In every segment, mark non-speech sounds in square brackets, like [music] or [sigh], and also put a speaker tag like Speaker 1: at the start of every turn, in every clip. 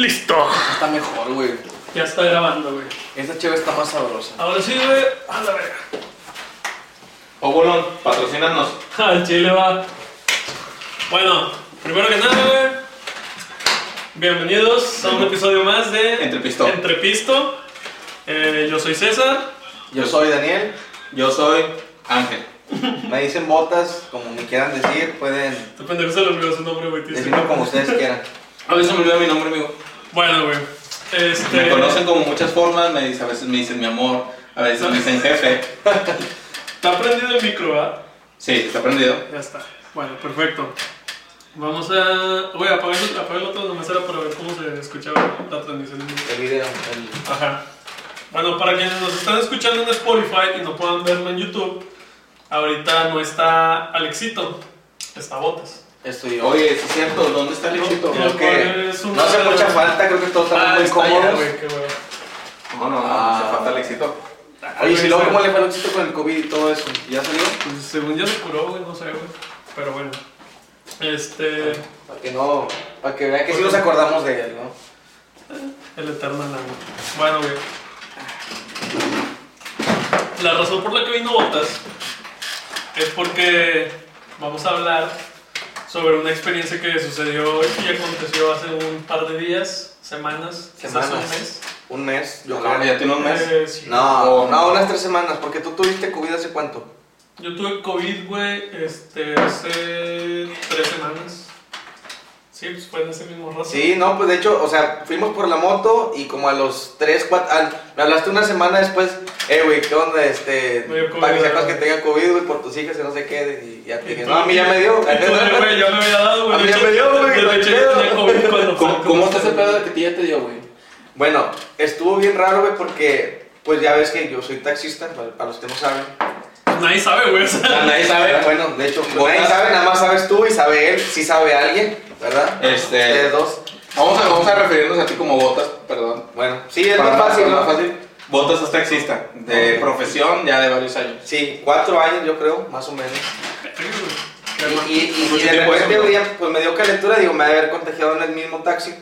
Speaker 1: Listo.
Speaker 2: Está mejor, güey.
Speaker 1: Ya está grabando, güey.
Speaker 2: Esta chévere está más sabrosa.
Speaker 1: Ahora sí, güey. A la verga.
Speaker 3: Obolon, patrocínanos.
Speaker 1: Al chile va. Bueno, primero que nada, güey. Bienvenidos a un episodio más de
Speaker 3: Entrepisto.
Speaker 1: Entrepisto. Eh, yo soy César.
Speaker 2: Yo soy Daniel.
Speaker 3: Yo soy Ángel.
Speaker 2: Me dicen botas, como me quieran decir, pueden
Speaker 1: Este pendejo se le olvidó su nombre, güey. tío.
Speaker 2: decirlo como ustedes quieran.
Speaker 3: A veces me olvida mi nombre, amigo.
Speaker 1: Bueno, güey. Este...
Speaker 3: Me conocen como muchas formas, me dicen, a veces me dicen mi amor, a veces me dicen jefe.
Speaker 1: Está prendido el micro, ¿verdad?
Speaker 3: Sí, está aprendido.
Speaker 1: Ya está. Bueno, perfecto. Vamos a. Voy a apagar el, apagar el otro nomás era para ver cómo se escuchaba la transmisión. en vivo.
Speaker 2: El video, el-
Speaker 1: Ajá. Bueno, para quienes nos están escuchando en Spotify y no puedan verlo en YouTube, ahorita no está Alexito, está Botas.
Speaker 2: esto y hoy.
Speaker 3: Oye, sí es cierto, ¿dónde está el éxito?
Speaker 1: No,
Speaker 2: Creo que
Speaker 1: Es una-
Speaker 2: no hace mucha falta, creo que todos están muy
Speaker 3: está
Speaker 2: cómodos.
Speaker 3: ya,
Speaker 1: Ah, güey, qué hueva.
Speaker 3: No, no, no,
Speaker 2: Ah.
Speaker 3: hace falta el éxito.
Speaker 2: Oye,
Speaker 1: Ay,
Speaker 2: si luego,
Speaker 1: güey,
Speaker 2: ¿cómo le fue al éxito con el COVID y todo eso? ¿Ya salió?
Speaker 1: pues, según ya se curó, güey, no sé, güey. Pero bueno. Este.
Speaker 2: Para que no, para que vea que sí nos acordamos de él, ¿no?
Speaker 1: El eterno amor. Bueno, güey. La razón por la que vino Botas es porque vamos a hablar sobre una experiencia que sucedió y aconteció hace un par de días, semanas, quizás un
Speaker 2: Semanas.
Speaker 1: mes.
Speaker 2: Un mes,
Speaker 3: Yo
Speaker 2: yo
Speaker 3: creo que
Speaker 2: creo.
Speaker 3: ya tiene un mes.
Speaker 1: Eh, sí.
Speaker 2: No, no, unas tres semanas, porque tú tuviste COVID hace cuánto?
Speaker 1: Yo tuve COVID, güey, este, hace tres semanas. Sí, pues fue en ese mismo rato.
Speaker 2: Sí, no, pues de hecho, o sea, fuimos por la moto y como a los 3, 4, me hablaste una semana después, eh, güey, ¿qué onda? Este,
Speaker 1: Me dio COVID,
Speaker 2: para que sepas
Speaker 1: ¿verdad?
Speaker 2: que tenga COVID, güey, por tus hijas y no sé qué, y ya te dije,
Speaker 1: Y
Speaker 2: no, a mí ya me dio.
Speaker 1: tú,
Speaker 2: [laughs]
Speaker 1: güey, ya me había dado, güey.
Speaker 2: A mí
Speaker 1: De
Speaker 2: ya
Speaker 1: hecho,
Speaker 2: me dio, güey,
Speaker 1: De hecho, yo tenía
Speaker 2: [laughs]
Speaker 1: COVID cuando
Speaker 3: ¿Cómo,
Speaker 1: fue-
Speaker 3: cómo está ese pedo de que a ti ya te dio, güey?
Speaker 2: Bueno, estuvo bien raro, güey, porque, pues ya ves que yo soy taxista, para, para los que no saben.
Speaker 1: Pues Nadie sabe, güey. o sea,
Speaker 3: Ah, Nadie sabe.
Speaker 2: Bueno, de hecho, pues,
Speaker 3: Botas.
Speaker 2: nadie sabe, nada más sabes tú y sabe él, sí sabe alguien, ¿verdad?
Speaker 3: Este-
Speaker 2: Ustedes dos.
Speaker 3: Vamos a, vamos a referirnos a ti como botas, perdón.
Speaker 2: Bueno, sí, es
Speaker 3: Para
Speaker 2: más fácil,
Speaker 3: para
Speaker 2: ¿no?
Speaker 3: más fácil. Botas es taxista, de
Speaker 2: Ok.
Speaker 3: profesión ya de varios años.
Speaker 2: Sí, cuatro años, yo creo, más o menos. Y,
Speaker 1: Y- y-
Speaker 2: y, y
Speaker 3: Mucho
Speaker 2: de
Speaker 3: tiempo de
Speaker 2: repente
Speaker 3: eso,
Speaker 2: un día, pues me dio calentura, digo, me ha de haber contagiado en el mismo taxi.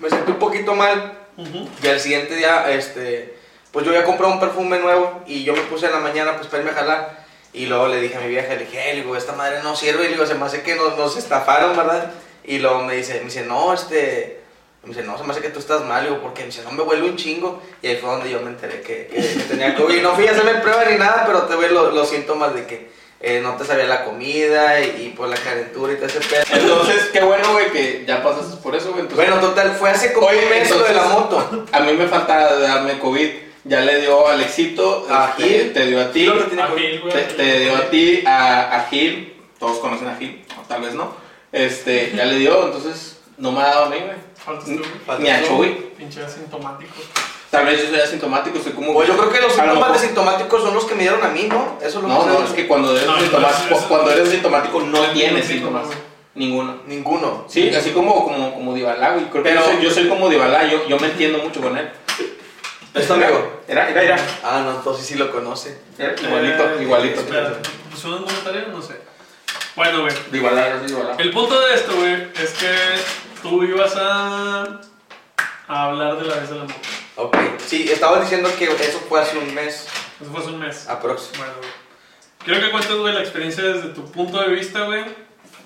Speaker 2: Me sentí un poquito mal
Speaker 1: Ujú.
Speaker 2: y al siguiente día, este, pues yo había comprado un perfume nuevo y yo me puse en la mañana pues para irme a jalar. Y luego le dije a mi vieja, le dije, "Eh", le digo, esta madre no sirve, y le digo, se me hace que nos, nos estafaron, ¿verdad? Y luego me dice, me dice, no, este, me dice, no, se me hace que tú estás mal, digo, porque me dice, no me vuelve un chingo. Y ahí fue donde yo me enteré que, que- que tenía COVID. No fui a hacerme prueba ni nada, pero te ve lo- los síntomas de que eh, no te sabía la comida y, y, pues la calentura y todo ese pedo.
Speaker 3: Entonces, qué bueno, güey, que ya pasaste por eso, güey. Entonces,
Speaker 2: Bueno, total, fue hace como
Speaker 3: Oye,
Speaker 2: un mes lo de la
Speaker 3: entonces-
Speaker 2: moto.
Speaker 3: A mí me falta darme COVID. Ya le dio a Alexito,
Speaker 2: A
Speaker 3: este,
Speaker 2: Gil.
Speaker 3: te dio a ti,
Speaker 2: Creo que tiene
Speaker 1: a
Speaker 2: COVID.
Speaker 1: Gil, güey.
Speaker 3: te, te dio este, a ti, a, a Gil. Todos conocen a Gil, o tal vez no. Este, ya le dio, entonces no me ha dado a mí, güey.
Speaker 1: Faltas tú, güey.
Speaker 3: Ni a Chuy.
Speaker 1: Pinche asintomático.
Speaker 3: Tal vez yo soy asintomático, soy como.
Speaker 2: Pues yo creo que los
Speaker 3: A lo
Speaker 2: síntomas de
Speaker 3: mejor-
Speaker 2: sintomáticos son los que me dieron a mí, ¿no? Eso es lo
Speaker 3: No,
Speaker 2: que
Speaker 3: no, es que cuando eres,
Speaker 1: No,
Speaker 3: sintomático,
Speaker 1: no, no, no.
Speaker 3: cuando eres sintomático no tienes
Speaker 1: sí,
Speaker 3: síntomas.
Speaker 1: no, güey.
Speaker 3: Ninguno.
Speaker 2: Ninguno.
Speaker 3: Sí, así como, como, como Dibalá, güey. Creo que
Speaker 2: Pero-
Speaker 3: yo, soy, yo soy como Dibalá, yo, yo me entiendo mucho con él.
Speaker 2: ¿Es tu amigo?
Speaker 3: Era, era, era.
Speaker 2: Ah, no, entonces sí lo conoce.
Speaker 3: Era Igualito,
Speaker 1: Eh,
Speaker 3: igualito.
Speaker 1: Espera, ¿pusieron una tarea? No sé. Bueno, güey.
Speaker 3: Dibalá, yo soy Dibalá.
Speaker 1: El punto de esto, güey, es que tú ibas a, a hablar de la vez de la moto.
Speaker 2: Ok. Sí, estabas diciendo que eso fue hace un mes
Speaker 1: Eso fue hace un
Speaker 3: Ah.
Speaker 1: mes.
Speaker 2: aproximadamente.
Speaker 1: Bueno, güey. Quiero que cuentes, güey, la experiencia desde tu punto de vista, güey.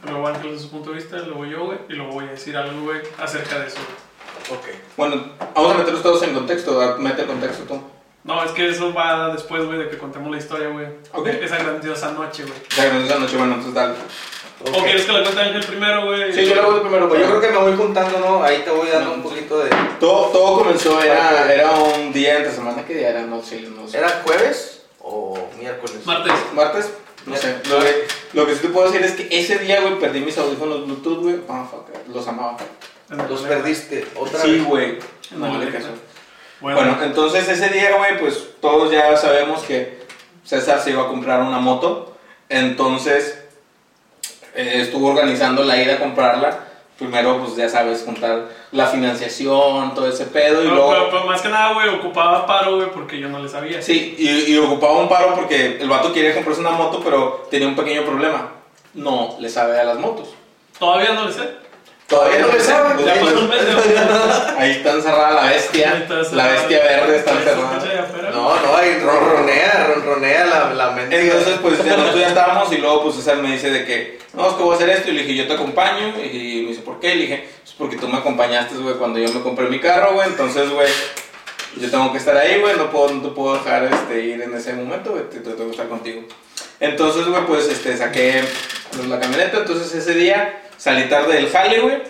Speaker 1: Luego Ángel desde su punto de vista, luego yo, güey. Y luego voy a decir algo, güey, acerca de eso, güey.
Speaker 2: Ok.
Speaker 3: Bueno, vamos a meterlos todos en contexto. a- Mete contexto tú.
Speaker 1: No, es que eso va después, güey, de que contemos la historia, güey.
Speaker 3: Ok.
Speaker 1: De Esa grandiosa noche, güey.
Speaker 3: Ya que nos dice la noche, bueno, entonces dale.
Speaker 2: Ok.
Speaker 1: ¿O quieres que la cuente Ángel primero, güey?
Speaker 3: Sí, yo lo hago primero,
Speaker 2: Pues
Speaker 3: güey.
Speaker 2: yo creo que me voy juntando, ¿no? Ahí te voy dando
Speaker 3: No,
Speaker 2: un
Speaker 3: sí.
Speaker 2: poquito de.
Speaker 3: Todo, todo comenzó, era, era un día entre semana. ¿Qué día era? No sé, no sé.
Speaker 2: ¿Era jueves o miércoles?
Speaker 1: Martes.
Speaker 3: ¿Martes? No sé. Lo que, lo que sí te puedo decir es que ese día, güey, perdí mis audífonos Bluetooth, güey. Ah, fuck, Los amaba.
Speaker 2: Los perdiste otra
Speaker 3: Sí,
Speaker 2: vez.
Speaker 3: güey.
Speaker 1: No,
Speaker 3: No, le
Speaker 1: neta.
Speaker 3: caso.
Speaker 1: Bueno,
Speaker 3: Bueno, entonces ese día, güey, pues todos ya sabemos que César se iba a comprar una moto. Entonces eh, estuvo organizando la ida a comprarla. Primero, pues ya sabes, juntar la financiación, todo ese pedo. Y
Speaker 1: pero,
Speaker 3: luego.
Speaker 1: pero- pero más que nada, güey, ocupaba paro, güey, porque yo no le sabía.
Speaker 3: Sí, y, y ocupaba un paro porque el vato quería comprarse una moto, pero tenía un pequeño problema. No le sabe a las motos.
Speaker 1: Todavía no le sé.
Speaker 3: Todavía no le saben.
Speaker 1: Ya
Speaker 3: pues,
Speaker 1: pasó un mes, güey.
Speaker 3: Ahí está encerrada la bestia.
Speaker 1: Ahí está
Speaker 3: La
Speaker 1: cerrada.
Speaker 3: bestia verde está
Speaker 1: Ahí pinche
Speaker 3: encerrada.
Speaker 1: de afuera.
Speaker 2: [laughs] No, no, ahí ronronea, ronronea la, la mente.
Speaker 3: Entonces, pues ya nosotros ya estábamos y luego, pues César me dice de que, no, es que voy a hacer esto. Y le dije, yo te acompaño. Y me dice, ¿por qué? Y le dije, pues porque tú me acompañaste, güey, cuando yo me compré mi carro, güey. Entonces, güey, yo tengo que estar ahí, güey. No, puedo, no te puedo dejar este, ir en ese momento, güey. te- te- Tengo que estar contigo. Entonces, güey, pues este, saqué pues, la camioneta. Entonces, ese día salí tarde del jale, güey.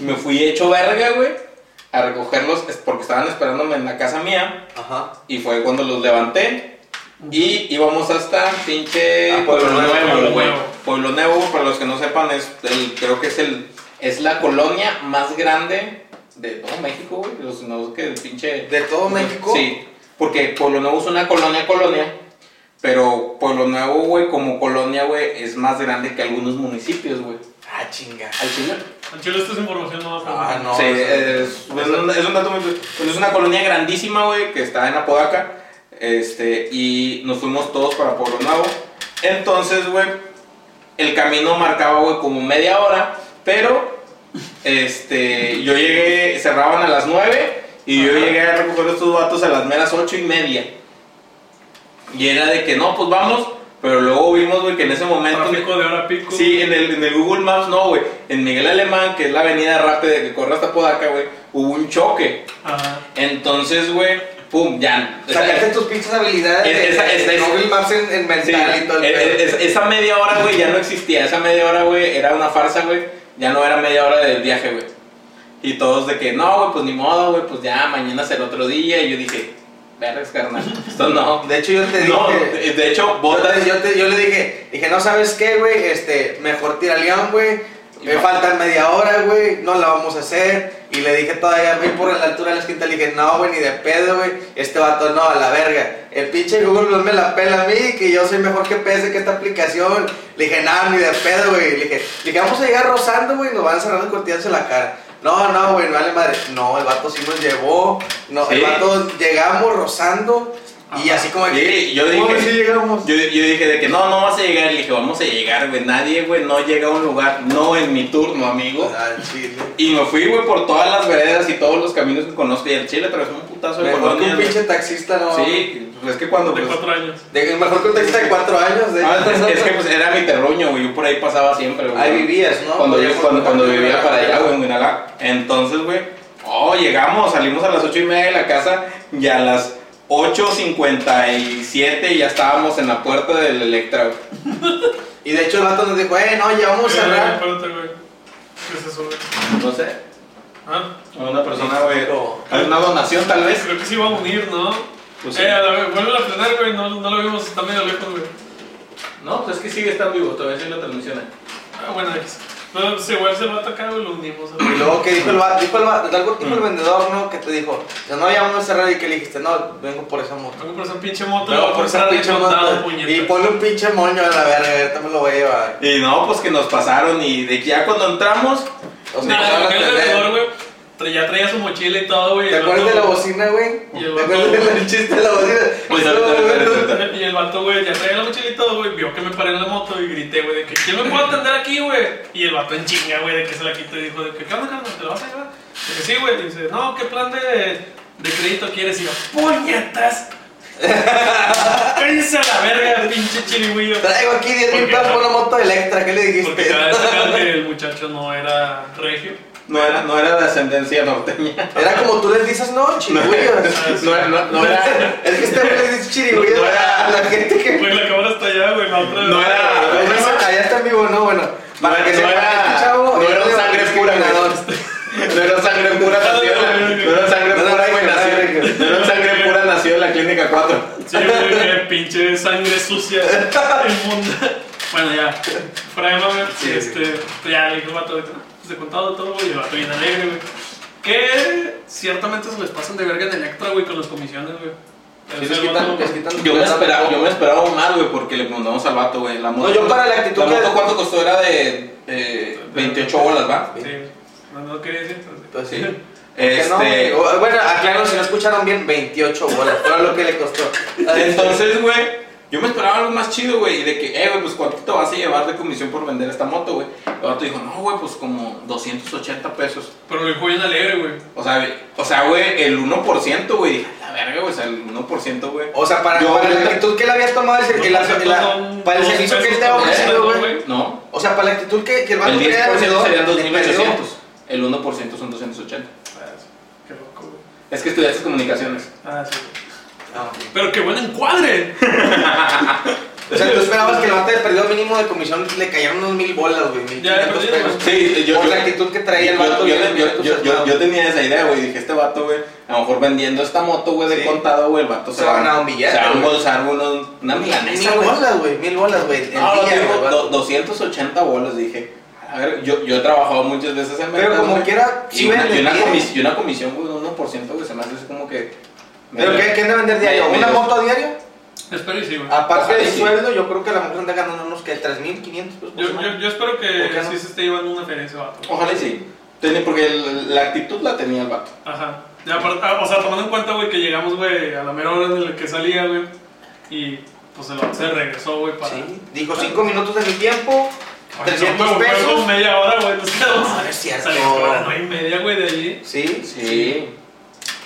Speaker 3: Me fui hecho verga, güey, a recogerlos es porque estaban esperándome en la casa mía.
Speaker 2: Ajá.
Speaker 3: Y fue cuando los levanté. Y íbamos hasta pinche
Speaker 2: Ah,
Speaker 3: Pueblo
Speaker 2: Pueblo
Speaker 3: Nuevo,
Speaker 1: Nuevo,
Speaker 3: güey.
Speaker 1: Nuevo.
Speaker 3: Pueblo Nuevo, para los que no sepan, es el- creo que es el es la colonia más grande de todo México, güey. Los no que el pinche
Speaker 2: ¿De todo México?
Speaker 3: Sí, porque Pueblo Nuevo es una colonia colonia, pero Pueblo Nuevo, güey, como colonia, güey, es más grande que algunos municipios, güey.
Speaker 2: Ah, chinga.
Speaker 3: Al chile.
Speaker 1: Al chile esta es información no
Speaker 2: Ah, no.
Speaker 3: Sí,
Speaker 2: o sea,
Speaker 3: es, es un, es un dato muy... pues es una colonia grandísima, güey, que está en Apodaca. Este, y nos fuimos todos para Pueblo Nuevo. Entonces, güey, el camino marcaba, güey, como media hora. Pero, este, yo llegué, cerraban a las 9 y yo
Speaker 1: Ajá.
Speaker 3: llegué a recoger estos vatos a las meras ocho y media. Y era de que no, pues vamos. Pero luego vimos, güey, que en ese momento...
Speaker 1: Tráfico de hora pico.
Speaker 3: Sí, en el, en el Google Maps no, güey. En Miguel Alemán, que es la avenida rápida que corre hasta Podaca, güey, hubo un choque.
Speaker 1: Ajá.
Speaker 3: Entonces, güey, pum, ya.
Speaker 2: Sacaste tus pinches habilidades
Speaker 3: Es-
Speaker 2: de-
Speaker 3: esa-
Speaker 2: de-
Speaker 3: esa-
Speaker 2: de
Speaker 3: esa-
Speaker 2: Google Maps en, en
Speaker 3: Sí,
Speaker 2: mental y todo el
Speaker 3: es-
Speaker 2: pedo.
Speaker 3: es- esa media hora, güey, ya no existía. Esa media hora, güey, era una farsa, güey. Ya no era media hora del viaje, güey. Y todos de que, no, güey, pues ni modo, güey, pues ya mañana será otro día. Y yo dije, vergas, carnal, esto no.
Speaker 2: De hecho, yo [laughs] te dije...
Speaker 3: No, de de hecho,
Speaker 2: Yo,
Speaker 3: botas.
Speaker 2: te- yo te- yo le dije, dije, no sabes qué, güey, este, mejor tira león, güey.
Speaker 3: Y
Speaker 2: Me
Speaker 3: va.
Speaker 2: faltan media hora, güey, no la vamos a hacer. Y le dije todavía, vi por la altura de la esquina, le dije, no, güey, ni de pedo, güey. Este vato, no, a la verga. El pinche Google Maps me la pela a mí, que yo soy mejor que PS que esta aplicación. Le dije, no, ni de pedo, güey. Le dije, le dije, vamos a llegar rozando, güey, nos van a cerrar los cortillas en la cara. No, no, güey, no vale madre. No, el vato sí nos llevó. No, el
Speaker 3: Sí.
Speaker 2: vato llegamos rozando. Y
Speaker 1: Ajá.
Speaker 2: así como
Speaker 3: Sí, yo
Speaker 2: "Uy,
Speaker 3: dije-
Speaker 2: sí llegamos.
Speaker 3: Yo, yo dije de que no, no vas a llegar. Le dije, vamos a llegar, güey. Nadie, güey, no llega a un lugar. No en mi turno, amigo.
Speaker 2: Al chile.
Speaker 3: Y me fui, güey, por todas las veredas y todos los caminos que conozco. Y el chile atravesó un putazo de
Speaker 2: Mejor que
Speaker 3: colonia.
Speaker 2: un pinche taxista, ¿no?
Speaker 3: Sí, pues es que cuando.
Speaker 1: De
Speaker 3: Pues,
Speaker 1: cuatro años.
Speaker 2: De- mejor que un taxista de cuatro años. De
Speaker 3: Ah, es- es que pues era mi terruño, güey. Yo por ahí pasaba siempre, güey.
Speaker 2: Ahí vivías, ¿no?
Speaker 3: Cuando, yo-
Speaker 2: Podíamos-
Speaker 3: cuando, cuando vivía para allá, güey, en Guinalá. Entonces, güey, oh, llegamos, salimos a las 8 y media de la casa y a las 8.57 ya estábamos en la puerta del Electra, güey.
Speaker 2: Y de hecho el vato nos dijo, eh, no, ya vamos a
Speaker 1: Güey,
Speaker 2: cerrar.
Speaker 1: Espérate, güey. ¿Qué es eso, güey?
Speaker 3: No sé,
Speaker 1: Ah,
Speaker 3: a una persona, güey.
Speaker 2: Pero-
Speaker 3: ¿Alguna donación, tal vez?
Speaker 1: creo que sí va a unir, ¿no?
Speaker 3: Pues
Speaker 1: eh, a la vez, vuelve a frenar, güey. No, no lo vimos, está medio lejos, güey.
Speaker 3: No, pues es que sigue ¿eh? estando vivo, todavía sí lo transmisiona.
Speaker 1: Ah, bueno, X. No, si igual se va a atacar, güey, lo unimos.
Speaker 2: Y luego que dijo el vato, dijo el vato, algo dijo el
Speaker 3: Mm.
Speaker 2: vendedor, ¿no? Que te dijo, ya no, ya vamos a cerrar. Y que le dijiste, no, vengo por esa moto.
Speaker 1: Voy a comprar esa pinche moto.
Speaker 2: Vengo
Speaker 1: la voy a comprar
Speaker 2: pinche
Speaker 1: de
Speaker 2: moto.
Speaker 1: contado,
Speaker 2: Y
Speaker 1: puñetas.
Speaker 2: ponle un pinche moño a la verga, ahorita me lo voy a llevar.
Speaker 3: Y no, pues que nos pasaron y de que ya cuando entramos,
Speaker 2: O sea,
Speaker 1: Nah,
Speaker 2: no van a
Speaker 1: el
Speaker 2: tener.
Speaker 1: vendedor, güey, tra- ya traía su mochila y todo, güey. y
Speaker 2: ¿Te
Speaker 1: el
Speaker 2: acuerdas de
Speaker 1: vato-
Speaker 2: la bocina, güey?
Speaker 1: Y el
Speaker 2: ¿Te
Speaker 1: vato-
Speaker 2: acuerdas del chiste de la bocina?
Speaker 3: Pues, ahorita, ahorita, ahorita.
Speaker 1: Y el vato, güey, ya traía la mochila y todo, güey. Vio que me paré en la moto y grité, güey, de que ¿quién me puede atender aquí, güey? Y el vato en chinga, güey, de que se la quitó y dijo, de que, ¿qué onda, carnal? ¿Te la vas a llevar? De que sí, güey. Y dice, no, ¿qué plan de, de crédito quieres? Y yo, ¡puñetas! [laughs] ¡Cállense a la verga, pinche chirigüillo!
Speaker 2: Traigo aquí 10 mil
Speaker 1: Porque-
Speaker 2: pesos por una moto electra, ¿qué le
Speaker 1: Porque
Speaker 2: dijiste?
Speaker 1: cada vez sacaban que el muchacho no era regio.
Speaker 3: no era, no era de ascendencia norteña. [laughs]
Speaker 2: Era como tú les dices, no, chirigüillos.
Speaker 3: No, era- no, no era.
Speaker 2: Es que este güey les dice chirigüillos
Speaker 3: No
Speaker 2: a
Speaker 3: era-
Speaker 2: la gente que.
Speaker 1: Güey, Pues la cámara está allá, güey, la otra.
Speaker 3: No era-
Speaker 2: Pero bueno,
Speaker 3: no
Speaker 2: allá está en vivo, ¿no? Bueno, para
Speaker 3: era-
Speaker 2: que
Speaker 3: no
Speaker 2: sepan,
Speaker 3: era-
Speaker 2: este chavo
Speaker 3: no
Speaker 2: es
Speaker 3: era
Speaker 2: un
Speaker 3: sangre pura, güey.
Speaker 2: discriminador.
Speaker 3: No era sangre [laughs] pura, nació en la- no era sangre
Speaker 2: No era
Speaker 3: pura,
Speaker 2: regio, no
Speaker 3: güey,
Speaker 2: era
Speaker 3: nació-
Speaker 2: regio.
Speaker 3: no era sangre pura, nació en la clínica 4.
Speaker 1: Sí, güey, que pinche sangre sucia, inmunda. Bueno, ya, fuera de mame,
Speaker 2: Sí,
Speaker 1: este, ya le dijo el vato, se pues, contado todo, güey, y el vato bien alegre, güey. Que ciertamente se les pasan de verga en Electra, güey, con las comisiones, güey. Pero
Speaker 2: Sí,
Speaker 1: ese
Speaker 2: les quitan-
Speaker 1: vato-
Speaker 2: les quitan-
Speaker 3: Yo me esperaba, yo me esperaba más, güey, porque le preguntamos al vato, güey. La moto,
Speaker 2: No, yo para la actitud que-
Speaker 3: moto cuánto costó era de eh, 28 bolas, ¿va?
Speaker 1: Sí, no, no quería decir, pero
Speaker 2: Pues
Speaker 1: sí.
Speaker 2: sí. Que no,
Speaker 3: Este.
Speaker 2: o- bueno, aclaro si no escucharon bien, 28 bolas. Fue lo que le costó.
Speaker 3: Entonces, güey, Yo me esperaba algo más chido, güey, y de que, eh, güey, pues cuánto te vas a llevar de comisión por vender esta moto, güey. El vato dijo, no, güey, pues como 280 pesos.
Speaker 1: [laughs] Pero lo dijo bien alegre, güey.
Speaker 3: O sea, güey, o sea, güey, el 1%, güey. Dije, "A la verga, güey, o sea, el 1%, güey.
Speaker 2: O sea, para,
Speaker 3: Yo-
Speaker 2: para la actitud que le habías tomado, el, el- el- la- para el servicio que él te ha ofrecido, güey.
Speaker 3: No,
Speaker 2: O sea, para la actitud que, que el vato
Speaker 3: el
Speaker 2: que le
Speaker 3: 10%
Speaker 2: ofrecido,
Speaker 3: serían
Speaker 2: le perdió.
Speaker 3: 2.800. El 1% son 280.
Speaker 1: Ah, Qué loco, güey.
Speaker 3: Es que estudiaste comunicaciones.
Speaker 1: Ah, sí.
Speaker 2: Ah, ok.
Speaker 1: Pero qué buen encuadre.
Speaker 2: O sea, tú esperabas que el vato de perdido mínimo de comisión le cayeron unos mil bolas, güey. mil
Speaker 1: Ya,
Speaker 2: quinientos
Speaker 1: de perdido,
Speaker 2: pesos.
Speaker 3: Sí,
Speaker 2: Por la actitud que traía el
Speaker 3: yo-
Speaker 2: vato.
Speaker 3: Yo,
Speaker 2: bien,
Speaker 3: yo-
Speaker 2: bien
Speaker 3: yo- yo-
Speaker 2: entusiasmado.
Speaker 3: yo tenía esa idea, güey. Dije, este vato, güey, a lo mejor vendiendo esta moto, güey, de
Speaker 2: Sí.
Speaker 3: contado, güey, el vato
Speaker 2: Se va a ganar un billete,
Speaker 3: Se va a
Speaker 2: güey.
Speaker 3: embolsar unos- una
Speaker 2: Mil
Speaker 3: milanesa, güey.
Speaker 2: bolas, güey. Ah, Mil bolas, güey. el
Speaker 3: No,
Speaker 2: día,
Speaker 3: digo,
Speaker 2: güey, vato.
Speaker 3: do- 280 bolas, dije. A ver, yo, yo he trabajado muchas veces en
Speaker 2: Pero
Speaker 3: ventas,
Speaker 2: como
Speaker 3: güey,
Speaker 2: quiera,
Speaker 3: Y,
Speaker 2: sí
Speaker 3: una,
Speaker 2: vende
Speaker 3: y, una
Speaker 2: bien.
Speaker 3: comisión, y una comisión, güey, de 1%, güey, se me hace así como que.
Speaker 2: ¿Pero qué, qué anda a vender diario?
Speaker 3: Medio-
Speaker 2: ¿Una
Speaker 3: medio-
Speaker 2: moto diario?
Speaker 1: Espero y sí, güey.
Speaker 2: Aparte
Speaker 3: Ojalá
Speaker 2: del
Speaker 3: y sí.
Speaker 2: sueldo, yo creo que la mujer anda ganando unos que 3.500 pesos. por
Speaker 1: Yo,
Speaker 2: semana.
Speaker 1: yo, yo espero
Speaker 2: ¿Por qué
Speaker 1: que
Speaker 2: no? Oh.
Speaker 1: sí se esté llevando una feria ese vato.
Speaker 3: Ojalá y sí. Tenía- Porque el- la actitud la tenía el vato.
Speaker 1: Ajá. Y aparte, ah, o sea, tomando en cuenta, güey, que llegamos, güey, a la mera hora en la que salía, güey. Y pues el vato se regresó, güey, para.
Speaker 2: Sí. Dijo 5 minutos de mi tiempo, 300
Speaker 1: no,
Speaker 2: pesos.
Speaker 1: Con media hora, güey. Entonces, [laughs]
Speaker 2: No, no es cierto.
Speaker 1: Salimos como a las nueve y media, güey, de allí.
Speaker 2: Sí,
Speaker 3: Sí.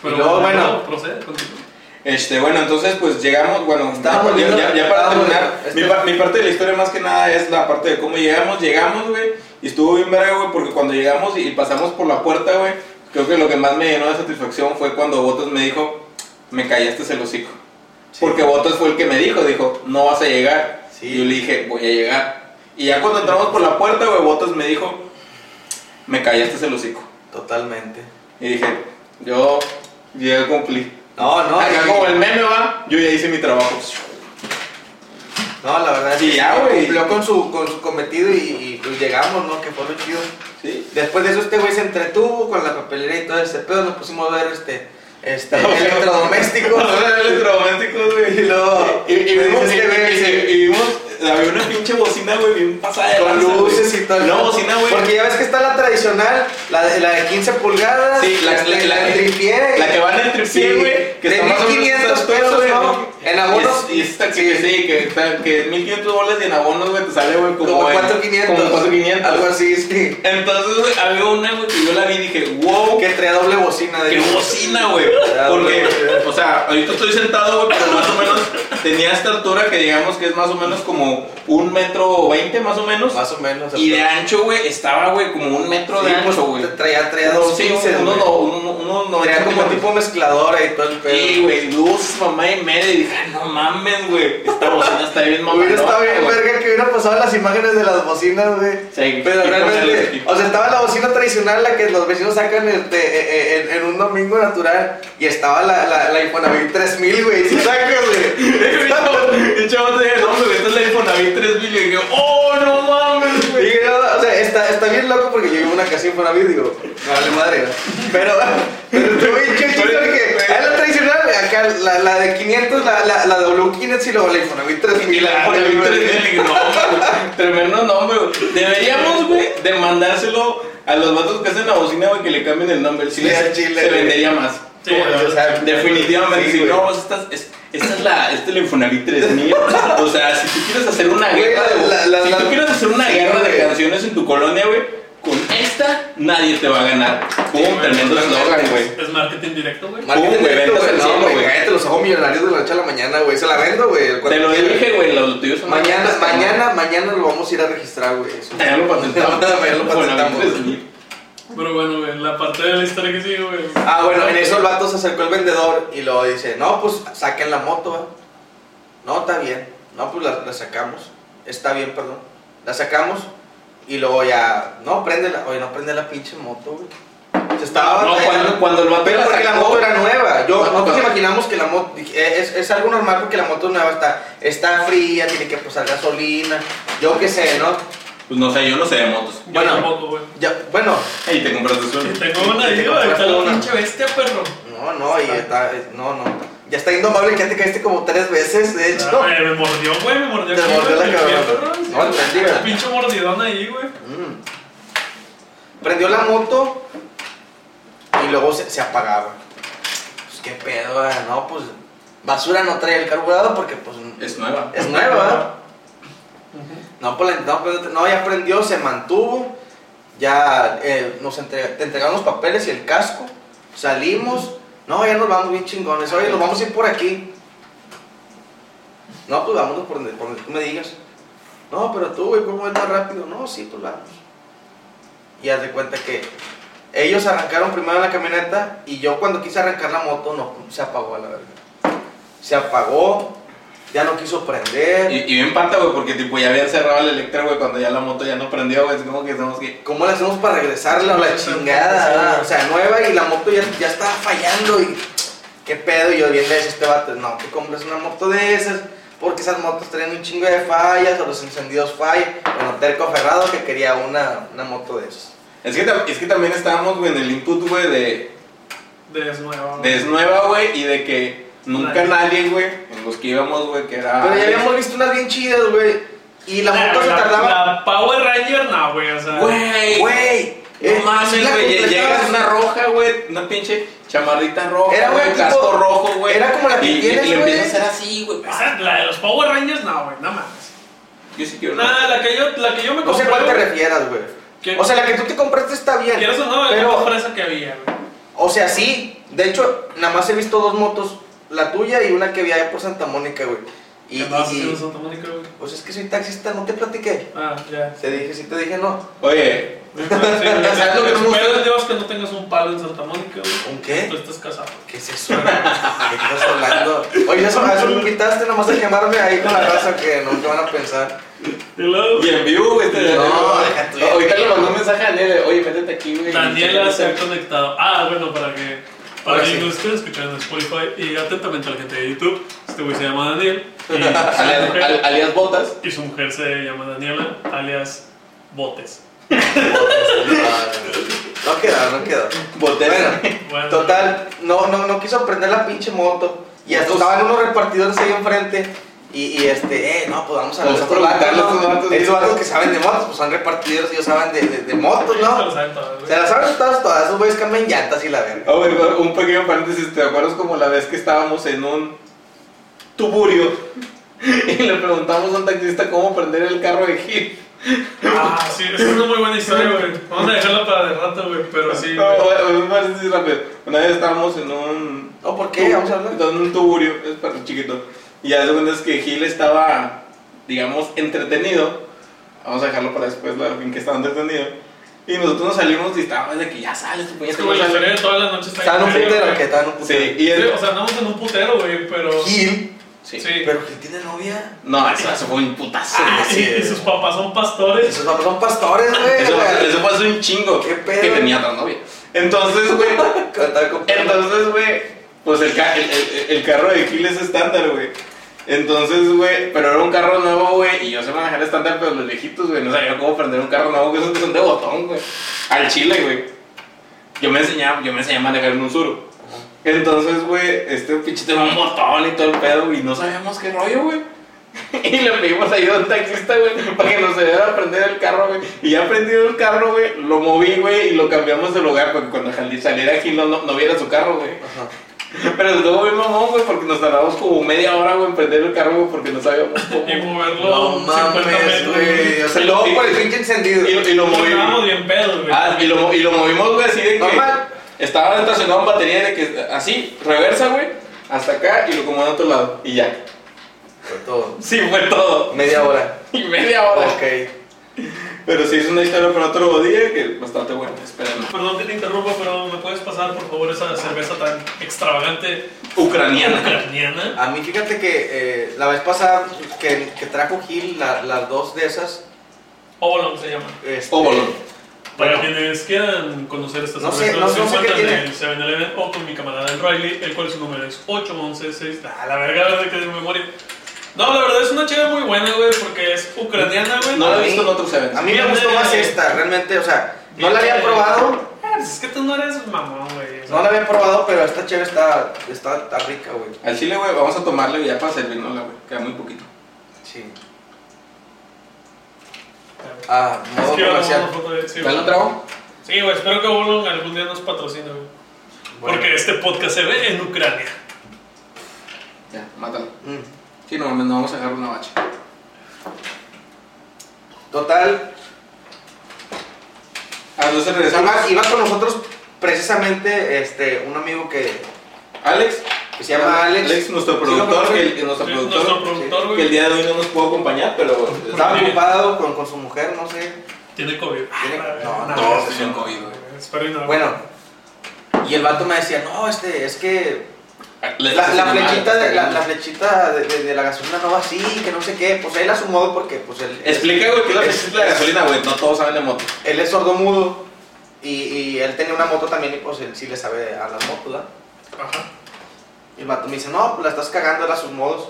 Speaker 1: Pero
Speaker 2: luego,
Speaker 1: bueno,
Speaker 2: bueno.
Speaker 1: procede, continúa.
Speaker 3: Este, bueno, entonces pues llegamos, bueno,
Speaker 2: Estábamos
Speaker 3: ya,
Speaker 2: viendo-
Speaker 3: ya- ya para
Speaker 2: estábamos
Speaker 3: terminar,
Speaker 2: viendo-
Speaker 3: mi, pa- mi parte de la historia más que nada es la parte de cómo llegamos, llegamos, güey, y estuvo bien verga, güey, porque cuando llegamos y, y pasamos por la puerta, güey, creo que lo que más me llenó de satisfacción fue cuando Botas me dijo, me callaste el hocico, porque Botas fue el que me dijo, dijo, no vas a llegar,
Speaker 2: Sí.
Speaker 3: y yo le dije, voy a llegar, y ya cuando entramos por la puerta, güey, Botas me dijo, me callaste el hocico,
Speaker 2: totalmente.
Speaker 3: y dije, yo, yo cumplí.
Speaker 2: No, no,
Speaker 3: Acá
Speaker 2: sí.
Speaker 3: como el meme va, yo ya hice mi trabajo.
Speaker 2: no, la verdad es
Speaker 3: Sí, ya, güey.
Speaker 2: cumplió con su, con su cometido y, y, pues llegamos, ¿no? Que fue lo chido.
Speaker 3: Sí.
Speaker 2: Después de eso este güey se entretuvo con la papelera y todo ese pedo, nos pusimos a ver este, este
Speaker 3: [laughs]
Speaker 2: electrodomésticos.
Speaker 3: Electrodomésticos,
Speaker 2: y
Speaker 3: güey.
Speaker 2: luego
Speaker 3: Y, y
Speaker 2: me
Speaker 3: vimos,
Speaker 2: dices
Speaker 3: y,
Speaker 2: que ve-
Speaker 3: y- y vimos, había una pinche bocina, güey, bien pasada de
Speaker 2: con
Speaker 3: lanza, güey.
Speaker 2: luces y todo. el
Speaker 3: Una
Speaker 2: pedo.
Speaker 3: bocina, güey.
Speaker 2: Porque ya ves que está la tradicional, la de, la de 15 pulgadas,
Speaker 3: Sí, la, la,
Speaker 2: este,
Speaker 3: la,
Speaker 2: de tripié,
Speaker 3: la que va en el tripié,
Speaker 2: Sí,
Speaker 3: güey. Que
Speaker 2: de
Speaker 3: está más o menos
Speaker 2: 1500
Speaker 3: estas pesos,
Speaker 2: pesos,
Speaker 3: güey,
Speaker 2: ¿no? En
Speaker 3: Y
Speaker 2: abonos.
Speaker 3: es- Y esta que sí, que, está- que es 1500 bolas y en abonos, güey, te sale, güey, como,
Speaker 2: como
Speaker 3: en-
Speaker 2: 4500.
Speaker 3: Como 4500.
Speaker 2: Algo así, sí.
Speaker 3: Entonces, güey, había una, güey, que yo la vi y dije, wow,
Speaker 2: Que traía doble bocina. de
Speaker 3: ¡Qué bocina, güey!
Speaker 2: Ya,
Speaker 3: Porque,
Speaker 2: Ah, güey.
Speaker 3: o sea, ahorita estoy sentado, güey, pero más o menos tenía esta altura que digamos que es más o menos como un metro veinte, más o menos.
Speaker 2: Más o menos.
Speaker 3: Y de ancho, güey, estaba, güey, como un metro de
Speaker 2: Sí, pues,
Speaker 3: ancho, güey.
Speaker 2: Traía, traía dos
Speaker 3: Sí,
Speaker 2: pinces,
Speaker 3: uno,
Speaker 2: güey.
Speaker 3: no, uno, uno, uno
Speaker 2: Traía como tipo mezcladora y todo el pedo.
Speaker 3: Sí, güey, dos, mamá y media. Y dije, "Ah, no mames, güey. Esta bocina está bien mamá.
Speaker 2: Hubiera estado bien,
Speaker 3: [laughs]
Speaker 2: verga, que hubiera pasado las imágenes de las bocinas, güey.
Speaker 3: Sí,
Speaker 2: Pero
Speaker 3: sí,
Speaker 2: realmente,
Speaker 3: sí.
Speaker 2: o sea, estaba la bocina tradicional, la que los vecinos sacan este, eh, eh, en, en un domingo natural, y estaba la, la, la Infonavit 3000, güey, si sacas, güey.
Speaker 3: El chavo te dije, no, güey, esta es la Infonavit 3000. Y dije, oh, no mames, güey.
Speaker 2: Y yo, o sea, está, está bien loco porque yo vivo en una casa Infonavit, digo, no vale madre, güey. Pero, pero estuvo bien chido el chiste porque es la tradicional, acá la, la de 500, la, la, la W500 y luego la Infonavit 3000.
Speaker 3: Y la
Speaker 2: Infonavit
Speaker 3: tremendo
Speaker 2: 3000.
Speaker 3: Tremendo nombre, güey. Deberíamos, güey, demandárselo a los vatos que hacen la bocina, güey, que le cambien el nombre. Si
Speaker 2: Sí, al chile,
Speaker 3: se
Speaker 2: güey.
Speaker 3: vendería más.
Speaker 1: Sí,
Speaker 2: Como
Speaker 1: la
Speaker 2: yo,
Speaker 1: verdad.
Speaker 2: o sea,
Speaker 3: Definitivamente,
Speaker 2: Sí,
Speaker 3: si
Speaker 2: güey.
Speaker 3: no, pues, esta, es, esta es la, este es el Infonavit 3000. O sea, si tú quieres hacer una
Speaker 2: Güey,
Speaker 3: guerra, de-
Speaker 2: la- la-
Speaker 3: si tú
Speaker 2: la-
Speaker 3: quieres hacer una
Speaker 2: Sí,
Speaker 3: guerra de
Speaker 2: güey.
Speaker 3: canciones en tu colonia, güey, con esta nadie te va a ganar. Pum,
Speaker 1: güey,
Speaker 3: tremendo
Speaker 2: totalmente.
Speaker 3: eslogan, güey.
Speaker 1: Es marketing directo, güey.
Speaker 2: Marketing
Speaker 3: Pum, güey,
Speaker 2: directo,
Speaker 3: ventas
Speaker 2: güey.
Speaker 3: al
Speaker 2: No,
Speaker 3: cielo,
Speaker 2: güey,
Speaker 3: güey.
Speaker 2: cállate los ojos millonarios de la noche a la mañana, güey. Se la vendo, güey.
Speaker 3: Te lo
Speaker 2: Cuando quieras.
Speaker 3: dije, güey, los tuyos son
Speaker 2: Mañana,
Speaker 3: marcas,
Speaker 2: mañana, mañana lo vamos a ir a registrar, güey. eso.
Speaker 3: cabrón. Ya lo patentamos.
Speaker 2: [laughs] Ya lo
Speaker 3: Infonavit
Speaker 2: patentamos.
Speaker 3: 3000.
Speaker 1: Pero bueno, güey, la parte de la historia que sigue, güey.
Speaker 2: Ah, bueno, en eso el vato se acercó al vendedor y lo dice, no, pues saquen la moto, va. No, está bien. No, pues la, la sacamos. Está bien, perdón. La sacamos y luego ya, no, préndela. Oye, no prende la pinche moto, güey. Se estaba
Speaker 3: No,
Speaker 2: batallando.
Speaker 3: cuando, cuando el vato
Speaker 2: Pero
Speaker 3: la
Speaker 2: porque la
Speaker 3: sacó,
Speaker 2: moto era nueva. Yo,
Speaker 3: Ajá.
Speaker 2: nosotros imaginamos que la moto es, es algo normal porque la moto nueva está, está fría, tiene que pasar gasolina, yo qué sé, ¿no?
Speaker 3: Pues no sé, yo no sé de motos.
Speaker 1: Yo
Speaker 2: Bueno.
Speaker 1: tampoco, güey.
Speaker 2: Ya, bueno,
Speaker 3: Y te compraste
Speaker 1: Que
Speaker 3: una.
Speaker 1: Tengo una,
Speaker 2: Te
Speaker 1: digo,
Speaker 2: compraste
Speaker 1: está la
Speaker 2: una.
Speaker 1: pinche bestia, perro.
Speaker 2: no, no, y está, eh, no, no. Ya está indomable que ya te caíste como tres veces, de hecho.
Speaker 1: Ah, güey, me mordió, güey, me mordió.
Speaker 2: Te
Speaker 1: aquí,
Speaker 2: mordió
Speaker 1: güey,
Speaker 2: la
Speaker 1: el pie,
Speaker 2: cabrona.
Speaker 1: perro, sí,
Speaker 2: No,
Speaker 1: güey.
Speaker 2: mentira.
Speaker 1: Pinche mordidón ahí, güey.
Speaker 2: Mm. Prendió la moto y luego se, se apagaba. Pues qué pedo, ah, no, pues basura no trae el carburador porque pues es,
Speaker 3: Es nueva.
Speaker 2: nueva, ¿verdad? No, pues, la- no, pues, no, ya aprendió, se mantuvo, ya eh, nos entre- te entregaron los papeles y el casco, salimos, no, ya nos vamos bien chingones, oye, nos vamos a ir por aquí. No, pues vámonos por donde, por donde tú me digas. No, pero tú, güey, ¿cómo es más rápido? No, sí, pues vamos. Y haz de cuenta que ellos arrancaron primero la camioneta y yo cuando quise arrancar la moto, no, se apagó a la verga. Se apagó, ya no quiso prender.
Speaker 3: Y, y bien pata, güey, porque tipo ya habían cerrado el Electra, güey, cuando ya la moto ya no prendió, güey. Es como que tenemos que.
Speaker 2: ¿Cómo le hacemos para regresarla o la chingada? ¿verdad? O sea, nueva y la moto ya, ya estaba fallando y qué pedo. Y yo bien le decía a este vato, no, que compres una moto de esas porque esas motos traen un chingo de fallas o los encendidos fallan. Bueno, Terco Ferrado que quería una, una moto de esas.
Speaker 3: Es que, tam- es que también estábamos, güey, en el input, güey, de,
Speaker 1: De es nueva.
Speaker 3: de es nueva, güey, y de que nunca
Speaker 1: Nadie.
Speaker 3: nadie, güey, en los que íbamos, güey, que era.
Speaker 2: Pero ya habíamos visto unas bien chidas, güey. Y la moto se tardaba.
Speaker 1: La Power Ranger, no, güey, o sea.
Speaker 3: Güey,
Speaker 2: Güey, eh,
Speaker 3: No mames,
Speaker 2: sí la
Speaker 3: güey. lle-
Speaker 2: completabas.
Speaker 3: Llegas una roja, güey. Una pinche chamarrita roja.
Speaker 2: Era, güey,
Speaker 3: güey.
Speaker 2: tipo-
Speaker 3: Casco rojo, güey.
Speaker 2: era como la que
Speaker 3: y, y-
Speaker 2: tienes,
Speaker 3: Y le
Speaker 2: güey. Ah.
Speaker 3: empieza a hacer así, güey.
Speaker 1: Esa- la de los Power Rangers, no, güey, nada más.
Speaker 3: Yo sí quiero. una.
Speaker 1: Nada, la que yo, la que yo me
Speaker 2: No sé
Speaker 1: compré.
Speaker 2: cuál te
Speaker 1: güey,
Speaker 2: refieras, güey.
Speaker 1: ¿Qué?
Speaker 2: O sea, la que tú te compraste está bien.
Speaker 1: Quieres o no, la
Speaker 2: pero-
Speaker 1: compré esa que había, güey.
Speaker 2: O sea, sí. De hecho, nada más he visto dos motos. La tuya y una que vi allá por Santa Mónica, güey. Y,
Speaker 1: Que andabas
Speaker 2: y- y-
Speaker 1: haciendo en Santa Mónica, güey.
Speaker 2: pues es que soy taxista, no te platiqué.
Speaker 1: Ah,
Speaker 2: [laughs]
Speaker 1: ya.
Speaker 2: Te dije, sí te dije no.
Speaker 3: Oye,
Speaker 1: Sí, güey.
Speaker 2: ¿Sabes lo que no me gusta? ¿Eh?
Speaker 1: Espero de Dios que no tengas un palo en Santa Mónica, güey.
Speaker 2: ¿Un qué?
Speaker 1: Tú estás casado.
Speaker 2: ¿Qué es eso? güey? ¿De qué estás hablando? Oye, eso, a eso me invitaste nada más a quemarme ahí con la raza que no te van a pensar.
Speaker 1: Y luego,
Speaker 3: y en vivo, güey. te-
Speaker 2: No, deja tú.
Speaker 3: Ahorita le mandó un mensaje a Daniel. Oye, métete aquí, güey.
Speaker 1: Daniela se ha
Speaker 3: Chécate.
Speaker 1: conectado. Ah, bueno, para que. Para
Speaker 2: Ahora
Speaker 1: que
Speaker 2: sí.
Speaker 1: nos estén escuchando en Spotify y atentamente a la gente de YouTube. Este güey se llama Daniel. Y su
Speaker 3: Alias,
Speaker 1: mujer,
Speaker 3: al- alias botas.
Speaker 1: y su mujer se llama Daniela, alias Botes.
Speaker 2: No quedó, no quedó.
Speaker 3: Botes.
Speaker 2: Bueno,
Speaker 1: Bueno,
Speaker 2: total, no, no, no quiso prender la pinche moto. Y hasta
Speaker 3: Motos.
Speaker 2: estaban unos repartidores ahí enfrente. Y, y este, eh, no, pues vamos a
Speaker 3: Vamos
Speaker 2: los
Speaker 3: a
Speaker 2: otros vatos,
Speaker 3: preguntarle a
Speaker 2: ¿no?
Speaker 3: estos vatos.
Speaker 2: Estos vatos que saben de motos, pues son repartidores, ellos saben de, de- de motos,
Speaker 1: sí, se
Speaker 2: ¿no?
Speaker 1: lo saben todas, güey.
Speaker 2: Se las saben todas, todas, esos güeyes cambian llantas y la verga.
Speaker 3: Ah, bueno, un pequeño paréntesis, ¿te acuerdas como la vez que estábamos en un tuburio [laughs] y le preguntamos a un taxista cómo prender el carro de Gil?
Speaker 1: Ah, sí, esa es una muy buena historia, güey. Vamos a dejarla para de rato, güey, pero
Speaker 3: [laughs]
Speaker 1: sí.
Speaker 3: No,
Speaker 1: güey.
Speaker 3: Oh, bueno, un paréntesis rápido. Una vez estábamos en un.
Speaker 2: No, ¿por qué? Vamos a hablar.
Speaker 3: En un tuburio, es para chiquito. Y hace cuenta es que Gil estaba, digamos, entretenido. Vamos a dejarlo para después, la fin que estaba entretenido. Y nosotros nos salimos y estábamos de que ya sales, tú puedes
Speaker 1: Es como la historia de todas las noches.
Speaker 2: Estaban un putero, que estaban un
Speaker 3: Sí,
Speaker 2: putero.
Speaker 3: y
Speaker 1: Sí,
Speaker 3: él.
Speaker 1: o sea, andamos en un putero, güey, pero.
Speaker 2: Gil,
Speaker 3: Sí.
Speaker 1: Sí.
Speaker 2: pero Gil tiene novia.
Speaker 3: No, eso, eso fue un putazo.
Speaker 1: Ah,
Speaker 2: sí,
Speaker 1: y, y sus papás son pastores.
Speaker 2: Esos vatos son pastores, güey.
Speaker 3: Eso,
Speaker 2: güey.
Speaker 3: eso pasó un chingo.
Speaker 2: ¿Qué pedo?
Speaker 3: Que tenía otra novia. Entonces,
Speaker 2: [laughs]
Speaker 3: güey.
Speaker 2: Estaba con-
Speaker 3: entonces, güey. Pues el, ca- el, el- el carro de Gil es estándar, güey. Entonces, güey. Pero era un carro nuevo, güey. Y yo sé manejar estándar, pero los viejitos, güey. No sabía cómo prender un carro nuevo, que esos que son de botón, güey. Al chile, güey. Yo me enseñaba, yo me enseñé a manejar en un suro. Entonces, güey, este pinche tenía un botón y todo el pedo, güey. No sabíamos qué rollo, güey. [laughs] Y le pedimos ayuda a un taxista, güey, para que nos ayudara a prender el carro, güey. Y ya prendido el carro, güey, lo moví, güey, y lo cambiamos de lugar para que cuando Jalil saliera aquí no, no, no viera su carro, güey.
Speaker 2: Ajá.
Speaker 3: Pero estuvo bien mamón, güey, porque nos tardamos como media hora, güey, en prender el carro, güey, porque no sabíamos
Speaker 1: [laughs]
Speaker 3: cómo.
Speaker 1: Y moverlo.
Speaker 2: No
Speaker 1: 50
Speaker 2: mames,
Speaker 1: metros.
Speaker 2: güey. O sea, luego por el pinche encendido.
Speaker 3: Y, y lo
Speaker 1: Nos
Speaker 3: moví.
Speaker 1: estábamos bien pedos, güey.
Speaker 3: Ah, y lo, mo- y lo movimos, güey, así de que.
Speaker 2: Normal.
Speaker 3: Estaba estacionado en batería de que así, reversa, güey, hasta acá y lo como a otro lado. Y ya.
Speaker 2: Fue todo.
Speaker 3: Sí, fue todo.
Speaker 2: Media hora.
Speaker 3: Y media hora.
Speaker 2: Ok.
Speaker 3: Oh, Pero sí es una historia para otro día que es bastante buena, espérenlo.
Speaker 1: Perdón que te interrumpa, pero ¿me puedes pasar, por favor, esa cerveza tan extravagante
Speaker 3: Ucraniana.
Speaker 1: ucraniana?
Speaker 2: A mí fíjate que eh, la vez pasada que, que trajo Gil la- las dos de esas.
Speaker 1: Obolon se llama.
Speaker 2: este,
Speaker 3: Óvalo.
Speaker 1: Para quienes quieran conocer esta
Speaker 2: No sé,
Speaker 1: cerveza,
Speaker 2: no- no sé
Speaker 1: se
Speaker 2: qué
Speaker 1: encuentran
Speaker 2: tiene.
Speaker 1: en el 7-Eleven o con mi camarada el Riley, el cual su número es 8116. Ah, la verga, la verdad que de memoria. No, la verdad es una chica muy buena, güey, porque es ucraniana, güey.
Speaker 3: No
Speaker 2: A
Speaker 3: lo he
Speaker 2: mí-
Speaker 3: visto en otros
Speaker 2: A
Speaker 3: eventos.
Speaker 2: mí me gustó más esta, realmente. O sea, no la había probado.
Speaker 1: Ah, pues es que tú no eres mamón, güey. o sea,
Speaker 2: No la había probado, pero esta chévere está, está, está rica, güey.
Speaker 3: Al chile, güey, vamos a tomarle ya para servirnosla, güey. Queda muy poquito.
Speaker 2: Sí. Ah, modo
Speaker 1: Es que vamos a una
Speaker 2: comercial.
Speaker 1: foto de- sí,
Speaker 3: ¿Ya lo
Speaker 1: güey.
Speaker 3: trago?
Speaker 1: Sí, güey, espero que Obolon algún día nos patrocine, güey.
Speaker 2: Bueno.
Speaker 1: Porque este podcast se ve en Ucrania.
Speaker 3: Ya mátalo.
Speaker 2: Mm.
Speaker 3: Sí, no, mames, no vamos a agarrar una bacha.
Speaker 2: Total,
Speaker 3: Ah, entonces regresamos.
Speaker 2: iba, iba con nosotros precisamente este, un amigo que,
Speaker 3: Alex.
Speaker 2: que se llama Alex.
Speaker 3: nuestro
Speaker 2: Sí,
Speaker 3: productor,
Speaker 2: lo
Speaker 3: que, que nuestro
Speaker 1: Nuestro
Speaker 3: productor,
Speaker 1: productor,
Speaker 3: que el
Speaker 1: güey,
Speaker 3: día de hoy no nos pudo acompañar, pero
Speaker 2: Estaba
Speaker 1: Sí.
Speaker 2: ocupado con, con su mujer, no sé.
Speaker 1: tiene COVID. Ah,
Speaker 2: Tiene- no, no,
Speaker 3: todos tienen COVID, güey.
Speaker 1: Espero y no.
Speaker 2: Bueno, y el vato me decía, no, este, es que
Speaker 3: Les
Speaker 2: la,
Speaker 3: hace
Speaker 2: la
Speaker 3: mal,
Speaker 2: flechita,
Speaker 3: está
Speaker 2: de, la,
Speaker 3: cagando.
Speaker 2: la flechita de, de- de la gasolina no va así, que no sé qué. Pues él a su modo porque pues él,
Speaker 3: Explica, güey, que la flechita de la gasolina, güey. No todos saben de moto.
Speaker 2: él es sordomudo y, y él tenía una moto también y pues él sí le sabe a las motos, ¿verdad?
Speaker 1: Ajá.
Speaker 2: Y el vato me dice, no, pues la estás cagando era a sus modos.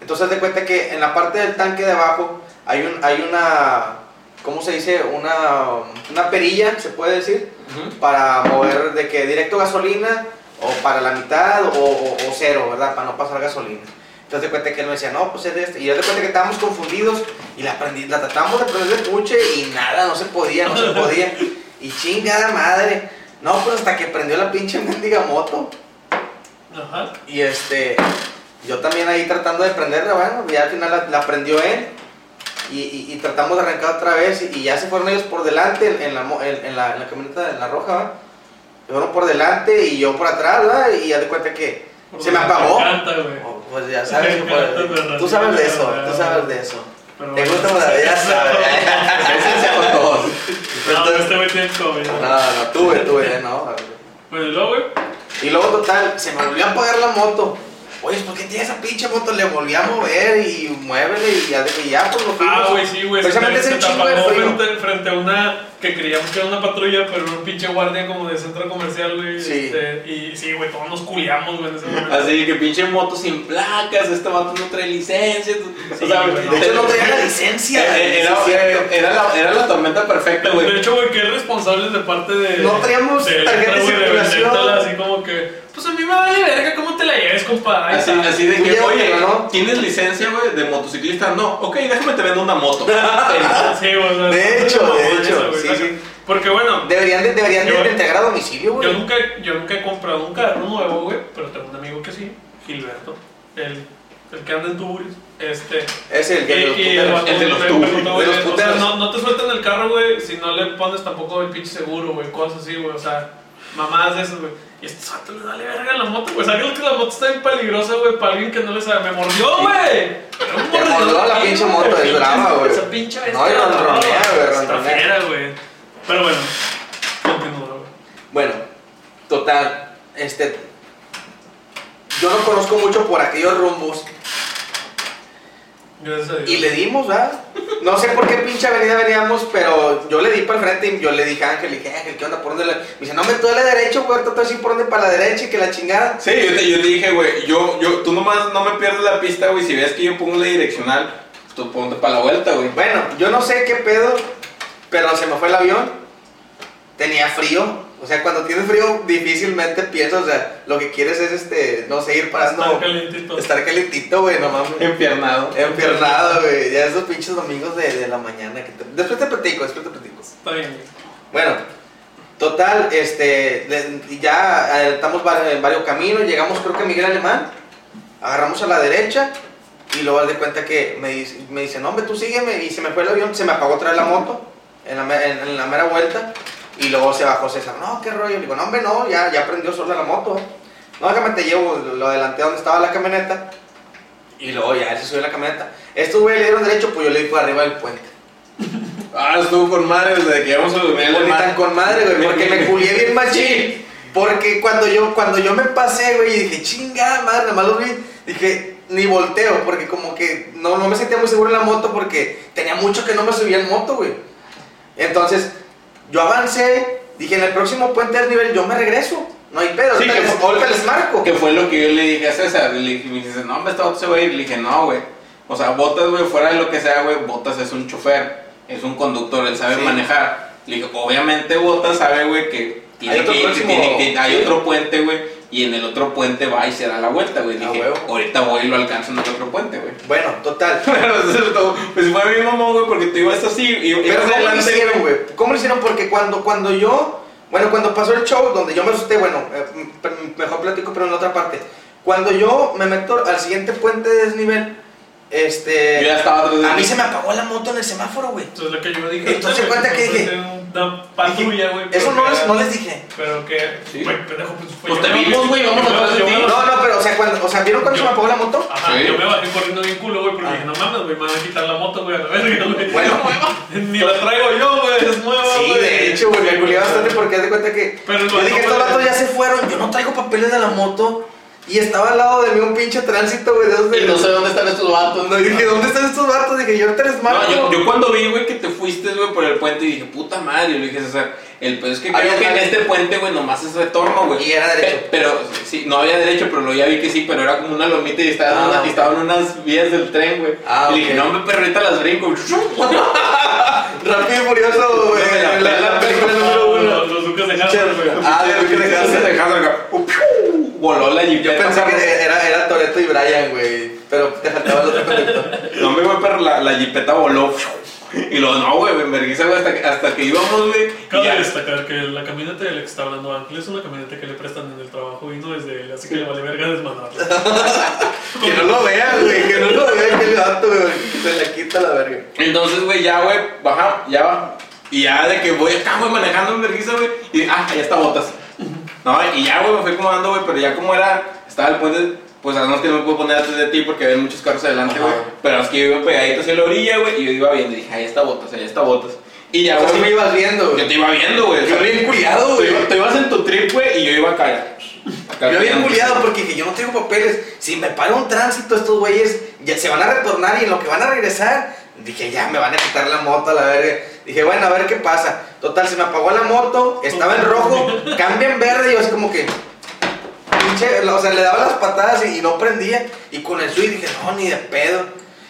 Speaker 2: Entonces haz de cuenta que en la parte del tanque de abajo hay, un, hay una, ¿cómo se dice? Una, una perilla, se puede decir, para mover de que directo gasolina o para la mitad o, o- o cero, ¿verdad? Para no pasar gasolina. Entonces haz de cuenta que él me decía, no, pues es de este. Y yo de cuenta que estábamos confundidos y la, prendí, la tratamos de prender el puche y nada, no se podía, no se podía. Y chingada madre. No, pues hasta que prendió la pinche mendiga moto.
Speaker 1: Ajá.
Speaker 2: Y este, yo también ahí tratando de prenderla, bueno, ya al final la, la prendió él. Y, y- y tratamos de arrancar otra vez y, y ya se fueron ellos por delante en, en la, mo- en, en la, en la camioneta, en la roja, ¿va? Se fueron por delante y yo por atrás, ¿va? Y ya de cuenta que se me apagó.
Speaker 1: Me encanta, güey.
Speaker 2: Oh, pues ya sabes,
Speaker 1: Me
Speaker 2: pues,
Speaker 1: encanta,
Speaker 2: tú sabes de eso,
Speaker 1: me
Speaker 2: tú sabes de eso.
Speaker 1: Pero
Speaker 2: Te
Speaker 1: bueno.
Speaker 2: gusta
Speaker 1: [laughs]
Speaker 2: la ya sabes.
Speaker 3: Presencia con todos.
Speaker 1: No,
Speaker 2: Entonces-
Speaker 1: este güey tiene COVID.
Speaker 2: No, no, tuve, tuve, no.
Speaker 1: Bueno, y luego, güey.
Speaker 2: Y luego, total, se me volvió a apagar la moto. Oye, ¿por qué tiene esa pinche moto? Le volví a mover y muévele y ya, y ya pues lo
Speaker 1: Ah,
Speaker 2: fuimos.
Speaker 1: güey, sí, güey.
Speaker 2: Precisamente
Speaker 1: se
Speaker 2: es
Speaker 1: te- se te
Speaker 2: el chingo de
Speaker 1: apagó
Speaker 2: frío.
Speaker 1: frente, frente a una que creíamos que era una patrulla, pero era un pinche guardia como de centro comercial, güey.
Speaker 2: Sí.
Speaker 1: este, y sí, güey, todos nos culiamos, güey, en
Speaker 2: [laughs]
Speaker 1: ese momento.
Speaker 3: Así que pinche moto sin placas, este vato no trae licencia. tú-
Speaker 1: Sí,
Speaker 3: o sea,
Speaker 1: güey,
Speaker 2: De hecho, no tenía la
Speaker 3: Eh,
Speaker 2: licencia.
Speaker 3: eh, Era,
Speaker 2: sí,
Speaker 3: era,
Speaker 2: cierto.
Speaker 3: la, era la tormenta perfecta,
Speaker 1: De
Speaker 3: güey.
Speaker 1: hecho, güey, que es responsable de parte de.
Speaker 2: No traíamos
Speaker 1: de
Speaker 2: tarjeta de
Speaker 1: güey,
Speaker 2: circulación.
Speaker 1: vendértela así como que. Pues a mí me vale verga, ¿cómo te la lleves, compa? Ay,
Speaker 3: Así,
Speaker 1: sí.
Speaker 3: así de
Speaker 2: Tú
Speaker 3: que,
Speaker 2: llévatela,
Speaker 3: oye,
Speaker 2: ¿no?
Speaker 3: ¿tienes licencia, güey, de motociclista? No, ok, déjame te vendo una
Speaker 2: [laughs]
Speaker 3: moto. Pero-
Speaker 1: Sí, güey, o sea,
Speaker 2: De
Speaker 1: es
Speaker 2: hecho,
Speaker 1: una
Speaker 2: de
Speaker 1: mamona
Speaker 2: hecho,
Speaker 1: güey,
Speaker 2: sí,
Speaker 1: ¿sabes?
Speaker 2: sí.
Speaker 1: Porque bueno,
Speaker 2: Deberían de, deberían de,
Speaker 1: Yo-
Speaker 2: de integrar a domicilio, güey.
Speaker 1: Yo nunca, yo nunca he comprado un carro nuevo, güey, pero tengo un amigo que sí, Gilberto, el, el que anda en tuburis, este...
Speaker 2: Es el
Speaker 1: y-
Speaker 2: que los
Speaker 1: y el
Speaker 2: puteros.
Speaker 1: vato
Speaker 3: el de
Speaker 1: me
Speaker 3: los
Speaker 1: preguntó,
Speaker 3: tuburis,
Speaker 1: güey,
Speaker 2: de los
Speaker 1: o sea,
Speaker 2: puteros.
Speaker 1: no, no te sueltan el carro, güey, si no le pones tampoco el pinche seguro, güey, cosas así, güey, o sea, mamadas de esas, güey. Y este santo le dale verga a la moto, güey, ¿sabes que la moto está bien peligrosa, güey, para alguien que no le sabe? ¡Me mordió, güey!
Speaker 2: Te mordió la pinche moto, es
Speaker 1: pinche-
Speaker 2: brava, güey.
Speaker 1: Esa pinche
Speaker 2: No, y
Speaker 1: bestia,
Speaker 2: ronronea, güey,
Speaker 1: Está
Speaker 2: ronronea.
Speaker 1: fiera, güey. Pero bueno, continúa, güey.
Speaker 2: Bueno, total, este. Yo no conozco mucho por aquellos rumbos.
Speaker 1: Gracias a Dios.
Speaker 2: Y le dimos, ¿verdad? No sé por qué pinche avenida veníamos, pero yo le di para el frente y yo le dije a Ángel, le dije, Ángel, ¿qué onda? ¿Por dónde la...? Me dice, no, me tú a la derecha, güey, ahorita te voy a decir por dónde para la derecha y que la chingada.
Speaker 3: Sí, yo te, yo te dije, güey, yo, yo, tú nomás no me pierdes la pista, güey. Si ves que yo pongo la direccional, tú ponte para la vuelta, güey.
Speaker 2: Bueno, yo no sé qué pedo, pero se me fue el avión. Tenía frío. O sea, cuando tienes frío, difícilmente piensas, o sea, lo que quieres es, este, no sé, ir parando.
Speaker 1: Está calientito.
Speaker 2: Estar calentito, güey, no
Speaker 3: Em-
Speaker 2: mames.
Speaker 3: Empiernado.
Speaker 2: Enfiernado, güey. Ya esos pinches domingos de, de la mañana. Que te- Después te platico, después te platico.
Speaker 1: Está bien. güey.
Speaker 2: Bueno, total, este, le- ya adelantamos va- en varios caminos, llegamos creo que a Miguel Alemán, agarramos a la derecha y luego haz de cuenta que me, dice- me dice, no hombre, tú sígueme, y se me fue el avión, se me apagó otra vez la moto en la, me- en- en la mera vuelta y luego se bajó César, no, qué rollo, le digo, no hombre, no, ya, ya prendió sola la moto, eh. no, déjame te llevo, lo lo adelanté a donde estaba la camioneta y luego ya él se subió a la camioneta, estos güeyes le dieron derecho, pues yo le di por arriba del puente.
Speaker 3: Ah, estuvo con madre desde que íbamos a dormir.
Speaker 2: Porque tan con madre, güey,
Speaker 3: [laughs]
Speaker 2: porque me culié bien machín.
Speaker 3: Sí.
Speaker 2: Porque cuando yo, cuando yo me pasé, güey, y dije, chingada madre, nada más lo vi, dije, ni volteo, porque como que no, no me sentía muy seguro en la moto porque tenía mucho que no me subía en moto, güey. Entonces, yo avancé, dije, en el próximo puente del nivel yo me regreso. No hay pedo,
Speaker 3: Sí,
Speaker 2: ahorita,
Speaker 3: que
Speaker 2: les,
Speaker 3: fue-
Speaker 2: ahorita les marco.
Speaker 3: Que fue lo que yo le dije a César. Le dije, me dice, no, hombre, este vato se va a ir. Le dije, no, güey. O sea, Botas, güey, fuera de lo que sea, güey, Botas es un chofer, es un conductor, él sabe
Speaker 2: Sí.
Speaker 3: manejar. Le dije, obviamente Botas sabe, güey, que tiene
Speaker 2: Hay otro
Speaker 3: que ir,
Speaker 2: próximo-
Speaker 3: tiene que- hay
Speaker 2: sí.
Speaker 3: otro puente, güey, y en el otro puente va y se da la vuelta, güey. Le
Speaker 2: Ah,
Speaker 3: dije,
Speaker 2: huevo.
Speaker 3: ahorita voy y lo alcanzo en el otro puente, [laughs] güey.
Speaker 2: Bueno, total.
Speaker 3: Pero César, todo- pues fue bien mamón, güey, porque tú ibas así, y
Speaker 2: Pero
Speaker 3: ibas
Speaker 2: ¿cómo lo
Speaker 3: adelante,
Speaker 2: hicieron, güey? ¿Cómo lo hicieron? Porque cuando, cuando yo, bueno, cuando pasó el show, donde yo me asusté, bueno, eh, m- m- mejor platico, mm, pero en otra parte. Cuando yo me meto al siguiente puente de desnivel,
Speaker 3: Yo
Speaker 2: este.
Speaker 3: ya estaba atrás de
Speaker 2: A
Speaker 3: ti.
Speaker 2: mí se me apagó la moto en el semáforo, güey.
Speaker 1: Entonces lo que yo dije.
Speaker 2: Entonces,
Speaker 1: ahorita,
Speaker 2: cuenta
Speaker 1: güey,
Speaker 2: que
Speaker 1: pues, fue Una patrulla, güey.
Speaker 2: Eso
Speaker 1: pero
Speaker 2: no
Speaker 1: que
Speaker 2: les,
Speaker 1: era-
Speaker 2: no les dije.
Speaker 1: Pero que.
Speaker 3: Sí.
Speaker 1: Güey, pendejo, pues fue
Speaker 3: Pues
Speaker 1: yo,
Speaker 3: te
Speaker 1: ¿no?
Speaker 3: vimos, güey, vamos
Speaker 1: Yo me-
Speaker 3: atrás de
Speaker 1: yo
Speaker 3: ti.
Speaker 1: me-
Speaker 2: No, no, pero, o sea, cuando, o sea ¿vieron cuando se me apagó la moto?
Speaker 1: Ajá,
Speaker 3: Sí.
Speaker 1: yo me bajé corriendo bien culo, güey, porque
Speaker 2: Ah.
Speaker 1: dije, no mames, güey, me van a quitar la moto, güey, a la verga, güey.
Speaker 2: Bueno.
Speaker 1: [laughs] Ni la traigo yo, güey, es nueva,
Speaker 2: Sí,
Speaker 1: Ah, güey.
Speaker 2: de hecho, güey, me culié bastante porque haz de cuenta que
Speaker 1: Pero
Speaker 2: yo
Speaker 1: no,
Speaker 2: dije,
Speaker 1: no,
Speaker 2: estos
Speaker 1: no,
Speaker 2: vatos
Speaker 1: no.
Speaker 2: ya se fueron, yo no traigo papeles de la moto y estaba al lado de mí un pinche tránsito, güey, de esos de...
Speaker 3: Y no sé dónde están estos vatos.
Speaker 2: No, dije, ¿dónde están estos vatos? Dije, yo tres
Speaker 3: No,
Speaker 2: manos.
Speaker 3: yo, yo cuando vi, güey, que te fuiste, güey, por el puente y dije, puta madre, y le dije, César, el pedo es que
Speaker 2: Había
Speaker 3: creo que en
Speaker 2: jale.
Speaker 3: este puente, güey, nomás es retorno, güey.
Speaker 2: Y era derecho.
Speaker 3: Pe- Pero, sí, no había derecho, pero luego ya vi que sí, pero era como una lomita y estaban,
Speaker 2: Ah,
Speaker 3: una-
Speaker 2: ok.
Speaker 3: estaban unas vías del tren, güey.
Speaker 2: Ah,
Speaker 3: y dije,
Speaker 2: ok.
Speaker 3: no, hombre, pero ahorita las brinco.
Speaker 2: Rápido y furioso, güey,
Speaker 3: me la
Speaker 2: la, la,
Speaker 3: pela,
Speaker 2: película
Speaker 1: Ah,
Speaker 2: número uno.
Speaker 1: Los, los duques de Harvard, güey.
Speaker 2: [laughs] Ah, de Duque de Hazard.
Speaker 3: Voló la
Speaker 2: Yo
Speaker 3: jipeta.
Speaker 2: pensé que era, era Toreto y Brian, güey, pero te faltaba el otro conductor.
Speaker 3: No me güey, pero la, la jipeta voló. Y luego, no, güey, me enverguiza, güey, hasta que, hasta que íbamos, güey. y
Speaker 1: Cabe
Speaker 3: ya.
Speaker 1: destacar que la camioneta de la que está hablando Ángel es una camioneta que le prestan en el trabajo y no es de él, así que le vale verga
Speaker 2: [laughs]
Speaker 1: desmandarla.
Speaker 2: Que no lo vean, güey, que no lo vean, que el vato, güey, se la quita la verga.
Speaker 3: Entonces, güey, ya, güey, baja, ya va. Y ya de que voy acá, güey, manejando en vergüenza, güey. Y ah, ya está botas. No, y ya, güey, me fui acomodando, güey, pero ya como era, estaba el puente, pues además que no me puedo poner antes de ti porque había muchos carros adelante,
Speaker 2: Ajá.
Speaker 3: güey. Pero es que yo iba pegadito hacia la orilla, güey, y yo iba viendo, y dije, ahí está botas, ahí está botas. Y ya,
Speaker 2: O sea, sí me
Speaker 3: güey,
Speaker 2: ibas viendo,
Speaker 3: yo
Speaker 2: güey.
Speaker 3: te iba viendo, güey. o sea,
Speaker 2: Yo bien culiado,
Speaker 3: tú,
Speaker 2: güey.
Speaker 3: ibas- tú ibas en tu trip, güey, y yo iba acá. acá
Speaker 2: Yo había
Speaker 3: viendo.
Speaker 2: culiado porque dije, yo no tengo papeles. Si me para un tránsito, estos güeyes ya se van a retornar y en lo que van a regresar, dije, ya me van a quitar la moto a la verga. Dije, bueno, a ver qué pasa. Total, se me apagó la moto, estaba en rojo, cambia en verde y yo es como que. pinche, o sea, le daba las patadas y, y no prendía. Y con el switch dije, no, ni de pedo.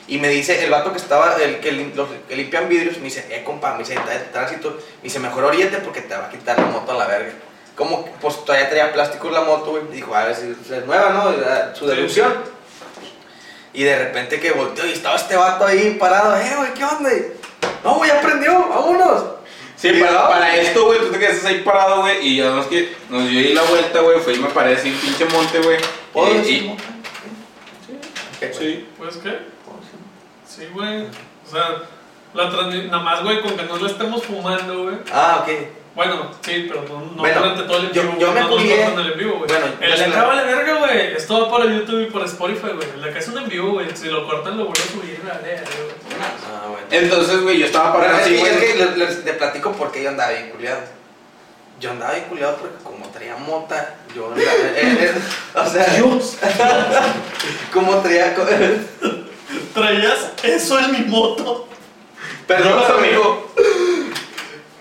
Speaker 2: Y me dice el vato que estaba, el que, lim- los que limpian vidrios, me dice, eh, compa, me dice, está el tránsito. Me dice, mejor oriente porque te va a quitar la moto a la verga. Como, que, pues todavía traía plástico en la moto, güey. Dijo, a ver si es nueva, ¿no? Era Su
Speaker 1: Sí,
Speaker 2: deducción. Y de repente que volteó y estaba este vato ahí parado, eh, güey, ¿qué onda? Y, No, güey, ya prendió, vámonos.
Speaker 3: Sí,
Speaker 2: Y
Speaker 3: para,
Speaker 2: no,
Speaker 3: para
Speaker 2: güey.
Speaker 3: esto, güey, tú te quedaste ahí parado, güey, y además que nos dio ahí la vuelta, güey, fue y me paré así en pinche monte, güey.
Speaker 2: ¿Puedo
Speaker 3: y-
Speaker 2: decir,
Speaker 3: y-
Speaker 2: moto? Ok, güey.
Speaker 3: Sí.
Speaker 1: Pues qué, sí, güey. O sea, la transmi- nada más, güey, con que no la estemos fumando, güey.
Speaker 2: Ah, ok.
Speaker 1: Bueno, sí, pero no, no
Speaker 2: Bueno,
Speaker 1: durante todo el en
Speaker 2: yo-
Speaker 1: vivo.
Speaker 2: yo
Speaker 1: güey,
Speaker 2: me
Speaker 1: no nos
Speaker 2: culié.
Speaker 1: cortan el en vivo, güey.
Speaker 2: Bueno, yo
Speaker 1: el
Speaker 2: se
Speaker 1: de
Speaker 2: la-
Speaker 1: acá vale verga, güey. Es todo para YouTube y para Spotify, güey. La que es un en vivo, güey. Si lo cortan, lo vuelvo a subir, vale, güey.
Speaker 2: Ah, bueno.
Speaker 3: Entonces, güey, yo estaba parado
Speaker 2: Bueno, es
Speaker 3: así,
Speaker 2: que,
Speaker 3: güey.
Speaker 2: es que les, les- te platico por qué yo andaba bien culiado. Yo andaba bien culiado porque como traía mota, yo andaba... eh, eh, o sea,
Speaker 1: Dios.
Speaker 2: como traía... co-
Speaker 1: Traías eso en mi moto.
Speaker 2: perdón,
Speaker 3: Dios,
Speaker 2: amigo.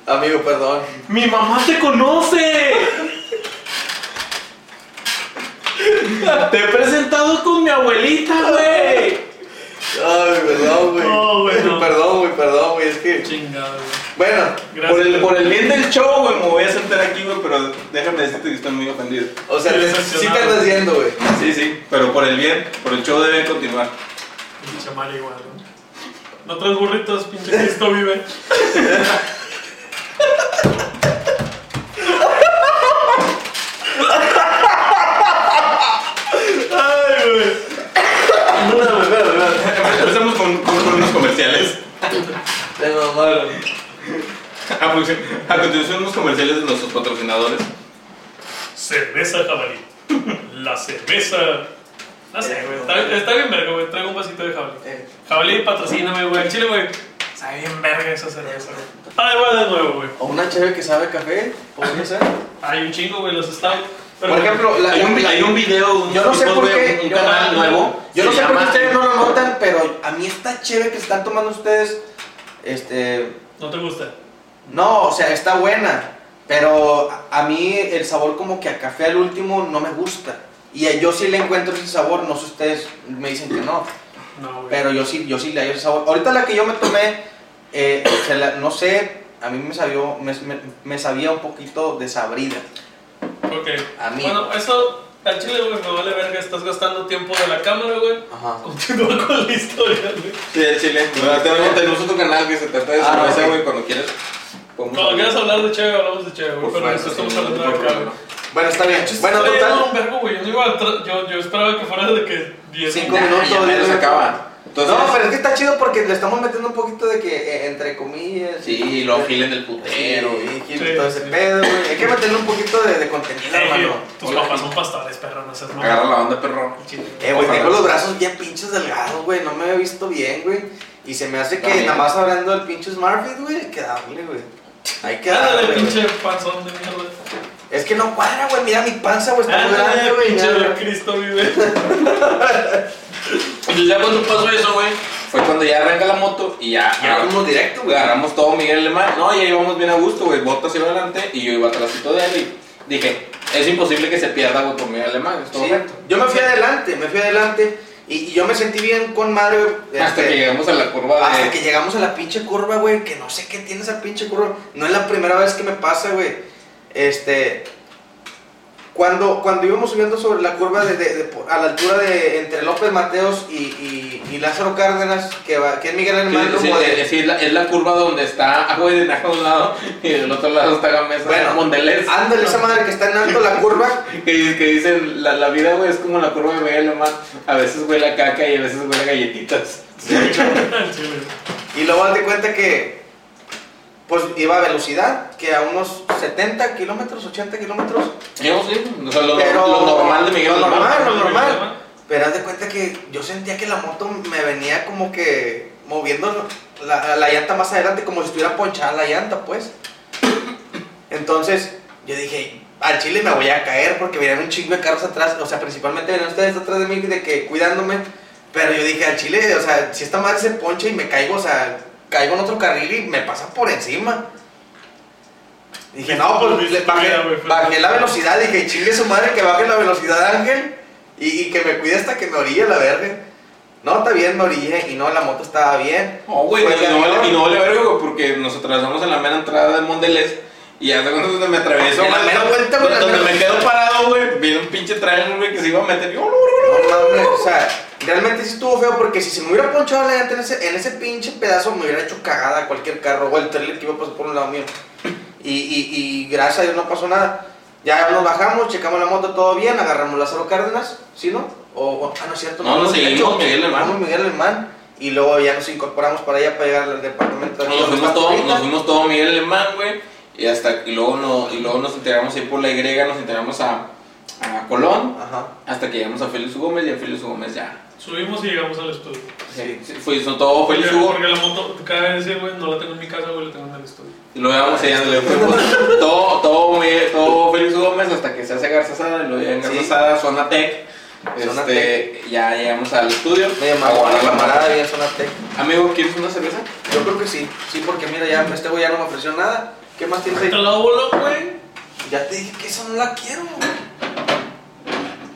Speaker 2: Amigo, perdón.
Speaker 3: ¡Mi mamá te conoce! ¡Te he presentado con mi abuelita, güey!
Speaker 2: Ay, perdón, güey.
Speaker 1: No, güey, no.
Speaker 2: Perdón, güey, perdón, güey. Es que...
Speaker 1: Chingado, güey.
Speaker 2: Bueno,
Speaker 1: Gracias.
Speaker 3: Por el, por el bien del show, güey, me voy a sentar aquí, güey, pero déjame decirte que estoy muy ofendido.
Speaker 2: o sea,
Speaker 1: Estoy
Speaker 2: te- sí
Speaker 1: decepcionado.
Speaker 2: te andas yendo, güey.
Speaker 3: Sí, sí, pero por el bien, por el show debe continuar.
Speaker 1: Pinche mal igual, güey. No traes burritos, pinche Cristo
Speaker 2: [laughs]
Speaker 1: vive. Ay, güey.
Speaker 3: Empezamos con, con- con unos comerciales.
Speaker 2: Te mamaron.
Speaker 3: [laughs] A, función- Ah, a continuación, unos comerciales de nuestros patrocinadores.
Speaker 1: Cerveza jabalí. [laughs] La cerveza. No sé, güey. Está, está bien verga, güey. Traigo un vasito de jabalí.
Speaker 2: Eh,
Speaker 1: Jabalí, patrocíname, güey. Al Chile, güey. Está bien verga esa cerveza, güey. Ahí va de nuevo, güey.
Speaker 2: O una chévere que sabe a café, podría ser.
Speaker 1: Hay un chingo, güey, los stout. Pero-
Speaker 2: Por ejemplo, la,
Speaker 3: hay, un,
Speaker 2: la-
Speaker 3: hay un video, un
Speaker 2: Yo no sé
Speaker 3: tipo
Speaker 2: por
Speaker 3: de-
Speaker 2: qué.
Speaker 3: un
Speaker 2: yo-
Speaker 3: canal nuevo.
Speaker 2: Yo no
Speaker 3: se
Speaker 2: sé por qué
Speaker 3: llama-
Speaker 2: ustedes no lo notan, pero a mí está chévere que están tomando ustedes. Este.
Speaker 1: No te gusta.
Speaker 2: No, o sea, está buena. Pero a- a mí el sabor como que a café al último no me gusta. Y a- yo sí le encuentro ese sabor, no sé ustedes me dicen que no,
Speaker 1: No, güey.
Speaker 2: pero yo sí, yo sí le hallo ese sabor. Ahorita la que yo me tomé, eh, se la- no sé, a mí me, sabió, me, me- me sabía un poquito desabrida.
Speaker 1: Ok.
Speaker 2: A mí.
Speaker 1: Bueno, eso al chile, güey, me vale verga. Estás gastando tiempo de la cámara, güey.
Speaker 2: Ajá.
Speaker 1: Continúa con la historia, güey.
Speaker 3: Sí, el chile. Bueno, tenemos, tenemos otro canal que se trata de
Speaker 2: Ah,
Speaker 3: cerveza,
Speaker 2: ok.
Speaker 3: güey, cuando quieres. podemos
Speaker 1: Cuando
Speaker 3: hablar.
Speaker 1: quieras hablar de Cheve, hablamos de Cheve, güey.
Speaker 2: Por
Speaker 1: Pero
Speaker 2: favor,
Speaker 1: eso estamos
Speaker 2: sí,
Speaker 1: hablando de
Speaker 2: por
Speaker 1: acá,
Speaker 2: favor.
Speaker 1: güey.
Speaker 2: Bueno, está bien.
Speaker 1: Chiste,
Speaker 2: Bueno,
Speaker 1: traía
Speaker 2: total.
Speaker 1: un vergo, güey. Yo, digo, tra- yo, yo esperaba que fuera de que 10
Speaker 2: Cinco
Speaker 3: Ya,
Speaker 2: minutos,
Speaker 3: ya
Speaker 2: diez
Speaker 3: medio se
Speaker 2: minutos.
Speaker 3: acaba. Entonces,
Speaker 2: no, pero es que está chido porque le estamos metiendo un poquito de que, eh, entre comillas.
Speaker 3: Sí, y luego gilen del putero.
Speaker 2: Pero,
Speaker 3: y-
Speaker 2: y,
Speaker 1: Sí,
Speaker 2: todo ese
Speaker 1: sí.
Speaker 2: pedo, güey. Hay que meterle un poquito de, de contenido, hermano.
Speaker 1: Tus
Speaker 3: Hola.
Speaker 1: papás son pastores, perro, no seas
Speaker 3: Agarra
Speaker 1: malo.
Speaker 3: la onda, perro.
Speaker 2: Eh, güey,
Speaker 3: Ojalá.
Speaker 2: tengo los brazos bien pinches delgados, güey. No me había visto bien, güey. Y se me hace que
Speaker 3: También.
Speaker 2: nada más hablando del pinche Smartfit, güey, hay que darle, güey. Hay que darle,
Speaker 1: Ándale,
Speaker 2: güey.
Speaker 1: pinche panzón de mierda.
Speaker 2: Es que no cuadra, güey. Mira mi panza, güey. Está muy grande,
Speaker 1: Ándale,
Speaker 2: güey.
Speaker 1: pinche
Speaker 2: ya,
Speaker 1: de
Speaker 2: güey.
Speaker 1: Cristo vive.
Speaker 3: Entonces ya cuando pasó eso, güey, fue cuando ya arranca la moto y ya,
Speaker 2: Ya fuimos directo, güey.
Speaker 3: agarramos todo Miguel Alemán. No, ya íbamos bien a gusto, güey. Botas iba adelante y yo iba atrásito de él y dije, es imposible que se pierda, güey, por Miguel Alemán. Es todo
Speaker 2: Sí,
Speaker 3: recto.
Speaker 2: Yo me fui adelante, me fui adelante. Y, y yo me sentí bien con madre, güey.
Speaker 3: Hasta
Speaker 2: este,
Speaker 3: que llegamos a la curva de...
Speaker 2: Hasta que llegamos a la pinche curva, güey, que no sé qué tiene esa pinche curva. No es la primera vez que me pasa, güey. Este. Cuando, cuando íbamos subiendo sobre la curva de, de- de por- a la altura de entre López Mateos y, y- y Lázaro Cárdenas, que, va, que es Miguel
Speaker 3: Sí,
Speaker 2: Alemán,
Speaker 3: sí,
Speaker 2: como
Speaker 3: es,
Speaker 2: de-
Speaker 3: es- es la, es la curva donde está agua de naranja de un lado y del otro lado está Gamesa,
Speaker 2: Bueno.
Speaker 3: Mondelez.
Speaker 2: Ándale, esa madre que está en alto la curva.
Speaker 3: Que, dice- que dicen, la, la vida, güey, es como la curva de Miguel Alemán. A veces huele a caca y a veces huele a galletitas.
Speaker 1: Sí, güey.
Speaker 2: Y luego haz de cuenta que pues iba a velocidad, que a unos 70 kilómetros, 80 kilómetros.
Speaker 3: Yo sí, o sea, lo,
Speaker 2: Pero-
Speaker 3: lo normal de Miguel
Speaker 2: lo
Speaker 3: Alemán.
Speaker 2: normal, lo
Speaker 1: Miguel
Speaker 2: normal.
Speaker 1: Alemán.
Speaker 2: Pero haz de cuenta que yo sentía que la moto me venía como que moviendo la, la llanta más adelante, como si estuviera ponchada la llanta, pues. Entonces yo dije, al chile me voy a caer porque venían un chingo de carros atrás, o sea, principalmente venían ustedes atrás de mí, de que cuidándome. Pero yo dije, al chile, o sea, si esta madre se poncha y me caigo, o sea, caigo en otro carril y me pasa por encima. Dije, no, pues le bajé, bajé la velocidad. Dije, chingue su madre que baje la velocidad, Ángel. Y, y que me cuide hasta que me orille la verga. No, está bien, me orillé. Y no, la moto estaba bien.
Speaker 3: No, güey,
Speaker 2: Fue
Speaker 3: no, no
Speaker 2: camión.
Speaker 3: vale- y no vale verga, güey, porque nos atravesamos en la mera entrada de Mondelez y hasta cuando me atravieso,
Speaker 2: En la
Speaker 3: güey,
Speaker 2: mera
Speaker 3: donde-
Speaker 2: vuelta, güey, la
Speaker 3: donde
Speaker 2: mera
Speaker 3: me quedo parado, güey, viene un pinche trailer, güey, que se iba a meter. y yo, "Oh, no, no, no,
Speaker 2: No
Speaker 3: no".
Speaker 2: mames, o sea, realmente sí estuvo feo porque si se me hubiera ponchado la llanta en ese, en ese pinche pedazo me hubiera hecho cagada cualquier carro o el trailer que iba a pasar por un lado mío. Y, y, y gracias a Dios no pasó nada. Ya nos bajamos, checamos la moto, todo bien, agarramos Lázaro Cárdenas, ¿sí no? O, o- ah, no es cierto.
Speaker 3: No, nos seguimos,
Speaker 2: de hecho,
Speaker 3: Miguel Alemán.
Speaker 2: vamos, Miguel Alemán. Y luego ya nos incorporamos para allá para llegar al departamento.
Speaker 3: Nos fuimos todo, nos fuimos todo Miguel Alemán, güey, y hasta, y luego, no, y luego nos enteramos ahí por la Y, nos enteramos a, a Colón,
Speaker 2: Ajá.
Speaker 3: hasta que llegamos a Félix Gómez y a Félix Gómez ya.
Speaker 1: Subimos y llegamos al estudio.
Speaker 3: Sí, sí, fue, hizo todo Félix
Speaker 1: Porque,
Speaker 3: Gómez.
Speaker 1: porque la moto, cabe decir, güey, no la tengo en mi casa, güey, la tengo en el estudio.
Speaker 3: Y lo llevamos allá, le fuimos todo, todo, me- todo Félix Gómez hasta que se hace Garza Sada, y lo llevan Garza
Speaker 2: Sí.
Speaker 3: Sada, Zona Tech.
Speaker 2: Zona
Speaker 3: Este, ya llegamos al estudio.
Speaker 2: Me llamaba
Speaker 3: Ahora
Speaker 2: la
Speaker 3: la
Speaker 2: camarada,
Speaker 3: madre.
Speaker 2: bien sonaste.
Speaker 3: Amigo, ¿quieres una cerveza?
Speaker 2: Yo creo que sí, sí, porque mira, ya este güey ya no me ofreció nada. ¿Qué más tienes ahí?
Speaker 1: Te la voló, güey.
Speaker 2: Ya te dije que esa no la quiero.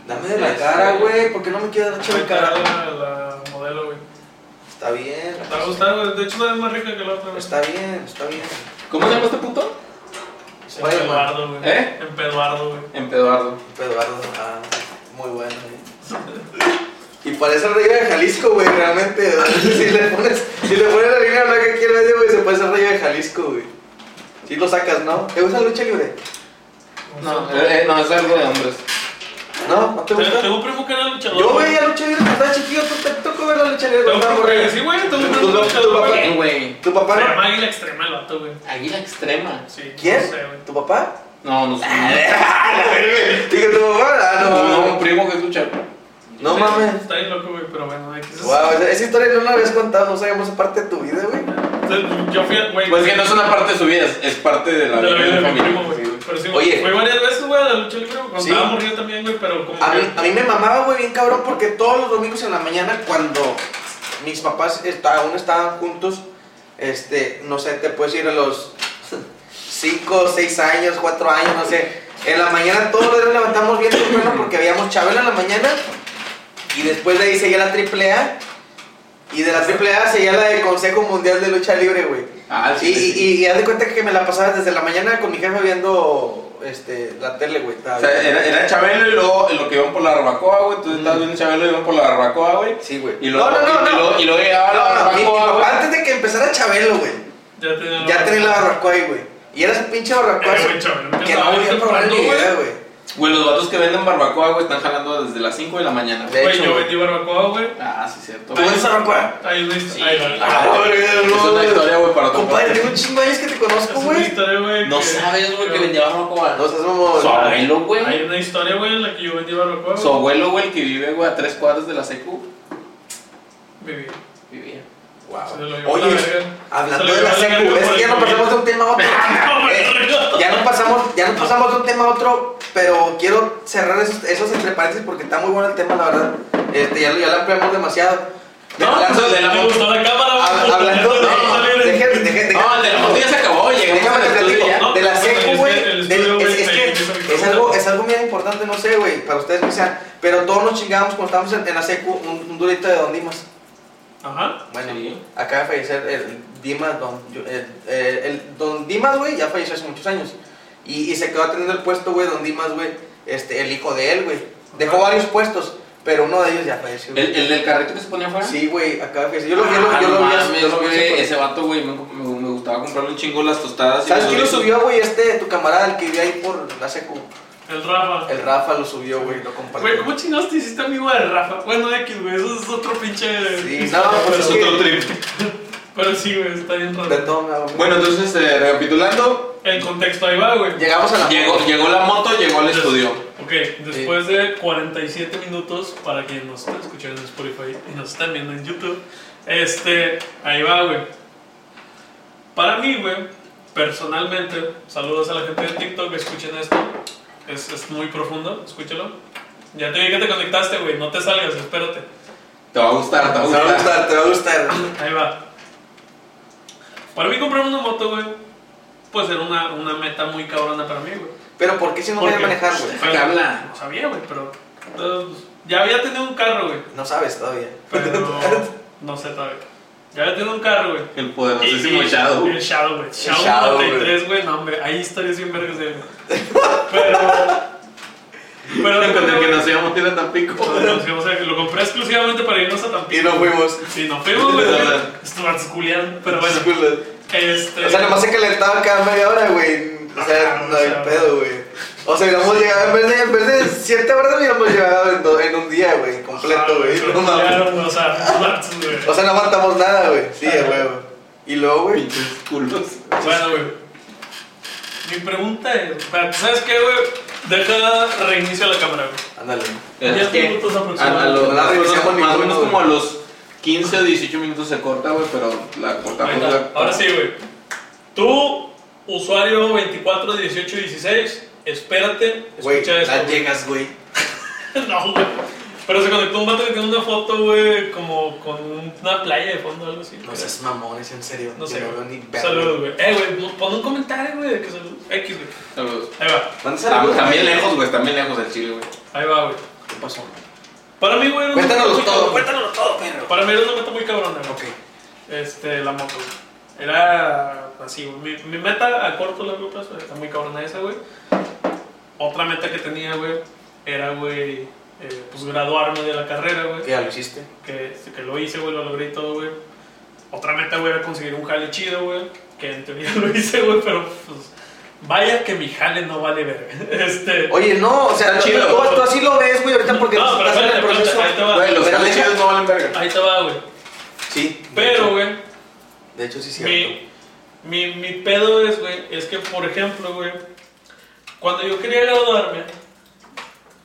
Speaker 2: Dame de la
Speaker 3: Este-
Speaker 2: cara, güey. ¿Por qué no me quieres dar de
Speaker 1: Ahí está
Speaker 2: cara?
Speaker 1: la, la modelo, güey.
Speaker 2: Está bien.
Speaker 1: Te va a gustar, güey. De hecho, está más rica que la otra, güey.
Speaker 2: Está bien, está bien.
Speaker 3: ¿Cómo se llama este punto?
Speaker 1: En Peduardo, güey.
Speaker 3: ¿Eh?
Speaker 1: En Peduardo, güey.
Speaker 3: En Peduardo.
Speaker 2: Pero Eduardo, ah, muy bueno, eh. Y parece el rey de Jalisco, güey, realmente. [laughs] Si le pones, si le pones la línea blanca aquí en medio, güey, se puede ser rey de Jalisco, güey. Si lo sacas, ¿no? ¿Te gusta la lucha libre?
Speaker 3: No, eh, eh, no, es algo de hombres.
Speaker 2: ¿No? ¿No te
Speaker 1: Te-
Speaker 2: gusta?
Speaker 1: Tengo un primo que era luchador.
Speaker 2: Yo
Speaker 1: güey.
Speaker 2: veía lucha libre cuando estaba chiquillo, tú te tocó ver la lucha libre
Speaker 1: Tengo
Speaker 2: cuando
Speaker 1: un
Speaker 2: estaba
Speaker 1: primo que sí,
Speaker 2: morrillo.
Speaker 1: güey. Tengo un primo
Speaker 2: Tu- tu-
Speaker 1: que era luchador,
Speaker 2: tu-
Speaker 1: güey.
Speaker 3: Bien, güey.
Speaker 2: ¿Tu
Speaker 1: Se
Speaker 2: papá no?
Speaker 1: llama Águila Extrema el vato, güey.
Speaker 3: Águila extrema.
Speaker 1: Sí,
Speaker 2: ¿Quién?
Speaker 1: No sé, güey.
Speaker 2: ¿Tu papá?
Speaker 3: No, no sé.
Speaker 2: Dije tu mamá, ah, no
Speaker 3: Ah, No, un
Speaker 2: mames.
Speaker 3: primo que escucha.
Speaker 2: No
Speaker 1: Sí,
Speaker 2: mames.
Speaker 1: Está bien loco, güey, pero bueno, X es-
Speaker 2: Wow, esa, esa historia no la habías contado, no sabíamos esa parte de tu vida, güey.
Speaker 1: Entonces, Yo fui, a- güey.
Speaker 3: Pues que no es una parte de su vida, es- es parte de la
Speaker 1: De la
Speaker 3: vida
Speaker 1: vida
Speaker 3: de
Speaker 1: de mi
Speaker 3: familia.
Speaker 1: primo, güey. Pero sí,
Speaker 2: Oye.
Speaker 1: Oye. Fue varias veces, güey, a la lucha libre. güey. Cuando
Speaker 2: Sí.
Speaker 1: estaba morrido también, güey, pero como.
Speaker 2: A
Speaker 1: que-
Speaker 2: mí, a mí me mamaba, güey, bien cabrón, porque todos los domingos en la mañana, cuando mis papás est- aún estaban juntos, este, no sé, te puedes ir a los 5, 6 años, 4 años, no sé. En la mañana todos los días nos levantamos bien temprano porque veíamos Chabela en la mañana y después de ahí seguía la AAA y de la AAA seguía la del Consejo Mundial de Lucha Libre, güey.
Speaker 3: Ah,
Speaker 2: Y,
Speaker 3: sí. sí,
Speaker 2: y,
Speaker 3: sí.
Speaker 2: y haz de cuenta que me la pasaba desde la mañana con mi jefe viendo este, la tele, güey. estaba
Speaker 3: O sea,
Speaker 2: bien.
Speaker 3: era, era Chabelo y luego lo que iban por la barbacoa, güey. Tú estabas viendo Chabelo y iban por la barbacoa, güey.
Speaker 2: Sí, güey.
Speaker 3: Y luego,
Speaker 2: no, no, no,
Speaker 3: y,
Speaker 2: no.
Speaker 3: luego, y luego llegaba la
Speaker 2: No, no, mi- mi papá,
Speaker 3: barbacoa, güey.
Speaker 2: antes de que empezara Chabelo, güey.
Speaker 1: Ya tenía
Speaker 2: Ya tenía la barbacoa ahí, güey. Y era esa pinche barbacoa.
Speaker 1: Eh,
Speaker 2: así-
Speaker 1: güey, Chabelo,
Speaker 2: que
Speaker 1: empezaba
Speaker 2: no volví a
Speaker 1: bien
Speaker 2: probar en mi
Speaker 1: temprano,
Speaker 2: vida,
Speaker 1: güey.
Speaker 2: güey.
Speaker 3: Güey, los vatos que venden barbacoa, güey, están jalando desde las 5 de la mañana. güey.
Speaker 2: De
Speaker 1: Güey,
Speaker 2: hecho,
Speaker 1: yo
Speaker 2: güey.
Speaker 1: vendí barbacoa, güey.
Speaker 3: Ah, sí, cierto.
Speaker 2: ¿Tú eres Arrancuera?
Speaker 1: Hay una historia.
Speaker 3: Ah, Es una historia, güey, para otro
Speaker 2: Compadre,
Speaker 3: podcast.
Speaker 2: tengo un chingo de años que te
Speaker 1: es
Speaker 2: conozco,
Speaker 1: una
Speaker 2: güey.
Speaker 1: historia, güey.
Speaker 3: No
Speaker 1: que-
Speaker 3: sabes, güey, que vendía barbacoa.
Speaker 2: No seas mamón.
Speaker 3: Su abuelo, güey.
Speaker 1: Hay una historia, güey, en la que yo vendí barbacoa.
Speaker 3: Su
Speaker 1: güey.
Speaker 3: abuelo, güey, el que vive, güey, a tres cuadras de la secu,
Speaker 1: Viví.
Speaker 3: vivía.
Speaker 2: Guau.
Speaker 1: Se lo llevó a la
Speaker 2: Oye,
Speaker 1: verga. Se
Speaker 2: hablando
Speaker 1: lo
Speaker 2: de la
Speaker 1: llevó a la
Speaker 2: secu,
Speaker 1: verga
Speaker 2: es
Speaker 1: por
Speaker 2: que ya
Speaker 1: el
Speaker 2: no pasamos de
Speaker 1: COVID.
Speaker 2: un tema a
Speaker 1: [laughs]
Speaker 2: otro. Eh, Ya no pasamos, ya no pasamos de un tema a otro, pero quiero cerrar esos, esos entre paréntesis porque está muy bueno el tema, la verdad. Este, ya, lo- ya lo ampliamos demasiado.
Speaker 3: No,
Speaker 2: Hablando-
Speaker 3: pues, de la-
Speaker 1: Me gustó la cámara, güey.
Speaker 2: hab- hablando
Speaker 1: Ya
Speaker 2: de.
Speaker 1: no vamos a salir en-
Speaker 2: Déjame, déjame,
Speaker 3: No, el de la moto ya se acabó, llegamos
Speaker 2: Déjame
Speaker 3: al
Speaker 2: te
Speaker 3: estudio
Speaker 2: platico,
Speaker 3: ya.
Speaker 1: ¿no?
Speaker 2: de la
Speaker 1: Pero
Speaker 2: secu,
Speaker 1: el
Speaker 2: güey,
Speaker 1: estudio- el
Speaker 2: de-
Speaker 1: estudio,
Speaker 2: es,
Speaker 1: güey,
Speaker 2: es
Speaker 1: me
Speaker 2: que
Speaker 1: hizo mi
Speaker 2: es
Speaker 1: puta.
Speaker 2: algo, es algo bien importante, no sé, güey, para ustedes que sean, pero todos nos chingábamos cuando estábamos en, en la secu un, un durito de Don Dimas.
Speaker 1: Ajá.
Speaker 2: Bueno,
Speaker 3: Sí.
Speaker 2: acaba de fallecer el Dimas, Don, yo- el, eh, el Don Dimas, güey, ya falleció hace muchos años. Y, y se quedó teniendo el puesto, güey, Don Dimas, güey, este, el hijo de él, güey. Dejó varios puestos, pero uno de ellos ya falleció.
Speaker 3: ¿El, el del carrito que se ponía afuera?
Speaker 2: Sí, güey, acaba de fallecer. Yo lo vi, yo lo-
Speaker 3: Ah,
Speaker 2: yo
Speaker 3: no
Speaker 2: lo vi,
Speaker 3: mames,
Speaker 2: yo lo vi
Speaker 3: güey,
Speaker 2: hace poco.
Speaker 3: Ese vato, güey, me, me- me gustaba comprarle un chingo las tostadas. y
Speaker 2: ¿Sabes
Speaker 3: los
Speaker 2: quién lo
Speaker 3: doritos.
Speaker 2: subió, güey? Este, tu camarada, el que vive ahí por la secu.
Speaker 1: El Rafa.
Speaker 2: El Rafa lo subió, güey, lo compartió.
Speaker 1: Güey, ¿cómo chingados te hiciste amigo de Rafa? Bueno, X, güey, eso es otro pinche.
Speaker 2: Sí, no, pues
Speaker 1: pero,
Speaker 3: Es otro trip.
Speaker 1: pero sí, güey, está bien
Speaker 2: De
Speaker 1: raro.
Speaker 2: todo, me hago-
Speaker 3: Bueno, entonces, eh, recapitulando,
Speaker 1: El contexto ahí va, güey.
Speaker 2: llegamos a la.
Speaker 3: llegó, llegó la moto, llegó al estudio.
Speaker 1: Ok, después de 47 minutos, para quienes nos están escuchando en Spotify y nos están viendo en YouTube, este, ahí va, güey. Para mí, güey, personalmente, saludos a la gente de TikTok, escuchen esto, es, es muy profundo, escúchalo. Ya te vi que te conectaste, güey, no te salgas, espérate.
Speaker 3: Te va a gustar, te va a
Speaker 2: Te va a
Speaker 3: gustar.
Speaker 2: gustar, te va a gustar.
Speaker 1: Ahí va. Para mí comprar una moto, güey, pues era una, una meta muy cabrona para mí, güey.
Speaker 2: Pero ¿por qué si no
Speaker 1: ¿Por
Speaker 2: voy a
Speaker 1: qué?
Speaker 2: manejar, güey?
Speaker 1: Pero-
Speaker 3: ¿Qué habla?
Speaker 1: No sabía, güey, pero... eh, ya había tenido un carro, güey.
Speaker 2: No sabes todavía.
Speaker 1: Pero no sé todavía. Ya había tenido un carro, güey.
Speaker 3: El poderosísimo Shadow.
Speaker 1: El Shadow, güey. Shadow,
Speaker 2: Shadow,
Speaker 1: 93, güey. No, hombre, hay historias bien vergas de él. Pero. Pero
Speaker 3: Pero [laughs] con el que
Speaker 1: güey,
Speaker 3: nos íbamos a ir a [laughs] Tampico.
Speaker 1: cuando nos íbamos a- lo compré exclusivamente para irnos a Tampico.
Speaker 2: Y no fuimos.
Speaker 1: Sí, no fuimos,
Speaker 3: [laughs]
Speaker 1: güey.
Speaker 3: La verdad.
Speaker 1: Estuvo culiando, pero bueno.
Speaker 2: Disculpa.
Speaker 1: Este.
Speaker 2: O sea, nomás se calentaba cada media hora, güey. O sea,
Speaker 1: Ajá,
Speaker 2: no
Speaker 1: o
Speaker 2: hay
Speaker 1: sea,
Speaker 2: pedo, güey. O sea, hubiéramos llegado, en vez de, en vez de siete horas, hubiéramos llegado en, do- en un día, güey, completo, güey. No mames.
Speaker 1: culiaron, O sea, no mames, güey.
Speaker 2: O sea, no aguantamos nada, güey. Sí,
Speaker 1: Ajá.
Speaker 2: güey. Y luego, güey.
Speaker 3: Pinches culos.
Speaker 1: Bueno, güey. Mi pregunta es. espérate, ¿Sabes qué, güey? Deja reinicio la cámara, güey.
Speaker 2: Ándale.
Speaker 1: Diez
Speaker 3: Es que
Speaker 1: minutos
Speaker 3: a, a
Speaker 1: aproximadamente.
Speaker 3: los,
Speaker 2: No la revisamos
Speaker 3: más o menos
Speaker 2: ninguno,
Speaker 3: como a
Speaker 2: güey.
Speaker 3: los 15 o 18 minutos se corta, güey, pero la cortamos.
Speaker 1: Ahí está.
Speaker 3: güey.
Speaker 1: Ahora sí, güey. Tú, usuario 24, 18, 16, espérate,
Speaker 2: Güey,
Speaker 1: escucha
Speaker 2: ya
Speaker 1: esto. güey.
Speaker 2: llegas, güey.
Speaker 1: [laughs] no, güey. Pero se conectó un vato que tiene una foto, güey, como con una playa de fondo o algo así.
Speaker 2: No seas mamones, en serio.
Speaker 1: No
Speaker 2: Yo
Speaker 1: sé,
Speaker 2: No veo
Speaker 1: güey.
Speaker 2: ni
Speaker 1: Saludos,
Speaker 2: verga.
Speaker 1: güey. Eh, güey, no- pon un comentario, güey, de que saludos. X, güey.
Speaker 3: Saludos.
Speaker 1: Ahí va,
Speaker 2: Manda saludos,
Speaker 3: Tam- También
Speaker 2: güey.
Speaker 3: lejos, güey, también lejos del Chile, güey.
Speaker 1: ahí va, güey.
Speaker 2: ¿Qué pasó?
Speaker 1: Para mí, güey, era una
Speaker 2: Cuéntanoslo
Speaker 1: meta muy
Speaker 2: todo,
Speaker 1: cabrona.
Speaker 2: cuéntanoslo todo, perro.
Speaker 1: Para mí era una meta muy cabrona, güey.
Speaker 2: Ok.
Speaker 1: Este, la moto, güey. Era así, güey. Mi, mi meta a corto o largo plazo está muy cabrona esa, güey. Otra meta que tenía, güey, era, güey, eh, pues graduarme de la carrera, güey.
Speaker 2: ¿Qué ya lo hiciste?
Speaker 1: Que, que lo hice, güey, lo logré y todo, güey. Otra meta, güey, era conseguir un jale chido, güey. Que en teoría [laughs] lo hice, güey, pero pues. Vaya que mi jale no vale verga. [laughs] Este.
Speaker 2: Oye, no, o sea,
Speaker 3: Está chido.
Speaker 2: tú, tú así lo ves, güey, ahorita porque
Speaker 1: No,
Speaker 2: tú
Speaker 1: pero
Speaker 2: estás en el
Speaker 1: espérate,
Speaker 2: proceso.
Speaker 1: espérate, ahí te va.
Speaker 3: Güey, los
Speaker 2: Pero
Speaker 3: cables
Speaker 2: deja-
Speaker 3: chidos no valen verga.
Speaker 1: Ahí te va, güey.
Speaker 2: Sí. de
Speaker 1: Pero,
Speaker 2: hecho.
Speaker 1: güey.
Speaker 2: De hecho, sí, es cierto.
Speaker 1: Mi, mi, mi pedo es, güey, es que, por ejemplo, güey, cuando yo quería graduarme,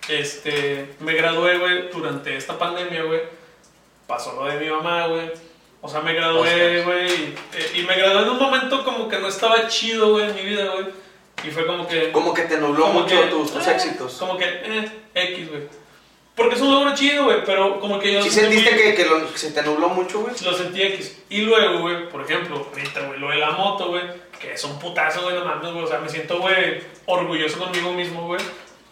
Speaker 1: este, me gradué, güey, durante esta pandemia, güey, pasó lo de mi mamá, güey, o sea, me gradué,
Speaker 2: Ostras.
Speaker 1: güey, y, eh, y me gradué en un momento como que no estaba chido, güey, en mi vida, güey, y fue como que...
Speaker 2: Como que te nubló
Speaker 1: como
Speaker 2: mucho
Speaker 1: que,
Speaker 2: tus, tus
Speaker 1: eh,
Speaker 2: éxitos.
Speaker 1: Como que, eh, X, güey. Porque es un logro chido, güey, pero como que yo...
Speaker 2: ¿Sí
Speaker 1: soy
Speaker 2: sentiste
Speaker 1: muy-
Speaker 2: que, que, lo- que se te nubló mucho, güey?
Speaker 1: lo sentí X. Y luego, güey, por ejemplo, ahorita, güey, lo de la moto, güey, que es un putazo, güey, no mames, güey. O sea, me siento, güey, orgulloso conmigo mismo, güey.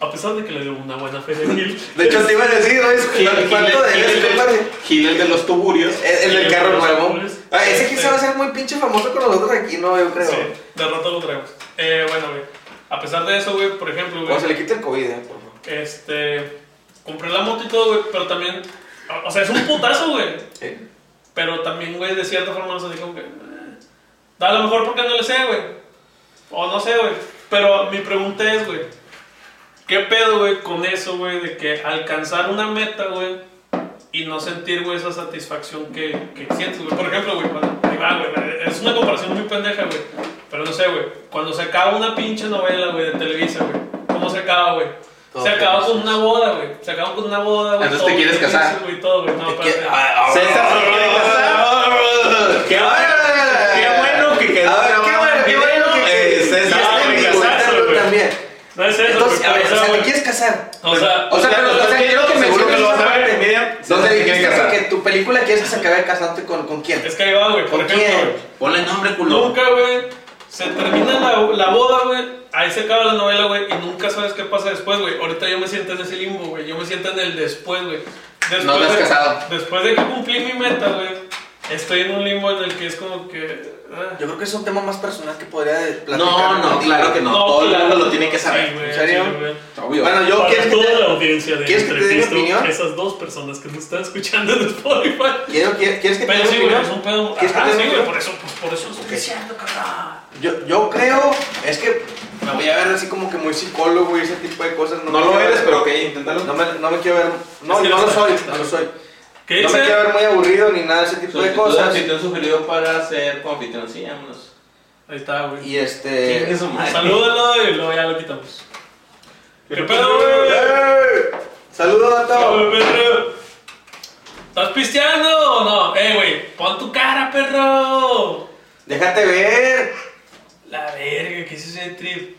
Speaker 1: A pesar de que le debo una buena fe de mil.
Speaker 2: De hecho, te iba a decir, ¿no? Es-
Speaker 3: Gil, Gil-
Speaker 2: ¿Cuánto de
Speaker 3: Gil-
Speaker 2: eres,
Speaker 3: Gil-
Speaker 2: compadre?
Speaker 3: Gil, el de los tuburios.
Speaker 2: El
Speaker 1: Gil-
Speaker 2: del carro
Speaker 1: Gil-
Speaker 2: nuevo.
Speaker 1: Gil-
Speaker 2: Ah, Ese que se va a
Speaker 1: Sí.
Speaker 2: hacer muy pinche famoso con nosotros aquí, no, yo creo.
Speaker 1: Sí, de rato lo traemos. Eh, bueno, güey. A pesar de eso, güey, por ejemplo, güey.
Speaker 2: Cuando se le quite el COVID, eh, por favor.
Speaker 1: Este. Compré la moto y todo, güey, pero también. o- O sea, es un putazo, güey.
Speaker 2: ¿Eh?
Speaker 1: Pero también, güey, de cierta forma nos así como que. eh, A lo mejor porque no le sé, güey. O no sé, güey. Pero mi pregunta es, güey. ¿Qué pedo, güey, con eso, güey, de que alcanzar una meta, güey, y no sentir, güey, esa satisfacción que, que sientes, güey? Por ejemplo, güey, cuando, ahí va, güey, es una comparación muy pendeja, güey, pero no sé, güey, cuando se acaba una pinche novela, güey, de Televisa, güey, ¿cómo se acaba, güey?
Speaker 2: Todo
Speaker 1: Se acaba con
Speaker 2: felices.
Speaker 1: una boda, güey. Se acaba con una boda, güey.
Speaker 3: Entonces te
Speaker 1: todo
Speaker 3: quieres
Speaker 1: felices,
Speaker 3: casar.
Speaker 1: güey, todo, güey. No,
Speaker 2: Te quie-
Speaker 1: espérate.
Speaker 2: Ah,
Speaker 4: César se quiere
Speaker 2: ah,
Speaker 4: Qué
Speaker 2: ah,
Speaker 4: bueno que quedó.
Speaker 2: Ah, qué bueno, qué bueno que-
Speaker 4: Eh, César
Speaker 2: Ah,
Speaker 4: se
Speaker 2: me
Speaker 4: quiere
Speaker 2: gusta
Speaker 1: casar,
Speaker 2: hacerlo
Speaker 1: güey.
Speaker 2: también.
Speaker 1: No es eso,
Speaker 2: Entonces,
Speaker 1: güey,
Speaker 2: a ver,
Speaker 1: pero,
Speaker 2: o sea,
Speaker 1: güey,
Speaker 2: ¿te quieres casar?
Speaker 1: O sea,
Speaker 2: O sea, pero o sea, quiero que me
Speaker 3: Seguro que lo vas a
Speaker 2: menciones-
Speaker 3: ver. ¿Dónde te quieres casar?
Speaker 2: Que tu película quieres que se acabe casándote con, con quién.
Speaker 1: es que ahí va, güey. Por
Speaker 2: ¿Con
Speaker 1: ejemplo,
Speaker 2: quién?
Speaker 1: güey,
Speaker 4: Ponle nombre, culo.
Speaker 1: nunca, güey, se termina la, la boda, güey. Ahí se acaba la novela, güey, y nunca sabes qué pasa después, güey. Ahorita yo me siento en ese limbo, güey. Yo me siento en el después, güey. Después
Speaker 3: No te has
Speaker 1: de-
Speaker 3: casado.
Speaker 1: Después de que cumplí mi meta, güey, estoy en un limbo en el que es como que. ah,
Speaker 2: Yo creo que es un tema más personal que podría platicar.
Speaker 3: No, no,
Speaker 2: contigo.
Speaker 3: claro que no. Todo el
Speaker 1: claro,
Speaker 3: mundo lo tiene que
Speaker 1: sí,
Speaker 3: saber.
Speaker 1: güey,
Speaker 2: ¿En serio?
Speaker 1: sí, güey.
Speaker 3: Obvio.
Speaker 2: Bueno, yo
Speaker 1: Para
Speaker 2: quiero que,
Speaker 1: toda la
Speaker 2: te-
Speaker 1: audiencia de
Speaker 2: ¿Quieres que te dé mi
Speaker 1: Entrepisto,
Speaker 2: opinión?
Speaker 1: esas dos personas que nos están escuchando en Spotify.
Speaker 2: quiero, quiero- ¿quieres que te
Speaker 1: Pero
Speaker 2: dé
Speaker 1: sí, güey,
Speaker 2: opinión?
Speaker 1: es un pedo.
Speaker 2: ¿Quieres que
Speaker 1: Ajá,
Speaker 2: te dé
Speaker 1: sí, güey,
Speaker 2: opinión?
Speaker 1: por eso, pues, por eso estoy diciendo, cabrón.
Speaker 2: Yo, yo creo, es que me voy a ver así como que muy psicólogo y ese tipo de cosas.
Speaker 3: No
Speaker 2: me
Speaker 3: lo
Speaker 2: quiero
Speaker 3: eres,
Speaker 2: ver-
Speaker 3: pero ok, inténtalo.
Speaker 2: No me, no me quiero ver. No,
Speaker 1: Es que
Speaker 2: no
Speaker 1: no
Speaker 2: lo
Speaker 1: está-
Speaker 2: soy,
Speaker 1: está-
Speaker 2: no lo soy.
Speaker 1: ¿Qué
Speaker 2: No me
Speaker 1: dice?
Speaker 2: quiero ver muy aburrido ni nada de ese tipo de cosas.
Speaker 4: Si te han sugerido para ser confitrión, sí, vámonos.
Speaker 1: Ahí está, güey.
Speaker 2: Y este.
Speaker 4: Chingue su madre.
Speaker 1: Salúdalo y luego ya lo quitamos. ¿Qué pedo, güey?
Speaker 2: ¡Ey! Saludos a todos.
Speaker 1: Salud, perro. ¿Estás pisteando o no? Eh, güey, pon tu cara, perro.
Speaker 2: Déjate ver.
Speaker 1: La verga, ¿qué es ese trip?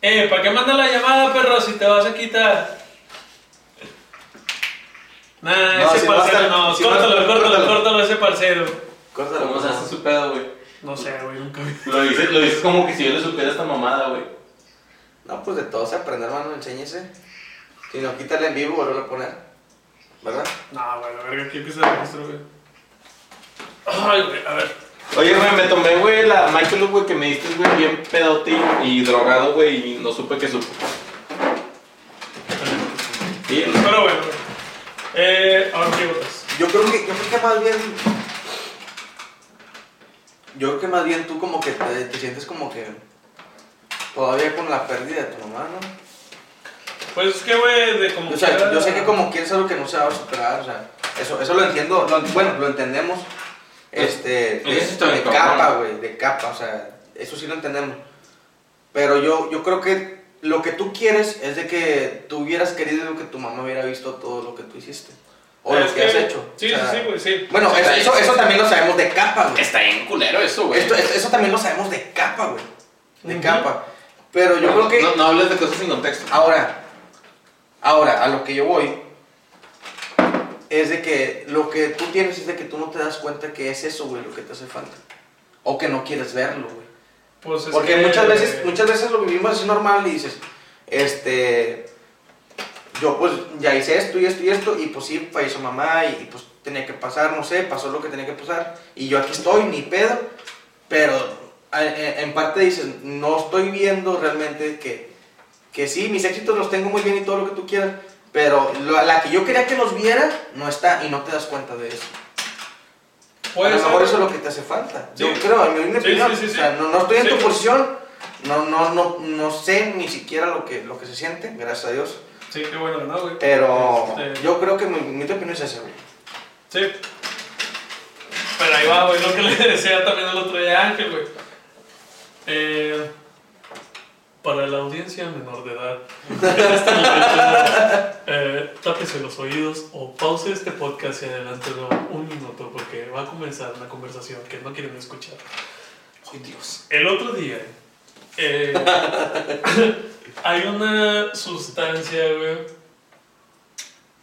Speaker 1: Eh, ¿para qué manda la llamada, perro, si te vas a quitar? Nah,
Speaker 2: No,
Speaker 1: ese
Speaker 2: si no
Speaker 1: parcero
Speaker 2: está-
Speaker 1: no.
Speaker 2: si no
Speaker 1: córtalo,
Speaker 2: está-
Speaker 1: córtalo, córtalo,
Speaker 2: córtalo.
Speaker 1: ese parcero.
Speaker 2: Córtalo,
Speaker 4: ¿Cómo se hace su pedo, güey?
Speaker 1: No sé, güey, nunca vi.
Speaker 4: Lo dices, lo dices como que si yo le supiera esta mamada, güey.
Speaker 2: No, pues de todo se aprende, hermano, enséñese. Si no, quítale en vivo, vuelve a poner. ¿Verdad?
Speaker 1: No, güey, la verga, ¿qué se registro, güey? Ay, güey, a ver.
Speaker 3: Oye, güey, me tomé, güey, la Michael, güey, que me diste, güey, bien pedote y- y drogado, güey, y no supe que supe. Sí,
Speaker 1: Pero bueno, güey. Eh, ahora qué votas.
Speaker 2: Yo creo que, yo creo que más bien. Yo creo que más bien tú como que te, te sientes como que. Todavía con la pérdida de tu mamá, ¿no?
Speaker 1: Pues es que, güey, de como
Speaker 2: O sea,
Speaker 1: quiera-
Speaker 2: yo sé que como quieres algo que no se va a superar, o sea, eso, eso lo entiendo, lo- bueno, lo entendemos. Este,
Speaker 4: Pues eso está
Speaker 2: de, de
Speaker 4: bien cabrón.
Speaker 2: capa, güey, de capa, o sea, eso sí lo entendemos. Pero yo, yo creo que lo que tú quieres es de que tú hubieras querido que tu mamá hubiera visto todo lo que tú hiciste. O
Speaker 1: Es
Speaker 2: lo que, has hecho.
Speaker 1: Sí,
Speaker 2: o sea,
Speaker 1: sí, sí, güey, sí.
Speaker 2: Bueno, eso, eso, eso también lo sabemos de capa, güey.
Speaker 3: Está bien culero eso, güey.
Speaker 2: Esto- esto- eso también lo sabemos de capa, güey. De
Speaker 1: Ujú.
Speaker 2: capa. Pero yo creo que.
Speaker 3: No, no hables de cosas sin contexto.
Speaker 2: Ahora, ahora, a lo que yo voy es de que lo que tú tienes es de que tú no te das cuenta que es eso, güey, lo que te hace falta. O que no quieres verlo, güey.
Speaker 1: Pues es
Speaker 2: Porque
Speaker 1: que-
Speaker 2: muchas veces, muchas veces lo vivimos así normal y dices, este, yo pues ya hice esto y esto y esto, y pues sí, falleció mamá y, y, pues tenía que pasar, no sé, pasó lo que tenía que pasar, y yo aquí estoy, ni pedo, pero a- e- en parte dices, no estoy viendo realmente que, que sí, mis éxitos los tengo muy bien y todo lo que tú quieras, pero lo- la que yo quería que los viera no está y no te das cuenta de eso.
Speaker 1: Puede
Speaker 2: a lo
Speaker 1: ser,
Speaker 2: mejor
Speaker 1: güey.
Speaker 2: eso es lo que te hace falta.
Speaker 1: Sí.
Speaker 2: Yo creo, a mi humilde
Speaker 1: Sí, sí,
Speaker 2: opinión.
Speaker 1: sí, sí.
Speaker 2: O sea, no, no estoy en
Speaker 1: Sí.
Speaker 2: tu posición, no, no, no, no sé ni siquiera lo que, lo que se siente, gracias a Dios.
Speaker 1: Sí, qué bueno, ¿no, güey?
Speaker 2: Pero
Speaker 1: Este-
Speaker 2: yo creo que mi, mi humilde opinión es esa, güey.
Speaker 1: Sí. Pero ahí va, güey, lo que [laughs] le decía también el otro día a Ángel, güey. Eh, para la audiencia menor de edad, [laughs] en este momento, eh, tápese los oídos o pause este podcast y adelántelo un minuto porque va a comenzar una conversación que no quieren escuchar.
Speaker 3: Ay, Dios.
Speaker 1: El otro día eh, [laughs] hay una sustancia, güey.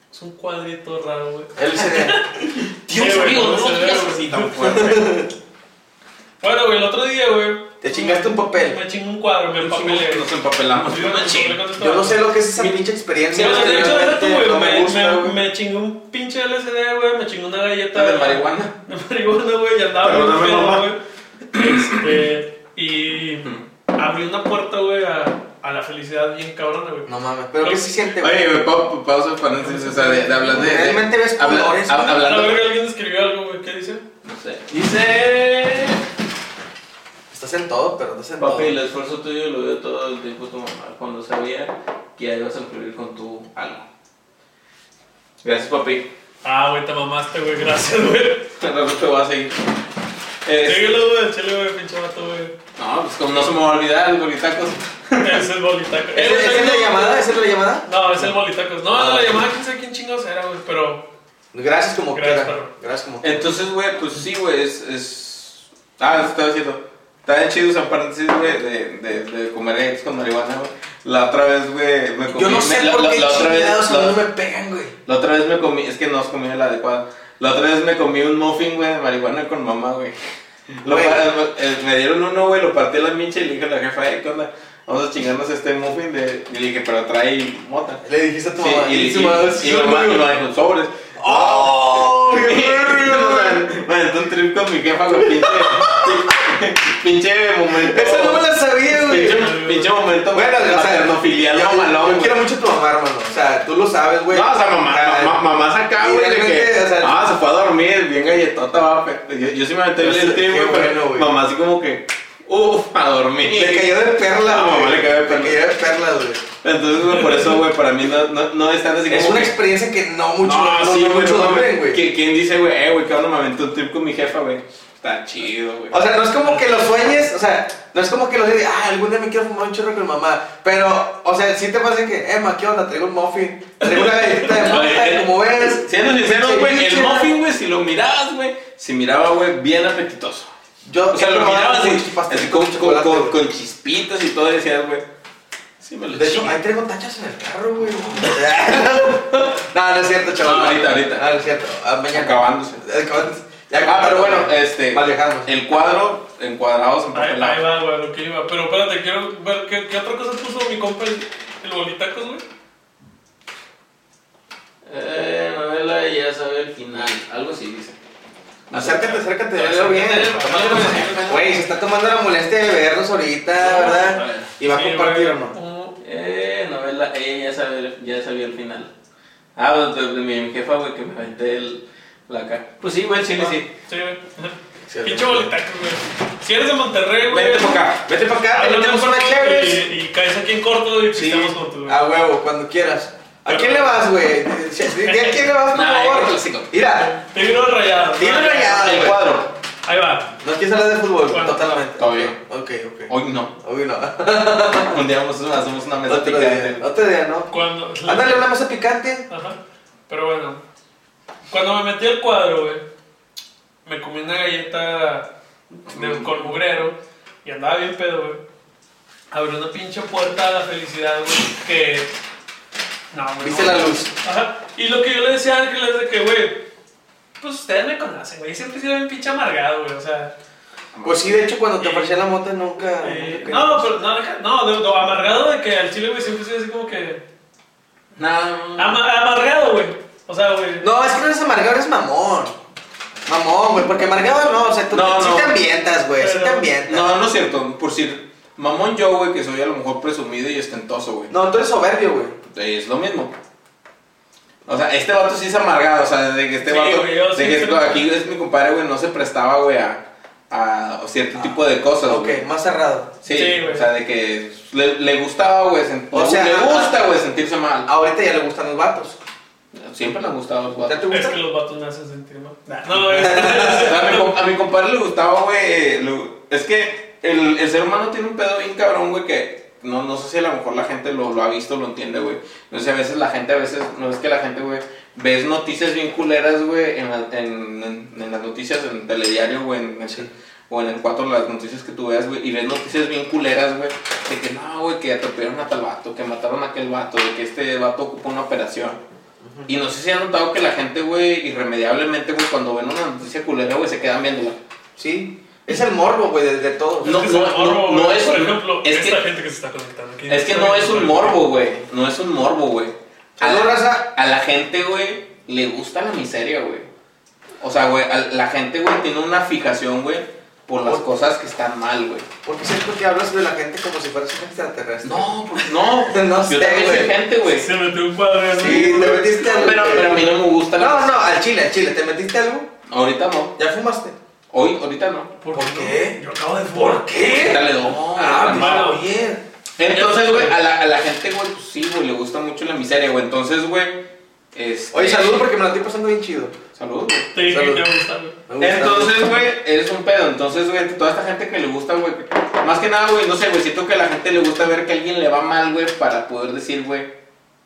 Speaker 1: Es un cuadrito raro, güey.
Speaker 2: Él se-
Speaker 1: Sí, güey, no se ve,
Speaker 4: digas
Speaker 1: güey.
Speaker 4: así tan fuerte.
Speaker 1: Bueno, güey, el otro día, güey.
Speaker 2: te chingaste un papel.
Speaker 1: Me chingo un cuadro, me empapelé. güey.
Speaker 3: Nos empapelamos.
Speaker 1: Sí, me empapelé con esto.
Speaker 2: Yo no sé lo que es esa pinche
Speaker 1: Sí,
Speaker 2: experiencia.
Speaker 1: güey, de hecho,
Speaker 2: realmente
Speaker 1: déjate, güey,
Speaker 2: no
Speaker 1: me-
Speaker 2: me gusta,
Speaker 1: me-
Speaker 2: güey.
Speaker 1: Me chingo un pinche LSD, güey. Me chingo una galleta.
Speaker 3: De marihuana.
Speaker 1: De marihuana, güey. Ya andaba bien
Speaker 3: Perdóname,
Speaker 1: pedo,
Speaker 3: mamá.
Speaker 1: güey. Este. Y. Abrí una puerta, güey, a, a la felicidad bien cabrona, güey.
Speaker 2: No mames, pero ¿qué se siente,
Speaker 3: Oye,
Speaker 2: güey?
Speaker 3: güey, pa- pa- pausa, paréntesis, o sea, de, de hablar de... de-
Speaker 2: Realmente ves
Speaker 3: habla-
Speaker 2: colores,
Speaker 3: hab-
Speaker 2: güey.
Speaker 1: A
Speaker 3: Hablando...
Speaker 1: ver, alguien escribió algo, güey. ¿Qué dice?
Speaker 4: No sé.
Speaker 3: Dice...
Speaker 2: Estás en todo, pero estás en todo.
Speaker 4: Papi, el esfuerzo tuyo lo veo todo el tiempo tu mamá. Cuando sabía que ya ibas a incluir con tu algo. Gracias,
Speaker 3: [laughs]
Speaker 4: papi.
Speaker 1: Ah, güey, te mamaste, güey. Gracias, güey.
Speaker 3: Pero te voy a seguir. Es-
Speaker 1: Síguelo, güey. Chile, güey, pinche vato, güey.
Speaker 3: no, pues como no se me va a olvidar, pues. el bolitacos.
Speaker 1: Es el bolitaco. Eh,
Speaker 2: ¿Es,
Speaker 1: güey,
Speaker 2: es
Speaker 1: ¿sabes?
Speaker 2: el de la llamada? ¿Es el de la llamada?
Speaker 1: No, es el bolitacos. No,
Speaker 2: Ah,
Speaker 1: no, la llamada, quién sabe quién chingados era, güey. Pero
Speaker 2: Gracias como
Speaker 1: Gracias, Eh,
Speaker 2: quiera.
Speaker 1: perro.
Speaker 2: Gracias como quiera.
Speaker 3: Entonces, güey, pues sí, güey, es, es... Ah, eso estaba diciendo. Está bien chido esa parte, sí, güey, de, de, de comer eggs con marihuana, güey. La otra vez, güey, me comí...
Speaker 2: Yo no sé
Speaker 3: la-
Speaker 2: por
Speaker 3: la-
Speaker 2: qué
Speaker 3: la otra vez-
Speaker 2: chingados
Speaker 3: la-
Speaker 2: a mí no me pegan, güey.
Speaker 3: La otra vez me comí, es que no has comido el adecuado. La otra vez me comí un muffin, güey, de marihuana con mamá, güey. Lo
Speaker 2: Güey.
Speaker 3: pa- eh, me dieron uno, güey, lo partí a la mincha y le dije a la jefa, eh, ¿qué onda? Vamos a chingarnos este muffin de... Y le dije, pero trae mota.
Speaker 2: Le dijiste a tu
Speaker 3: Sí,
Speaker 2: mamá.
Speaker 3: y, y,
Speaker 2: tu mamá,
Speaker 3: y,
Speaker 2: sí,
Speaker 3: mi mamá,
Speaker 2: güey.
Speaker 3: mi mamá dijo, sobres.
Speaker 2: ¡Oh! ¡Qué
Speaker 3: [laughs]
Speaker 2: verga!
Speaker 3: Bueno, un trip con mi jefa, güey, pinche, pinche momento.
Speaker 2: Esa no me la sabía, güey.
Speaker 3: pinche, pinche momento.
Speaker 2: Bueno, o sea,
Speaker 3: no filial,
Speaker 2: yo,
Speaker 3: no malón.
Speaker 2: yo
Speaker 3: güey.
Speaker 2: quiero mucho a tu mamá, hermano. O sea, tú lo sabes, güey.
Speaker 3: No, o sea, mamá,
Speaker 2: Ah,
Speaker 3: mamá, mamá saca,
Speaker 2: y
Speaker 3: güey, de
Speaker 2: realmente,
Speaker 3: que,
Speaker 2: o sea,
Speaker 3: ah, se fue a dormir, bien galletota, va, pe- yo, yo sí me metí en
Speaker 2: Yo
Speaker 3: el
Speaker 2: sé,
Speaker 3: stream,
Speaker 2: qué
Speaker 3: güey,
Speaker 2: bueno,
Speaker 3: pero
Speaker 2: güey.
Speaker 3: mamá así como que, uff, a dormir.
Speaker 2: Le cayó de perla,
Speaker 3: Ah,
Speaker 2: güey.
Speaker 3: mamá, le cayó de perla.
Speaker 2: Le cayó de perla, güey.
Speaker 3: Entonces, güey, por eso, güey, para mí no, no, no es tan así
Speaker 2: Es
Speaker 3: como...
Speaker 2: una
Speaker 3: que-
Speaker 2: experiencia que no mucho,
Speaker 3: no,
Speaker 2: no,
Speaker 3: sí,
Speaker 2: no
Speaker 3: güey,
Speaker 2: muchos
Speaker 3: no,
Speaker 2: logran, güey.
Speaker 3: ¿Qui- ¿Quién dice, güey, eh, güey, que onda, me aventé un trip con mi jefa, güey? Está chido, güey.
Speaker 2: O sea, no es como que lo sueñes, o sea, no es como que lo sueñes, ah, algún día me quiero fumar un chorro con mamá. Pero, o sea, sí te pasa que, Emma, ¿qué onda? Traigo un muffin, traigo una galletita
Speaker 3: [laughs]
Speaker 2: de mota, como ves.
Speaker 3: eh, Siendo sinceros, güey, el
Speaker 2: Ceviche.
Speaker 3: muffin, güey, si lo mirabas, güey, se miraba, güey, bien apetitoso.
Speaker 2: Yo,
Speaker 3: O sea,
Speaker 2: yo
Speaker 3: lo
Speaker 2: probaba
Speaker 3: mirabas
Speaker 2: con
Speaker 3: así,
Speaker 2: pastel
Speaker 3: así con, con,
Speaker 2: chocolate,
Speaker 3: con,
Speaker 2: güey.
Speaker 3: con chispitas y todo, y decías, güey, sí me lo
Speaker 2: De hecho,
Speaker 3: chingo.
Speaker 2: ahí traigo tachas en el carro, güey. [laughs] no, no es cierto, chaval.
Speaker 3: No, ahorita, ahorita.
Speaker 2: No, no es cierto. Ah, mañana.
Speaker 3: acabándose.
Speaker 2: Acabándose. Ya
Speaker 3: Ah,
Speaker 2: acabamos,
Speaker 3: pero bueno,
Speaker 2: güey.
Speaker 3: este.
Speaker 2: Alejamos.
Speaker 3: El cuadro, encuadrados en
Speaker 1: ahí, ahí
Speaker 3: papel.
Speaker 1: va, güey, lo que iba. Pero espérate, quiero ver qué, qué otra cosa puso mi compa el, el bolitacos, güey.
Speaker 4: Eh, novela y ya sabe el final. Algo así dice.
Speaker 2: Acércate, acércate, velo bien.
Speaker 4: Acércate.
Speaker 2: Güey, se está tomando la molestia de vernos ahorita,
Speaker 4: a ver.
Speaker 2: ¿verdad? ¿Y va a
Speaker 1: Sí,
Speaker 2: compartir
Speaker 1: güey.
Speaker 2: o no?
Speaker 1: Mm,
Speaker 4: Eh, novela, ella ya sabía, ya sabía el final. Ah, de, de mi mi jefa, güey, que me aventé el, la cara. Pues sí, güey, el chile sí.
Speaker 1: Sí, güey.
Speaker 2: Sí,
Speaker 1: Pinche
Speaker 2: sí.
Speaker 1: bolitacos, güey. Si eres de Monterrey, güey. Ah,
Speaker 2: Vete para acá, vete para acá,
Speaker 1: háblame
Speaker 2: tenemos una
Speaker 1: un poco
Speaker 2: chévere.
Speaker 1: Y, y caes aquí en corto y
Speaker 2: Sí, Ah.
Speaker 1: pisamos con tu.
Speaker 2: a huevo, cuando quieras. ¿A quién le vas, güey? Sí, sí, ¿A quién le vas, por
Speaker 4: Nah, yo
Speaker 2: favor?
Speaker 4: clásico.
Speaker 2: Mira,
Speaker 1: Tigre rayado.
Speaker 2: Tigre rayado.
Speaker 3: El
Speaker 2: güey.
Speaker 3: cuadro.
Speaker 1: Ahí va.
Speaker 2: no quieres hablar de fútbol,
Speaker 1: Bueno,
Speaker 2: totalmente.
Speaker 3: está bien.
Speaker 2: Ok, ok.
Speaker 3: Hoy no.
Speaker 2: Hoy [laughs] no.
Speaker 3: Un día vamos a- hacemos una mesa
Speaker 2: Otro día,
Speaker 3: picante.
Speaker 2: otro día, ¿no?
Speaker 1: Cuando.
Speaker 2: Ándale una masa picante.
Speaker 1: Ajá. Pero bueno. Cuando me metí al cuadro, güey. Me comí una galleta de, con mugrero. Y andaba bien pedo, güey. Abrí una pinche puerta a la felicidad, güey. Que. No, güey.
Speaker 2: Viste
Speaker 1: no.
Speaker 2: la luz.
Speaker 1: Ajá. Y lo que yo le decía a Ángel es de que, güey. Pues ustedes me conocen, güey. Siempre he sido bien pinche amargado, güey. O sea.
Speaker 2: Pues sí, de hecho, cuando te
Speaker 1: Eh,
Speaker 2: ofrecía la mota nunca.
Speaker 1: eh,
Speaker 2: nunca-
Speaker 1: no, pero no, deja- no, de, de- amargado de que al chile, güey, siempre he sido así como que.
Speaker 4: No,
Speaker 1: ama- amargado, güey. O sea, güey.
Speaker 2: No, es que no eres amargado, eres mamón. Mamón, güey, porque amargado no, o sea, tú
Speaker 3: No,
Speaker 2: sí
Speaker 3: no.
Speaker 2: te ambientas, güey, sí
Speaker 1: Pero-
Speaker 2: te ambientas. No.
Speaker 3: No, no es cierto. Por si. Mamón yo, güey, que soy a lo mejor presumido y estentoso, güey.
Speaker 2: tú eres soberbio, güey.
Speaker 3: Es lo mismo. O sea, este vato sí es amargado, o sea, de que este
Speaker 1: Sí,
Speaker 3: vato,
Speaker 1: güey, yo
Speaker 3: de
Speaker 1: sí
Speaker 3: que
Speaker 1: soy-
Speaker 3: esto- aquí es mi compadre, güey, no se prestaba, güey, a, a cierto tipo de cosas,
Speaker 2: Ah, Ok,
Speaker 3: Pues, güey.
Speaker 2: más cerrado.
Speaker 3: Sí,
Speaker 1: Sí, güey.
Speaker 3: o sea, de que le, le gustaba, güey, sen-
Speaker 2: O
Speaker 3: le-
Speaker 2: sea, ah,
Speaker 3: le
Speaker 2: a-
Speaker 3: gusta, güey, sentirse mal.
Speaker 2: Ahorita ya le gustan los vatos.
Speaker 3: Siempre le han gustado los
Speaker 2: ¿Ya
Speaker 3: vatos.
Speaker 2: te
Speaker 1: Es
Speaker 2: gusta?
Speaker 1: que los vatos me hacen sentir mal. No, es-
Speaker 3: O sea, a, mi, com- a mi compadre le gustaba, güey. lo- Es que el, el ser humano tiene un pedo bien cabrón, güey, que no, no sé si a lo mejor la gente lo, lo ha visto, lo entiende, güey. No sé, a veces la gente, a veces, no es que la gente, güey, ves noticias bien culeras, güey, en, la- en, en- en las noticias, en telediario, güey, en, en- o en el cuatro las noticias que tú veas, güey, y ves noticias bien culeras, güey, de que no, güey, que atropellaron a tal vato, que mataron a aquel vato, de que este vato ocupó una operación. Y no sé si han notado que la gente, güey, irremediablemente, güey, cuando ven una noticia culera, güey, se quedan viéndola.
Speaker 2: Sí. Es el morbo, güey, de, de todo.
Speaker 3: No,
Speaker 1: es que
Speaker 3: no,
Speaker 1: es un morbo,
Speaker 3: no,
Speaker 1: güey.
Speaker 3: no es
Speaker 1: Por
Speaker 3: un-
Speaker 1: ejemplo,
Speaker 3: es
Speaker 1: esta
Speaker 3: que-
Speaker 1: gente que se está conectando aquí.
Speaker 3: Es que no es un morbo, güey. No es un morbo, güey. A
Speaker 2: Algo,
Speaker 3: la,
Speaker 2: raza.
Speaker 3: a la gente, güey, le gusta la miseria, güey. O sea, güey, a la gente, güey, tiene una fijación, güey, por las
Speaker 2: Por-
Speaker 3: cosas que están mal, güey.
Speaker 2: Porque siento que hablas de la gente como si fueras un extraterrestre.
Speaker 3: No, pues no.
Speaker 2: [laughs] No sé,
Speaker 3: Yo también soy
Speaker 2: güey.
Speaker 3: gente, güey.
Speaker 1: Se metió un cuadro así.
Speaker 2: Sí, te metiste algo.
Speaker 3: Pero, pero a mí no me gusta la
Speaker 2: No, no, al chile, al chile. ¿Te metiste algo?
Speaker 3: Ahorita no.
Speaker 2: ¿Ya fumaste?
Speaker 3: Hoy, ahorita no.
Speaker 2: ¿Por qué?
Speaker 1: Yo acabo de
Speaker 2: ¿Por qué?
Speaker 3: Dale dos.
Speaker 2: Ah,
Speaker 1: hermano.
Speaker 2: bien.
Speaker 3: Entonces, güey, a la, a la gente, güey, pues sí, güey, le gusta mucho la miseria, güey. Entonces, güey, este...
Speaker 2: Oye, saludo porque me la estoy pasando bien chido.
Speaker 3: Salud, güey.
Speaker 1: Te dije
Speaker 2: Salud.
Speaker 1: que te iba a gustar, güey.
Speaker 2: Me gusta.
Speaker 3: Entonces, güey, eres un pedo. Entonces, güey, toda esta gente que le gusta, güey. Más que nada, güey, no sé, güey, siento que a la gente le gusta ver que a alguien le va mal, güey, para poder decir, güey,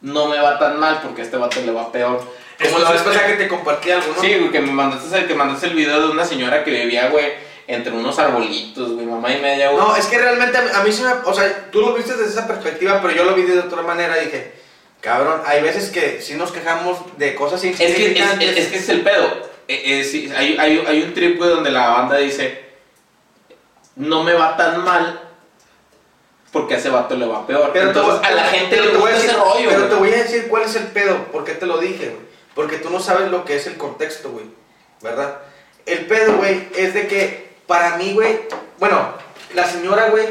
Speaker 3: no me va tan mal porque a este vato le va peor.
Speaker 2: Como la vez pasada que te compartí algo, ¿no?
Speaker 3: eh, Sí, güey, que me mandaste, que mandaste el video de una señora que vivía, güey, entre unos arbolitos, güey, mamá y media, güey.
Speaker 2: No, es que realmente a a mí sí me. O sea, tú lo viste desde esa perspectiva, pero yo lo vi de otra manera. Dije, cabrón, hay veces que sí nos quejamos de cosas
Speaker 3: Es que, es,
Speaker 2: insignificantes.
Speaker 3: es- es que es el pedo. Eh, eh, sí, hay, hay- hay un trip, güey, donde la banda dice: No me va tan mal porque a ese vato le va peor.
Speaker 2: Pero te
Speaker 3: Entonces,
Speaker 2: voy-
Speaker 3: a la gente
Speaker 2: pero
Speaker 3: le
Speaker 2: te voy a
Speaker 3: gusta ese
Speaker 2: decir-
Speaker 3: rollo.
Speaker 2: Pero
Speaker 3: güey.
Speaker 2: te voy a decir cuál es el pedo, por qué te lo dije, güey. Porque tú no sabes lo que es el contexto, güey. ¿Verdad? El pedo, güey, es de que para mí, güey. Bueno, la señora, güey,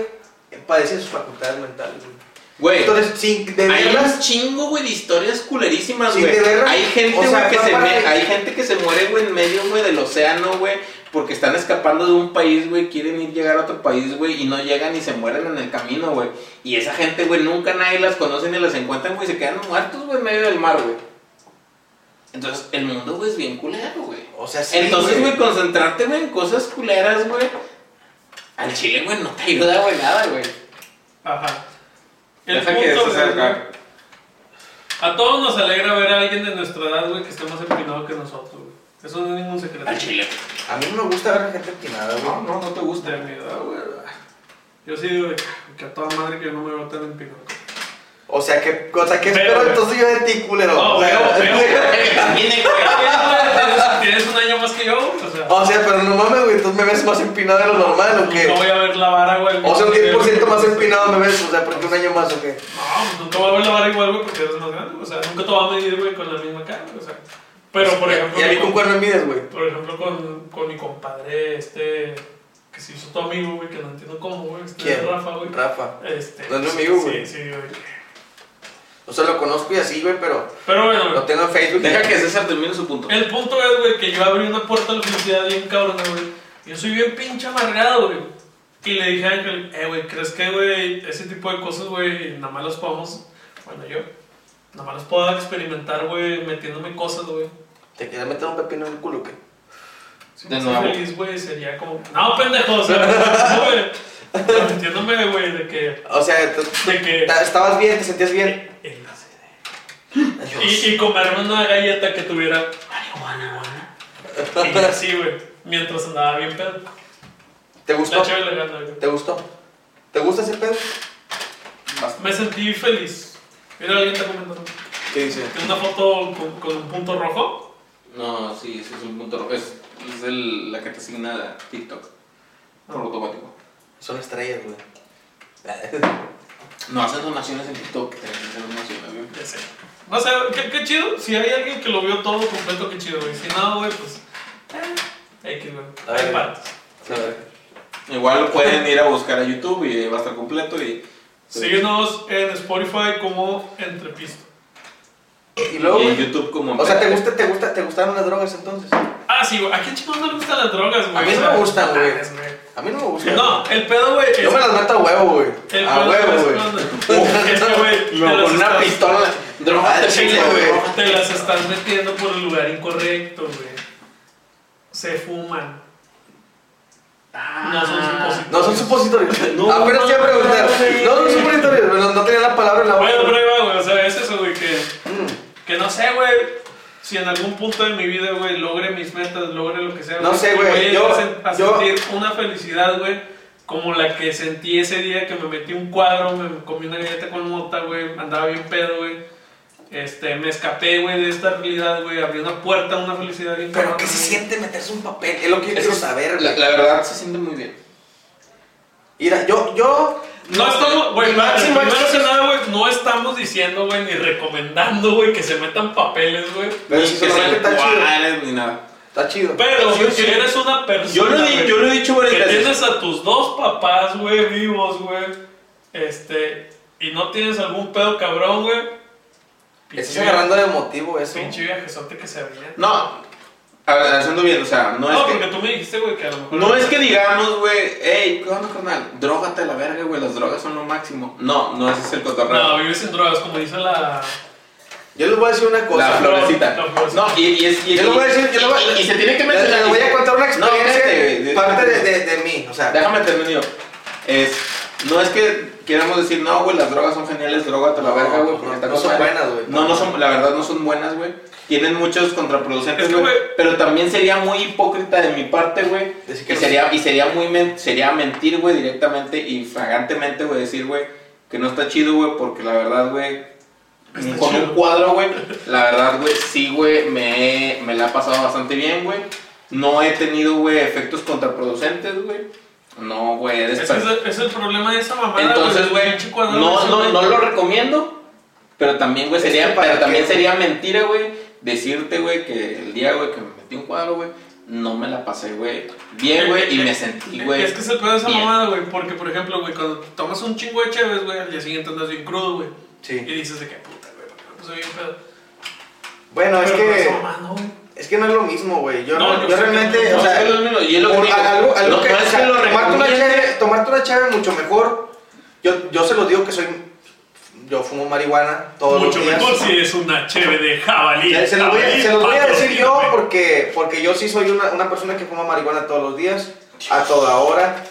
Speaker 2: padece sus facultades mentales, güey.
Speaker 3: Güey,
Speaker 2: Entonces, sin de
Speaker 3: hay
Speaker 2: verlas,
Speaker 3: un chingo, güey, de historias culerísimas,
Speaker 2: Sí,
Speaker 3: güey.
Speaker 2: de veras.
Speaker 3: hay gente,
Speaker 2: O sea,
Speaker 3: güey, que
Speaker 2: no
Speaker 3: se
Speaker 2: para
Speaker 3: me-
Speaker 2: de-
Speaker 3: hay gente que se muere, güey, en medio, güey, del océano, güey, porque están escapando de un país, güey, quieren ir llegar a otro país, güey, y no llegan y se mueren en el camino, güey. Y esa gente, güey, nunca nadie las conoce ni las encuentran, güey, se quedan muertos, güey, en medio del mar, güey. Entonces, el mundo, güey, es bien culero, güey.
Speaker 2: O sea, sí,
Speaker 3: Entonces, güey, concentrarte, güey, en cosas culeras, güey, al chile, güey, no te ayuda, güey, nada, güey.
Speaker 1: Ajá. El
Speaker 3: Deja que
Speaker 1: punto,
Speaker 3: se
Speaker 1: güey,
Speaker 3: acerque.
Speaker 1: A todos nos alegra ver a alguien de nuestra edad, güey, que esté más empinado que nosotros, güey. Eso no es ningún secreto.
Speaker 2: [laughs]
Speaker 3: Al chile,
Speaker 2: A mí no me gusta ver a gente empinada, güey.
Speaker 3: No, no, no te gusta.
Speaker 1: De mi edad, güey. Yo sí digo de que- que a toda madre que yo no me veo tan
Speaker 3: [laughs]
Speaker 1: empinado.
Speaker 2: O sea, que, o sea, que
Speaker 1: Pero,
Speaker 2: espero
Speaker 1: güey.
Speaker 2: entonces yo de ti, culero.
Speaker 1: No,
Speaker 2: o, sea,
Speaker 1: veo, veo.
Speaker 3: También, eh, güey.
Speaker 1: Tienes- Tienes un año más que yo, güey, o sea.
Speaker 2: [laughs] o sea, pero no mames, güey, entonces me ves más empinado de lo normal, ¿o qué?
Speaker 1: No voy a ver la vara, güey.
Speaker 2: O sea, un
Speaker 1: [laughs]
Speaker 2: 10%
Speaker 1: empinado.
Speaker 2: más empinado me ves, o sea, porque un año más, ¿o qué?
Speaker 1: No, no te va a volver a lavar igual, güey, porque eres más grande. O sea, nunca te va a medir, güey, con la misma cara, güey, o sea. Pero, por ejemplo... Este
Speaker 2: Y a mí con cuerno mides, güey.
Speaker 1: Por ejemplo, con, con mi compadre, este... Que se hizo tu amigo, güey, que no entiendo cómo, güey. Este
Speaker 2: ¿Quién?
Speaker 1: Rafa, güey.
Speaker 2: Rafa.
Speaker 1: Este...
Speaker 2: No es mi amigo, güey.
Speaker 1: Sí, sí, güey.
Speaker 2: O sea, lo conozco y así, güey, pero
Speaker 1: Pero bueno,
Speaker 2: lo tengo en Facebook.
Speaker 3: Deja que César termine su punto.
Speaker 1: El punto es, güey, que yo abrí una puerta de la felicidad bien cabrona, güey. Yo soy bien pinche amargado, güey. Y le dije a Ángel, eh, güey, ¿crees que, güey, ese tipo de cosas, güey, nada más las podemos, bueno, yo, nada más las puedo experimentar, güey, metiéndome cosas, güey.
Speaker 2: Te quería meter un pepino en el culo, ¿qué?
Speaker 1: Si
Speaker 3: De
Speaker 1: me
Speaker 3: nuevo.
Speaker 1: feliz, güey, sería como, no, pendejo, o sea, no, güey. Pero Metiéndome, güey, de que,
Speaker 2: O sea, tú-
Speaker 1: de que,
Speaker 2: ta- estabas bien, te sentías bien.
Speaker 1: en la CD.
Speaker 2: Ay,
Speaker 1: Y,
Speaker 2: Dios.
Speaker 1: y comerme una galleta que tuviera marihuana, güey. Y así, güey, mientras andaba bien pedo.
Speaker 2: ¿Te
Speaker 1: La
Speaker 2: gustó?
Speaker 1: chévere le gana, güey.
Speaker 2: ¿Te gustó? ¿Te gusta ese pedo?
Speaker 1: Me sentí feliz. Mira, alguien está comentando.
Speaker 2: ¿Qué dice?
Speaker 1: Tiene una foto con, con un punto rojo.
Speaker 3: No, sí, ese es un punto rojo. Es, es el- la que te asigna TikTok. Por automático.
Speaker 2: Son estrellas, güey. [laughs]
Speaker 3: No haces donaciones en TikTok. Tienes que hacer donaciones, güey.
Speaker 1: Ya sé. No sé, qué, qué chido. Si hay alguien que lo vio todo completo, qué chido, güey. Si no, güey, pues. Eh, X, güey.
Speaker 2: A
Speaker 1: Hay
Speaker 2: ver.
Speaker 1: partes.
Speaker 3: Igual pueden ir a buscar a YouTube y ahí va a estar completo. Y,
Speaker 1: Síguenos en Spotify como Entrepisto.
Speaker 2: Y luego,
Speaker 3: y en
Speaker 2: güey,
Speaker 3: YouTube como en
Speaker 2: o sea, ¿te
Speaker 3: Pepsi.
Speaker 2: gusta, te gusta, te gustaron las drogas entonces?
Speaker 1: Ah, sí, güey. ¿A qué chicos no le gustan las drogas, güey?
Speaker 2: A mí no
Speaker 1: O sea,
Speaker 2: me gustan, güey.
Speaker 1: mames, güey.
Speaker 2: A mí no me gusta.
Speaker 1: No, el pedo, güey. es-
Speaker 2: Yo me las mato a huevo, güey.
Speaker 1: El
Speaker 2: A
Speaker 1: pedo
Speaker 2: huevo,
Speaker 1: es
Speaker 2: güey.
Speaker 1: cuando-
Speaker 2: [laughs]
Speaker 1: Es que, [laughs] güey. te
Speaker 3: No,
Speaker 1: las
Speaker 3: con una
Speaker 1: estás-
Speaker 3: pistola. Droga,
Speaker 2: Ah,
Speaker 3: te
Speaker 2: chile,
Speaker 3: chingo,
Speaker 2: güey.
Speaker 3: güey.
Speaker 1: Te las estás metiendo por el lugar incorrecto, güey. Se fuman. No son supositorios.
Speaker 2: No son supositorios.
Speaker 1: [laughs] No,
Speaker 2: Apenas te iba a preguntar.
Speaker 1: mames.
Speaker 2: No son supositorios, pero no tenía la palabra en la boca.
Speaker 1: Ah, Bueno, pero ahí va, güey. O sea, es eso, güey, que,
Speaker 2: Mm,
Speaker 1: que no sé, güey. Si en algún punto de mi vida, güey, logre mis metas, logre lo que sea.
Speaker 2: No sé, güey,
Speaker 1: voy a
Speaker 2: yo-
Speaker 1: sen- a
Speaker 2: yo-
Speaker 1: sentir una felicidad, güey, como la que sentí ese día que me metí un cuadro, me comí una galleta con mota, güey, andaba bien pedo, güey. Este, me escapé, güey, de esta realidad, güey. Abrí una puerta a una felicidad bien
Speaker 2: Pero
Speaker 1: cabrona,
Speaker 2: ¿qué se
Speaker 1: güey.
Speaker 2: siente meterse un papel? Es lo que yo quiero saber,
Speaker 3: La,
Speaker 2: güey.
Speaker 3: la verdad se siente muy bien.
Speaker 2: Mira, yo, yo.
Speaker 1: No estamos, güey,
Speaker 2: Mi
Speaker 1: va,
Speaker 2: máximo
Speaker 1: primero que
Speaker 2: éxito-
Speaker 1: nada, güey, no estamos diciendo, güey, ni recomendando, güey, que se metan papeles, güey.
Speaker 2: Pero
Speaker 3: Ni
Speaker 2: si
Speaker 3: que
Speaker 2: solamente
Speaker 3: se
Speaker 2: está chido.
Speaker 3: cuadren ni nada.
Speaker 2: Está chido.
Speaker 1: Pero,
Speaker 3: Sí,
Speaker 1: güey,
Speaker 3: sí.
Speaker 1: si eres una persona
Speaker 3: Yo lo,
Speaker 1: güey,
Speaker 3: di- yo lo he dicho
Speaker 1: que
Speaker 3: varias veces.
Speaker 1: tienes a tus dos papás, güey, vivos, güey, este, y no tienes algún pedo cabrón, güey,
Speaker 2: Estás agarrando de motivo eso.
Speaker 1: pinche viejezote que se avienta.
Speaker 3: No, A ver, haciendo bien, o sea, no,
Speaker 1: No,
Speaker 3: es que.
Speaker 1: porque tú me dijiste, güey, que a lo mejor.
Speaker 3: No es que digamos, güey, hey, ¿qué onda, carnal? Drógate a la verga, güey, las drogas son lo máximo. No, no ese es el
Speaker 1: No,
Speaker 3: cotorreo.
Speaker 1: vivir sin drogas, como dice la.
Speaker 2: Yo les voy a decir una
Speaker 3: la
Speaker 2: cosa.
Speaker 1: flor.
Speaker 3: florecita.
Speaker 1: la florecita.
Speaker 3: No, y, y es. Y,
Speaker 2: Yo le voy a decir- yo le voy a-
Speaker 3: y- y se tiene que
Speaker 2: Les,
Speaker 3: mencionar.
Speaker 2: les voy a contar una
Speaker 3: No,
Speaker 2: experiencia
Speaker 3: espérate, güey,
Speaker 2: parte de,
Speaker 3: déjame-
Speaker 2: de, de mí. O sea,
Speaker 3: Déjame terminar yo. Es. No es que queramos decir, no, güey, las drogas son geniales, drógate a la
Speaker 2: No,
Speaker 3: verga, güey,
Speaker 2: no,
Speaker 3: porque está
Speaker 2: no
Speaker 3: con
Speaker 2: son
Speaker 3: madre.
Speaker 2: buenas, güey.
Speaker 3: No, no son, la verdad no son buenas, güey. Tienen muchos contraproducentes,
Speaker 1: Es que,
Speaker 3: güey.
Speaker 1: güey-
Speaker 3: pero también sería muy hipócrita de mi parte, güey.
Speaker 2: Decir que
Speaker 3: Y
Speaker 2: no-
Speaker 3: sería, y sería muy men- sería mentir, güey, directamente y fragantemente, güey, decir, güey, que no está chido, güey, porque la verdad, güey,
Speaker 1: Está
Speaker 3: con un
Speaker 1: chido.
Speaker 3: cuadro, güey, la verdad, güey, sí, güey, me, he- me la ha pasado bastante bien, güey. No he tenido, güey, efectos contraproducentes, güey. No, güey, he
Speaker 1: Es, que
Speaker 3: desper-
Speaker 1: es, el- es el problema de esa mamada.
Speaker 3: entonces, güey,
Speaker 1: pinche cuadrado
Speaker 3: no,
Speaker 1: ese,
Speaker 3: no,
Speaker 1: güey.
Speaker 3: no lo recomiendo, pero también, güey,
Speaker 2: Es
Speaker 3: sería,
Speaker 2: que para
Speaker 3: pero también
Speaker 2: qué,
Speaker 3: sería mentira, güey, decirte, güey, que el día, güey, que me metí un cuadro, güey, no me la pasé, güey, bien, güey, y me sentí, güey.
Speaker 1: Es que es el pedo de esa
Speaker 3: bien.
Speaker 1: mamada, güey. Porque, por ejemplo, güey, cuando tomas un chingo de cheves, güey, al día siguiente andas bien crudo, güey. Y
Speaker 2: sí.
Speaker 1: dices de que puta, güey, porque me puse bien pedo.
Speaker 2: Bueno, es
Speaker 1: Pero con esa
Speaker 2: que,
Speaker 1: mamada, no, güey.
Speaker 2: es que no es lo mismo, güey. Yo,
Speaker 1: No,
Speaker 2: no-
Speaker 1: yo
Speaker 2: yo
Speaker 1: sé que
Speaker 2: realmente,
Speaker 1: no,
Speaker 2: o
Speaker 3: No,
Speaker 2: sea,
Speaker 3: es lo mismo, y es lo que
Speaker 2: por
Speaker 3: digo,
Speaker 2: algo, algo
Speaker 3: no,
Speaker 2: que,
Speaker 3: no
Speaker 2: o
Speaker 3: es
Speaker 2: sea,
Speaker 3: que lo
Speaker 2: tomarte una
Speaker 3: recomiende.
Speaker 2: cheve, tomarte una cheve mucho mejor. Yo, yo se los digo que soy, yo fumo marihuana todos
Speaker 1: Mucho
Speaker 2: los días.
Speaker 1: mejor si es una cheve de jabalí.
Speaker 2: Se, se los voy a,
Speaker 1: Jabalí,
Speaker 2: se los voy a decir yo
Speaker 1: patrocíname.
Speaker 2: porque, porque yo sí soy una, una persona que fuma marihuana todos los días, a toda hora.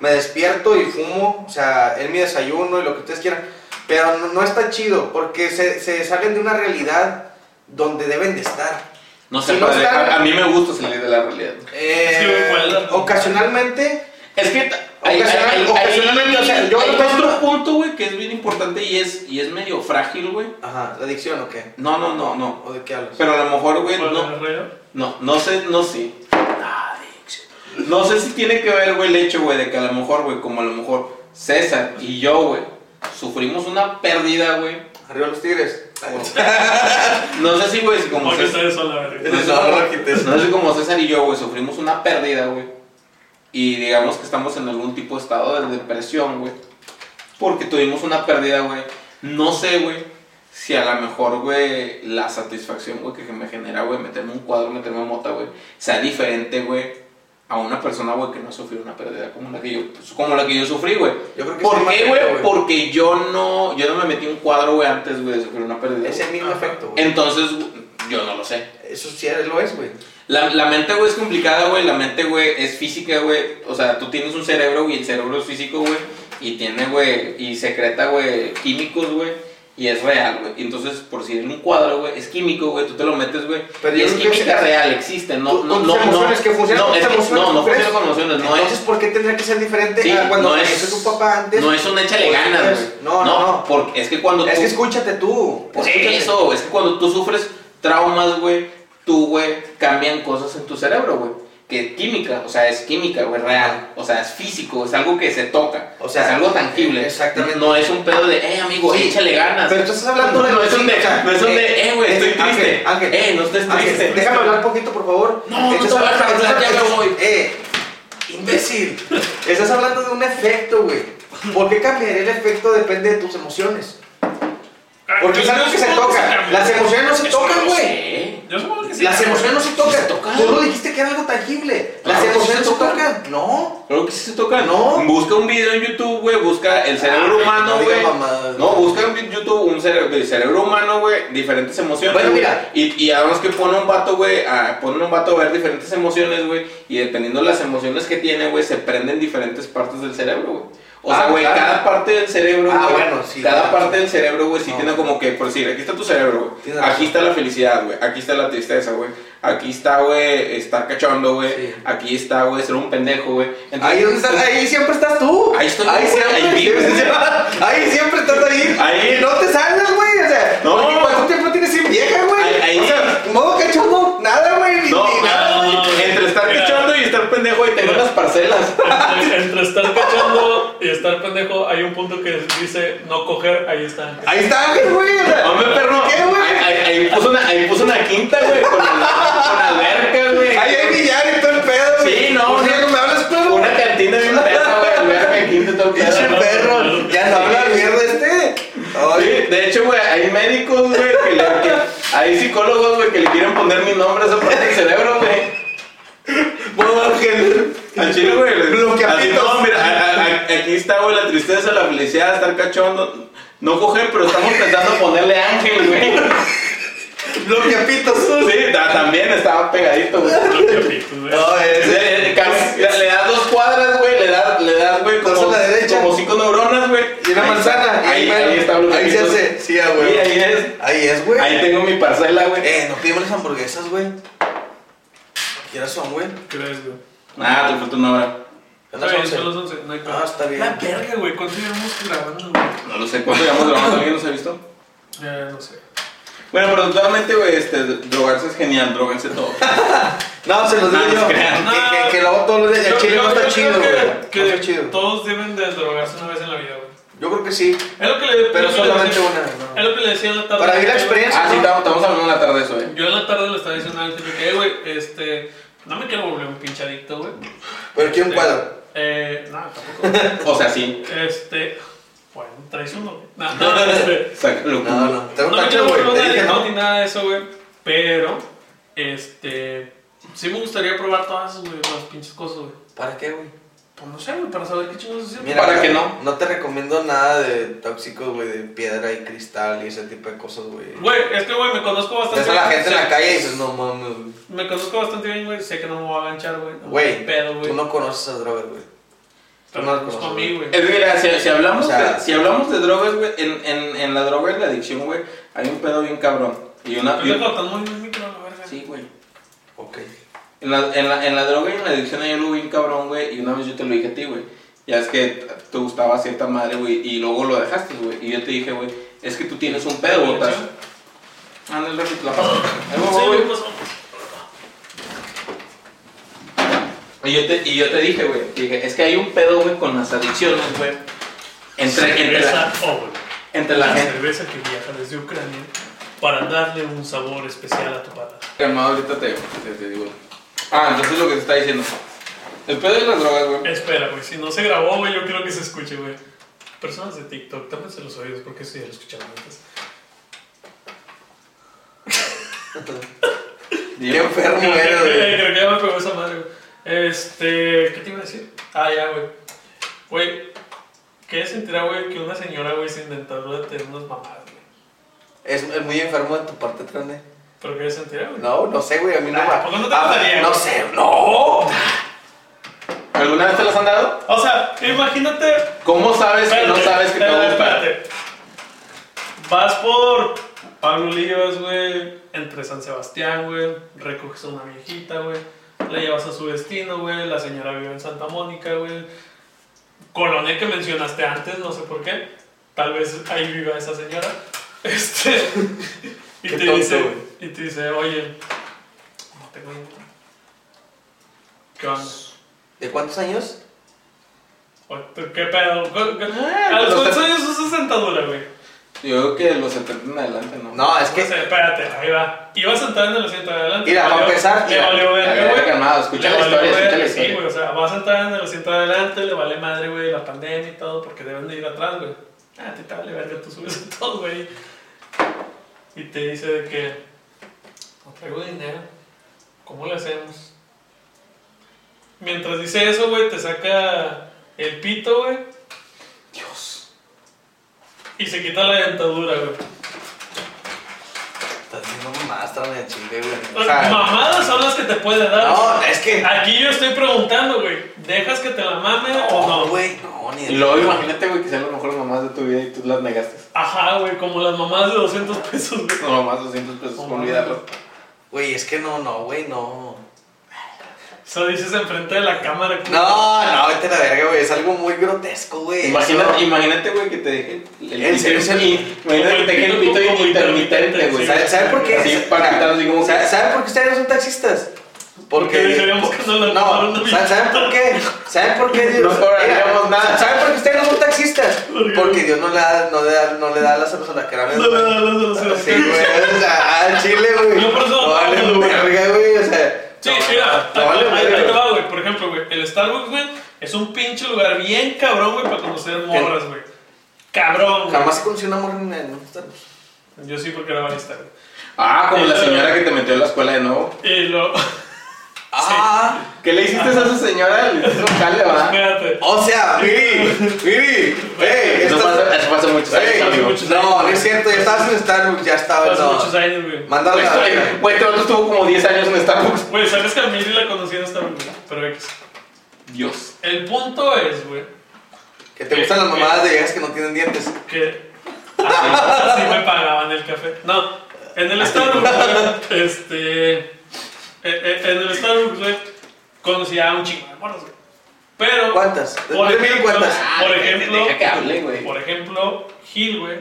Speaker 2: Me despierto y fumo, o sea, en mi desayuno y lo que ustedes quieran. Pero no, no está chido porque se, se salen de una realidad donde deben de estar.
Speaker 3: No sé,
Speaker 2: Si no
Speaker 3: padre,
Speaker 2: están-
Speaker 3: a, a mí me gusta salir de la realidad.
Speaker 1: que,
Speaker 2: Eh,
Speaker 1: güey, ¿cuál es la-
Speaker 2: ocasionalmente,
Speaker 3: Es que t- hay, hay,
Speaker 2: Ocasional-
Speaker 3: hay-
Speaker 2: ocasionalmente,
Speaker 3: hay-
Speaker 2: o sea, yo
Speaker 3: hay
Speaker 2: lo encuentro-
Speaker 3: otro punto, güey, que es bien importante y es, y es medio frágil, güey.
Speaker 2: ajá, la adicción o qué,
Speaker 3: No, no, no, no.
Speaker 2: o de qué hablas.
Speaker 3: Pero a lo mejor, güey,
Speaker 1: ¿Cuál
Speaker 3: no,
Speaker 1: es el rollo?
Speaker 3: No, no sé, no sé. No sé si tiene que ver, güey, el hecho, güey, de que a lo mejor, güey, como a lo mejor César y yo, güey, sufrimos una pérdida, güey.
Speaker 2: Arriba
Speaker 1: [laughs]
Speaker 2: los tigres. [laughs]
Speaker 3: No sé si, güey, si como
Speaker 1: Porque
Speaker 3: César...
Speaker 1: ustedes son la verga.
Speaker 3: No, sé-
Speaker 2: No, no quites.
Speaker 3: Pues, no sé si como César y yo, güey, sufrimos una pérdida, güey. Y digamos que estamos en algún tipo de estado de depresión, güey. Porque tuvimos una pérdida, güey. No sé, güey, si a lo mejor, güey, la satisfacción, güey, que me genera, güey, meterme un cuadro, meterme mota, güey, sea diferente, güey, a una persona, güey, que no ha sufrido una pérdida como la que yo, pues, como la que yo sufrí, güey.
Speaker 2: Yo creo que sí,
Speaker 3: ¿Por
Speaker 2: más
Speaker 3: qué,
Speaker 2: que yo,
Speaker 3: güey?
Speaker 2: güey.
Speaker 3: Porque yo no, yo no me metí un cuadro, güey, antes, güey, de sufrir una pérdida.
Speaker 2: Es el mismo
Speaker 1: Ajá.
Speaker 2: efecto, güey.
Speaker 3: Entonces, güey, yo no lo sé.
Speaker 2: Eso sí lo es, güey.
Speaker 3: La, la mente, güey, es complicada, güey. La mente, güey, es física, güey. O sea, tú tienes un cerebro, güey, el cerebro es físico, güey. Y tiene, güey, y secreta, güey, químicos, güey. Y es real, güey. Entonces, por si en un cuadro, güey, es químico, güey, tú te lo metes, güey.
Speaker 2: Pero
Speaker 3: Y
Speaker 2: yo
Speaker 3: es
Speaker 2: creo que
Speaker 3: química
Speaker 2: sí.
Speaker 3: real, existe. No,
Speaker 2: Con-
Speaker 3: no,
Speaker 2: con
Speaker 3: no.
Speaker 2: tus emociones
Speaker 3: no,
Speaker 2: que funcionan,
Speaker 3: no,
Speaker 2: con
Speaker 3: es
Speaker 2: tus
Speaker 3: que-
Speaker 2: emociones
Speaker 3: no, no
Speaker 2: que
Speaker 3: funciona
Speaker 2: crees.
Speaker 3: con emociones. No
Speaker 2: Entonces,
Speaker 3: es,
Speaker 2: ¿por qué tendría que ser diferente
Speaker 3: Sí,
Speaker 2: a cuando
Speaker 3: no
Speaker 2: conoces
Speaker 3: es-
Speaker 2: a tu papá antes? pues,
Speaker 3: no es un échale ganas, güey.
Speaker 2: No, no, no.
Speaker 3: Porque es que cuando
Speaker 2: Es
Speaker 3: tú-
Speaker 2: que escúchate tú.
Speaker 3: Pues
Speaker 2: Escúchate.
Speaker 3: eso, es que cuando tú sufres traumas, güey, tú, güey, cambian cosas en tu cerebro, güey. Que es química, o sea, es química, güey, real. O sea, es físico, es algo que se toca.
Speaker 2: O
Speaker 3: O
Speaker 2: sea,
Speaker 3: sea, es algo tangible.
Speaker 2: exactamente.
Speaker 3: No es un pedo de, eh, amigo,
Speaker 2: Sí.
Speaker 3: échale ganas.
Speaker 2: Pero tú estás hablando de...
Speaker 3: No, no es un de,
Speaker 2: o sea,
Speaker 3: no es un de, eh, güey, estoy
Speaker 2: Ángel,
Speaker 3: triste.
Speaker 2: Ángel,
Speaker 3: Eh, no estés
Speaker 2: Ángel,
Speaker 3: triste.
Speaker 2: déjame hablar poquito, por favor.
Speaker 3: No, no
Speaker 2: Estás
Speaker 3: te vayas a
Speaker 2: hablando-
Speaker 3: hablar,
Speaker 2: estás-
Speaker 3: ya me voy.
Speaker 2: Eh, imbécil. Estás hablando de un efecto, güey. ¿Por qué cambiaría el efecto? Depende de tus emociones. Porque es algo que se toca. Las emociones no se tocan, güey.
Speaker 1: Yo supongo que sí.
Speaker 2: Las emociones no se tocan.
Speaker 3: se tocan.
Speaker 2: Tú lo dijiste que era algo tangible. Las
Speaker 3: Claro que
Speaker 2: emociones
Speaker 3: sí
Speaker 2: se
Speaker 3: se
Speaker 2: tocan.
Speaker 3: tocan.
Speaker 2: No.
Speaker 3: Creo que sí se toca,
Speaker 2: No.
Speaker 3: Busca un video en YouTube, güey, busca el cerebro
Speaker 2: Ah,
Speaker 3: humano,
Speaker 2: no digas
Speaker 3: güey.
Speaker 2: mamadas.
Speaker 3: No, busca en YouTube un cerebro, el cerebro humano, güey, diferentes emociones.
Speaker 2: Bueno,
Speaker 3: güey.
Speaker 2: mira.
Speaker 3: Y, y además que pone un vato, güey, a, pone un vato a ver diferentes emociones, güey, y dependiendo de las emociones que tiene, güey, se prenden diferentes partes del cerebro, güey. O
Speaker 2: Ah,
Speaker 3: sea, güey,
Speaker 2: claro.
Speaker 3: cada parte del cerebro,
Speaker 2: Ah,
Speaker 3: güey,
Speaker 2: bueno, sí,
Speaker 3: cada
Speaker 2: claro.
Speaker 3: parte del cerebro, güey, sí
Speaker 2: No.
Speaker 3: tiene como que, por decir, aquí está tu cerebro, güey,
Speaker 2: Tienes razón.
Speaker 3: aquí está la felicidad, güey, aquí está la tristeza, güey, aquí está, güey, estar cachondo, güey,
Speaker 2: Sí.
Speaker 3: aquí está, güey, ser un pendejo, güey. Entonces-
Speaker 2: Ahí, donde estás, ahí siempre estás tú.
Speaker 3: Ahí estoy,
Speaker 2: Ahí
Speaker 3: güey,
Speaker 2: siempre,
Speaker 3: ahí vivo.
Speaker 2: [laughs] ahí siempre estás ahí.
Speaker 3: Ahí.
Speaker 2: No te salgas, güey. O sea,
Speaker 3: No.
Speaker 2: porque ¿cuánto tiempo tienes sin vieja, güey?
Speaker 3: Ahí- ahí.
Speaker 2: O sea, modo cachondo, nada, güey. ni-
Speaker 3: No,
Speaker 2: ni nada,
Speaker 1: no,
Speaker 2: güey.
Speaker 1: no,
Speaker 3: Entre estar
Speaker 1: Mira.
Speaker 3: pichando y estar pendejo y tener las parcelas.
Speaker 1: Entre, entre estar cachando y estar pendejo, hay un punto que dice no coger, ahí está.
Speaker 2: [laughs] Ahí está, Ángel, güey. o sea,
Speaker 3: Hombre, perro.
Speaker 2: ¿Qué, güey?
Speaker 3: Ahí, ahí- ahí puso una, ahí puso una quinta, güey, con, con alberca, güey.
Speaker 2: Ahí hay billar y todo el pedo, güey.
Speaker 3: Sí, no,
Speaker 2: ¿Por qué
Speaker 3: no.
Speaker 2: no me hablas, perro?
Speaker 3: Una cantina de un perro, güey, alberca, quinta, todo el pedo.
Speaker 2: Pinche perro. Ya no habla mierda este.
Speaker 3: Sí,
Speaker 2: Oye.
Speaker 3: de hecho, güey, hay médicos, güey, que, le- que- hay, Hay psicólogos, güey, que le quieren poner mi nombre a esa parte del cerebro, güey.
Speaker 2: Bueno, Ángel.
Speaker 3: Al chile, güey. Así,
Speaker 2: Bloqueaditos.
Speaker 3: no, mira, a- a- a- aquí está, güey, la tristeza, la felicidad, estar cachondo. No coger, pero estamos pensando ponerle ángel, güey.
Speaker 2: Bloqueapitos.
Speaker 3: Sí, ta- también estaba pegadito, güey.
Speaker 2: No,
Speaker 3: Es
Speaker 2: es.
Speaker 3: de- de- casi- Le das dos cuadras, güey, le das, le das, güey,
Speaker 2: Dos
Speaker 3: como,
Speaker 2: a la derecha.
Speaker 3: como cinco neuronas, güey.
Speaker 2: Y una
Speaker 3: Ahí
Speaker 2: manzana.
Speaker 3: está- Ahí,
Speaker 2: bueno,
Speaker 3: ahí está
Speaker 2: Ahí se
Speaker 3: bloqueaditos.
Speaker 2: hace. Sí, ah,
Speaker 3: Sí,
Speaker 2: güey.
Speaker 3: ahí es.
Speaker 2: Ahí es, güey.
Speaker 3: Ahí tengo [laughs] mi parcela, güey.
Speaker 2: Eh, no pedimos las hamburguesas, güey. ¿Qué horas son, güey?
Speaker 1: ¿Crees, güey?
Speaker 3: Ah, te falta una hora.
Speaker 2: Son
Speaker 1: Está
Speaker 2: las
Speaker 1: bien,
Speaker 2: once.
Speaker 1: son las 11. No hay pedo.
Speaker 2: Ah, está bien.
Speaker 1: La verga, güey. ¿Cuánto llevamos grabando, güey?
Speaker 3: No lo sé, ¿cuánto llevamos grabando? ¿Alguien nos ha visto?
Speaker 1: Eh, no sé.
Speaker 3: Bueno, pero totalmente, güey, este, drogarse es genial, drogarse
Speaker 2: [laughs]
Speaker 3: todo. Ah,
Speaker 2: No, se los digo
Speaker 3: No, no
Speaker 2: yo.
Speaker 3: se
Speaker 2: Que,
Speaker 3: crean.
Speaker 2: que, que lo hago todos los días. El
Speaker 1: Yo-
Speaker 2: chile
Speaker 1: yo-
Speaker 2: no
Speaker 1: yo
Speaker 2: está
Speaker 1: creo
Speaker 2: chido,
Speaker 1: que-
Speaker 2: güey.
Speaker 1: que
Speaker 2: No está chido.
Speaker 1: Todos deben de drogarse una vez en la vida, güey.
Speaker 2: Yo creo que sí,
Speaker 1: Es lo que le
Speaker 2: pero
Speaker 1: es lo que le
Speaker 2: solamente
Speaker 1: decía-
Speaker 2: una.
Speaker 1: Es
Speaker 2: no.
Speaker 1: lo que le decía en la tarde.
Speaker 2: Para vivir la
Speaker 1: Yo-
Speaker 2: experiencia.
Speaker 3: Ah, sí,
Speaker 2: ¿no?
Speaker 3: estamos, estamos hablando en la tarde de eso, eh.
Speaker 1: Yo en la tarde le estaba diciendo a Ángel que, "Eh, güey, este. No me quiero volver un pinchadicto, güey.
Speaker 2: Pero quiero un cuadro.
Speaker 1: Eh, nada, tampoco.
Speaker 2: [laughs]
Speaker 3: O sea, sí.
Speaker 1: este. Bueno, traes uno, güey. Nah, no, este.
Speaker 3: Sácalo.
Speaker 2: No, no. Tengo
Speaker 1: No
Speaker 2: un
Speaker 1: me
Speaker 2: tacho,
Speaker 1: quiero volver
Speaker 2: güey.
Speaker 1: un
Speaker 2: Te dije,
Speaker 1: adicto
Speaker 2: no.
Speaker 1: ni nada de eso, güey. Pero, este. Sí me gustaría probar todas esas, güey, las pinches cosas, güey.
Speaker 2: ¿Para qué, güey?
Speaker 1: Pues no sé, güey, para saber qué chingados es
Speaker 2: Mira,
Speaker 3: ¿Para qué no?
Speaker 2: No te recomiendo nada de tóxicos, güey, de piedra y cristal y ese tipo de cosas, güey.
Speaker 1: Güey, es que, güey, me conozco bastante.
Speaker 2: Ves a la gente en la
Speaker 1: sé-
Speaker 2: calle y dices, no mames, güey.
Speaker 1: Me conozco bastante bien, güey. Sé que no me voy a aganchar, güey. No
Speaker 2: Güey,
Speaker 1: Pedo, güey.
Speaker 2: tú no conoces esas drogas, güey. tú no
Speaker 1: Pero
Speaker 2: las
Speaker 1: conozco a
Speaker 2: conoces,
Speaker 1: Pues, mí, güey.
Speaker 3: Es que mira, si, si hablamos
Speaker 2: O sea-
Speaker 3: de, si hablamos de drogas, güey, en, en, en la droga y la adicción, güey, hay un pedo bien cabrón. Y una.
Speaker 1: Pero
Speaker 3: y-
Speaker 1: te cortan muy bien el micro, la verga.
Speaker 3: sí, güey.
Speaker 2: Ok.
Speaker 3: En la, en, la, en la droga y en la adicción hay algo bien cabrón, güey. Y una vez yo te lo dije a ti, güey. Ya es que t- te gustaba cierta madre, güey. Y luego lo dejaste, güey. Y yo te dije, güey, es que tú tienes un pedo,
Speaker 1: ¿La
Speaker 3: botas.
Speaker 1: adicción?
Speaker 3: Anda el ratito, la paso. Ahí voy,
Speaker 1: Sí,
Speaker 3: voy.
Speaker 1: güey, pues,
Speaker 3: Y yo te, y yo te dije, güey, te dije, es que hay un pedo, güey, con las adicciones, güey. Entre, entre, la,
Speaker 1: cerveza Owl.
Speaker 3: entre la gente.
Speaker 1: cerveza que viaja desde Ucrania para darle un sabor especial a tu paladar.
Speaker 3: Calmado, ahorita te, te, te digo. Ah, entonces lo que te está diciendo. El pedo de las drogas, güey.
Speaker 1: Espera, güey, si no se grabó, güey, yo quiero que se escuche, güey. Personas de TikTok, tápense los oídos porque eso ya lo escucharon antes.
Speaker 2: Qué enfermo
Speaker 1: Creo que- [laughs]
Speaker 2: eres, güey.
Speaker 1: Creo que ya me pegó esa madre, güey. Este, ¿qué te iba a decir? Ah, ya, güey. Güey, ¿qué sentirá, güey, que una señora, güey, se intentó de tener unas mamadas, güey?
Speaker 2: Es, es muy enfermo de tu parte, Trane.
Speaker 1: ¿Pero qué sentirá, güey?
Speaker 2: No, no sé, güey, a mí no
Speaker 1: Ah,
Speaker 2: me...
Speaker 1: pues no te
Speaker 2: Ah,
Speaker 1: gustaría,
Speaker 2: No
Speaker 1: güey.
Speaker 2: sé, no.
Speaker 3: ¿Alguna vez te las han dado?
Speaker 1: O sea, imagínate.
Speaker 3: ¿Cómo sabes que no
Speaker 1: espérate,
Speaker 3: sabes que te va a
Speaker 1: espérate,
Speaker 3: gustar?
Speaker 1: espérate. Vas por Pablo Olivas, güey, entre San Sebastián, güey, recoges a una viejita, güey, la llevas a su destino, güey, la señora vive en Santa Mónica, güey. Colonia que mencionaste antes, no sé por qué. Tal vez ahí viva esa señora. [laughs] Este. y,
Speaker 2: Qué
Speaker 1: te
Speaker 2: tonto,
Speaker 1: dice,
Speaker 2: güey.
Speaker 1: y te dice, oye, no tengo dinero. ¿Qué onda?
Speaker 2: ¿De cuántos años?
Speaker 1: O- ¿tú ¿Qué pedo? ¿Cu- cu-
Speaker 3: Ah,
Speaker 1: ¿A los
Speaker 3: pues,
Speaker 1: cuántos
Speaker 3: o
Speaker 1: años usas sentadura, güey?
Speaker 3: Yo creo que los 70 en adelante, ¿no?
Speaker 2: No, es
Speaker 1: O
Speaker 2: que...
Speaker 1: sea, espérate, ahí va. Iba sentado en el asiento de adelante.
Speaker 2: Mira, para
Speaker 1: valió-
Speaker 2: empezar,
Speaker 1: le
Speaker 2: mira,
Speaker 1: valió
Speaker 3: A
Speaker 1: verga,
Speaker 3: ver,
Speaker 1: güey.
Speaker 3: calmado, escucha
Speaker 1: Le
Speaker 3: la
Speaker 1: valió
Speaker 3: historia, escucha la
Speaker 1: verga, Sí, güey,
Speaker 3: historia.
Speaker 1: o sea, va sentada en el asiento de adelante, le vale madre, güey, la pandemia y todo, porque deben de ir atrás, güey. Ah, te te vale verga, tú subes [laughs] a todo, güey. Y te dice de que no traigo dinero, ¿cómo le hacemos? Mientras dice eso, güey, te saca el pito, güey,
Speaker 3: Dios.
Speaker 1: y se quita la dentadura, güey.
Speaker 2: Estás diciendo mamás, Trane, chingue, güey. O
Speaker 1: Las
Speaker 2: sea,
Speaker 3: Ah.
Speaker 1: Pues, mamadas son las que te puede dar.
Speaker 2: no, es que...
Speaker 1: Aquí yo estoy preguntando, güey. ¿Dejas que te la mame o
Speaker 2: No,
Speaker 1: no?
Speaker 2: güey, no, ni de...
Speaker 3: Y luego imagínate, güey, que sean las mejores mamás de tu vida y tú las negaste.
Speaker 1: Ajá, güey, como las mamás de 200 pesos, güey.
Speaker 3: No, mamás 200 pesos por
Speaker 1: No,
Speaker 3: olvidarlo.
Speaker 2: Güey, es que no, no, güey, no.
Speaker 1: Eso dices enfrente de la cámara. güey.
Speaker 2: No, no, vete a la verga, güey. Es algo muy grotesco, güey.
Speaker 3: Imagínate,
Speaker 2: Eso-
Speaker 3: imagínate, güey, que te deje el
Speaker 2: En serio,
Speaker 3: pito.
Speaker 2: en serio.
Speaker 3: y- Imagínate que te deje el
Speaker 1: Como
Speaker 3: pito
Speaker 1: el pito como
Speaker 3: intermitente, güey.
Speaker 1: intermitente,
Speaker 2: Pues, ¿Sabe- ¿Sabe por qué?
Speaker 3: Así, para quitar así como que-
Speaker 2: ¿Sabe- ¿Sabe por qué ustedes no son taxistas? Porque.
Speaker 1: Porque diríamos que no le tomaron
Speaker 2: No,
Speaker 1: una
Speaker 2: ¿sabe- ¿saben por qué? ¿Saben por qué Dios?
Speaker 3: No cobraríamos
Speaker 2: Mira,
Speaker 3: nada.
Speaker 2: ¿Saben por qué ustedes no son taxistas?
Speaker 1: ¿Por qué?
Speaker 2: Porque Dios no le da, no le da, no le da las alas a la cara.
Speaker 1: No, no, no, no, no, no, no.
Speaker 2: Sí, güey. o sea, Al chile, güey.
Speaker 1: Yo por eso no
Speaker 2: No vale
Speaker 1: pago, güey.
Speaker 2: verga, güey. O sea.
Speaker 1: Sí,
Speaker 2: no,
Speaker 1: mira,
Speaker 2: no vale
Speaker 1: ahí, ahí te
Speaker 2: verga.
Speaker 1: va, güey. Por ejemplo, güey, el Starbucks, güey, es un pinche lugar bien cabrón, güey, para conocer morras, güey. Cabrón, güey.
Speaker 2: Jamás se conoció una morra en el.
Speaker 1: Yo sí, porque era barista, güey.
Speaker 3: Ah, como la señora que te metió a la escuela de nuevo.
Speaker 1: Y lo.
Speaker 2: Ah,
Speaker 3: ¿Qué le hiciste a esa señora? Le hiciste un jale, ¿verdad?
Speaker 1: Espérate.
Speaker 2: o sea, Miri, Miri, hey,
Speaker 3: Eso
Speaker 2: estás-
Speaker 3: pasa, eso pasa mucho.
Speaker 2: Ey,
Speaker 3: ¿sabes, amigo?
Speaker 1: mucho.
Speaker 2: no, no es cierto, ya estabas en Starbucks, ya estaba,
Speaker 1: Hace
Speaker 2: no.
Speaker 1: muchos años, Pues güey.
Speaker 2: Mándala a la verga.
Speaker 3: Güey, este vato estuvo como 10 años en Starbucks.
Speaker 1: Güey, sabes que a Miri la conocí en esta Pero X.
Speaker 3: Dios.
Speaker 1: El punto es, güey,
Speaker 2: Que te gustan las mamadas de viejas que no tienen dientes.
Speaker 1: que. Así me pagaban el café. No, en el Starbucks, güey, este. eh, eh, En el Starbucks, güey, conocí a un chingo de morros, güey. Pero.
Speaker 2: ¿Cuántas?
Speaker 1: Por
Speaker 2: ¿De mil
Speaker 1: ejemplo, ah,
Speaker 2: cuántas?
Speaker 1: Por ejemplo-
Speaker 3: Deja Ah, que hable, güey.
Speaker 1: Por ejemplo, Gil, güey.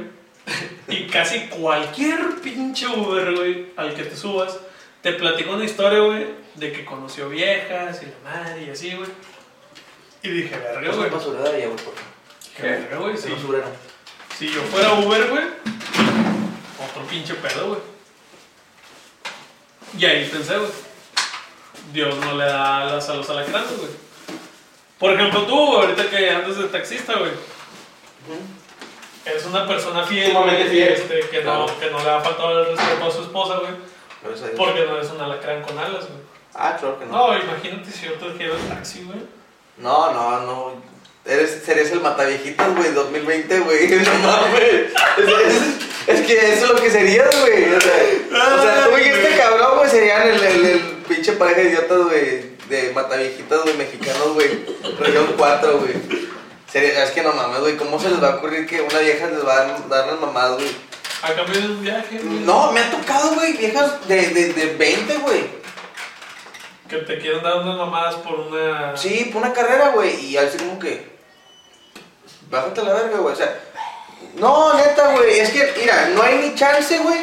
Speaker 1: [laughs] Y casi cualquier pinche Uber, güey, al que te subas, te platicó una historia, güey, de que conoció viejas y la madre y así, güey. Y dije, verga,
Speaker 2: Es
Speaker 1: güey.
Speaker 2: una basurada ya, güey, por favor.
Speaker 1: Dije, verga, güey.
Speaker 2: Es
Speaker 1: Si,
Speaker 2: un basurero.
Speaker 1: si yo fuera Uber, güey, otro pinche pedo, güey. Y ahí pensé, güey. Dios no le da las a los alacranes, güey. Por ejemplo, tú, güey, ahorita que andas de taxista, güey. Es una persona fiel,
Speaker 3: Sumamente
Speaker 1: güey,
Speaker 3: fiel.
Speaker 1: este, que, no,
Speaker 2: Claro.
Speaker 1: que no le ha faltado el respeto a su esposa, güey.
Speaker 2: Gracias a Dios.
Speaker 1: Porque no es un alacrán con alas, güey.
Speaker 2: Ah, claro que no.
Speaker 1: No, imagínate si yo te quiero el taxi, güey.
Speaker 2: No, no, no. Eres, serías el mataviejitas, güey, 2020, güey. [laughs] No mames. Es, es- es que eso es lo que serías, güey. O sea, o sea, tú y este cabrón, güey, serían el, el, el pinche pareja de idiotas, güey. De mataviejitas, güey, mexicanos, güey. Región 4, güey. Sería- Es que no mames, güey. ¿Cómo se les va a ocurrir que una vieja les va a dar, dar las mamadas, güey?
Speaker 1: A cambio de un viaje, güey.
Speaker 2: No, me ha tocado, güey, viejas de, de, de 20, güey.
Speaker 1: Que te quieren dar unas mamadas por una.
Speaker 2: Sí, por una carrera, güey. Y así como que. Bájate a la verga, güey. O sea. No, neta, güey. Es que, mira, no hay ni chance, güey.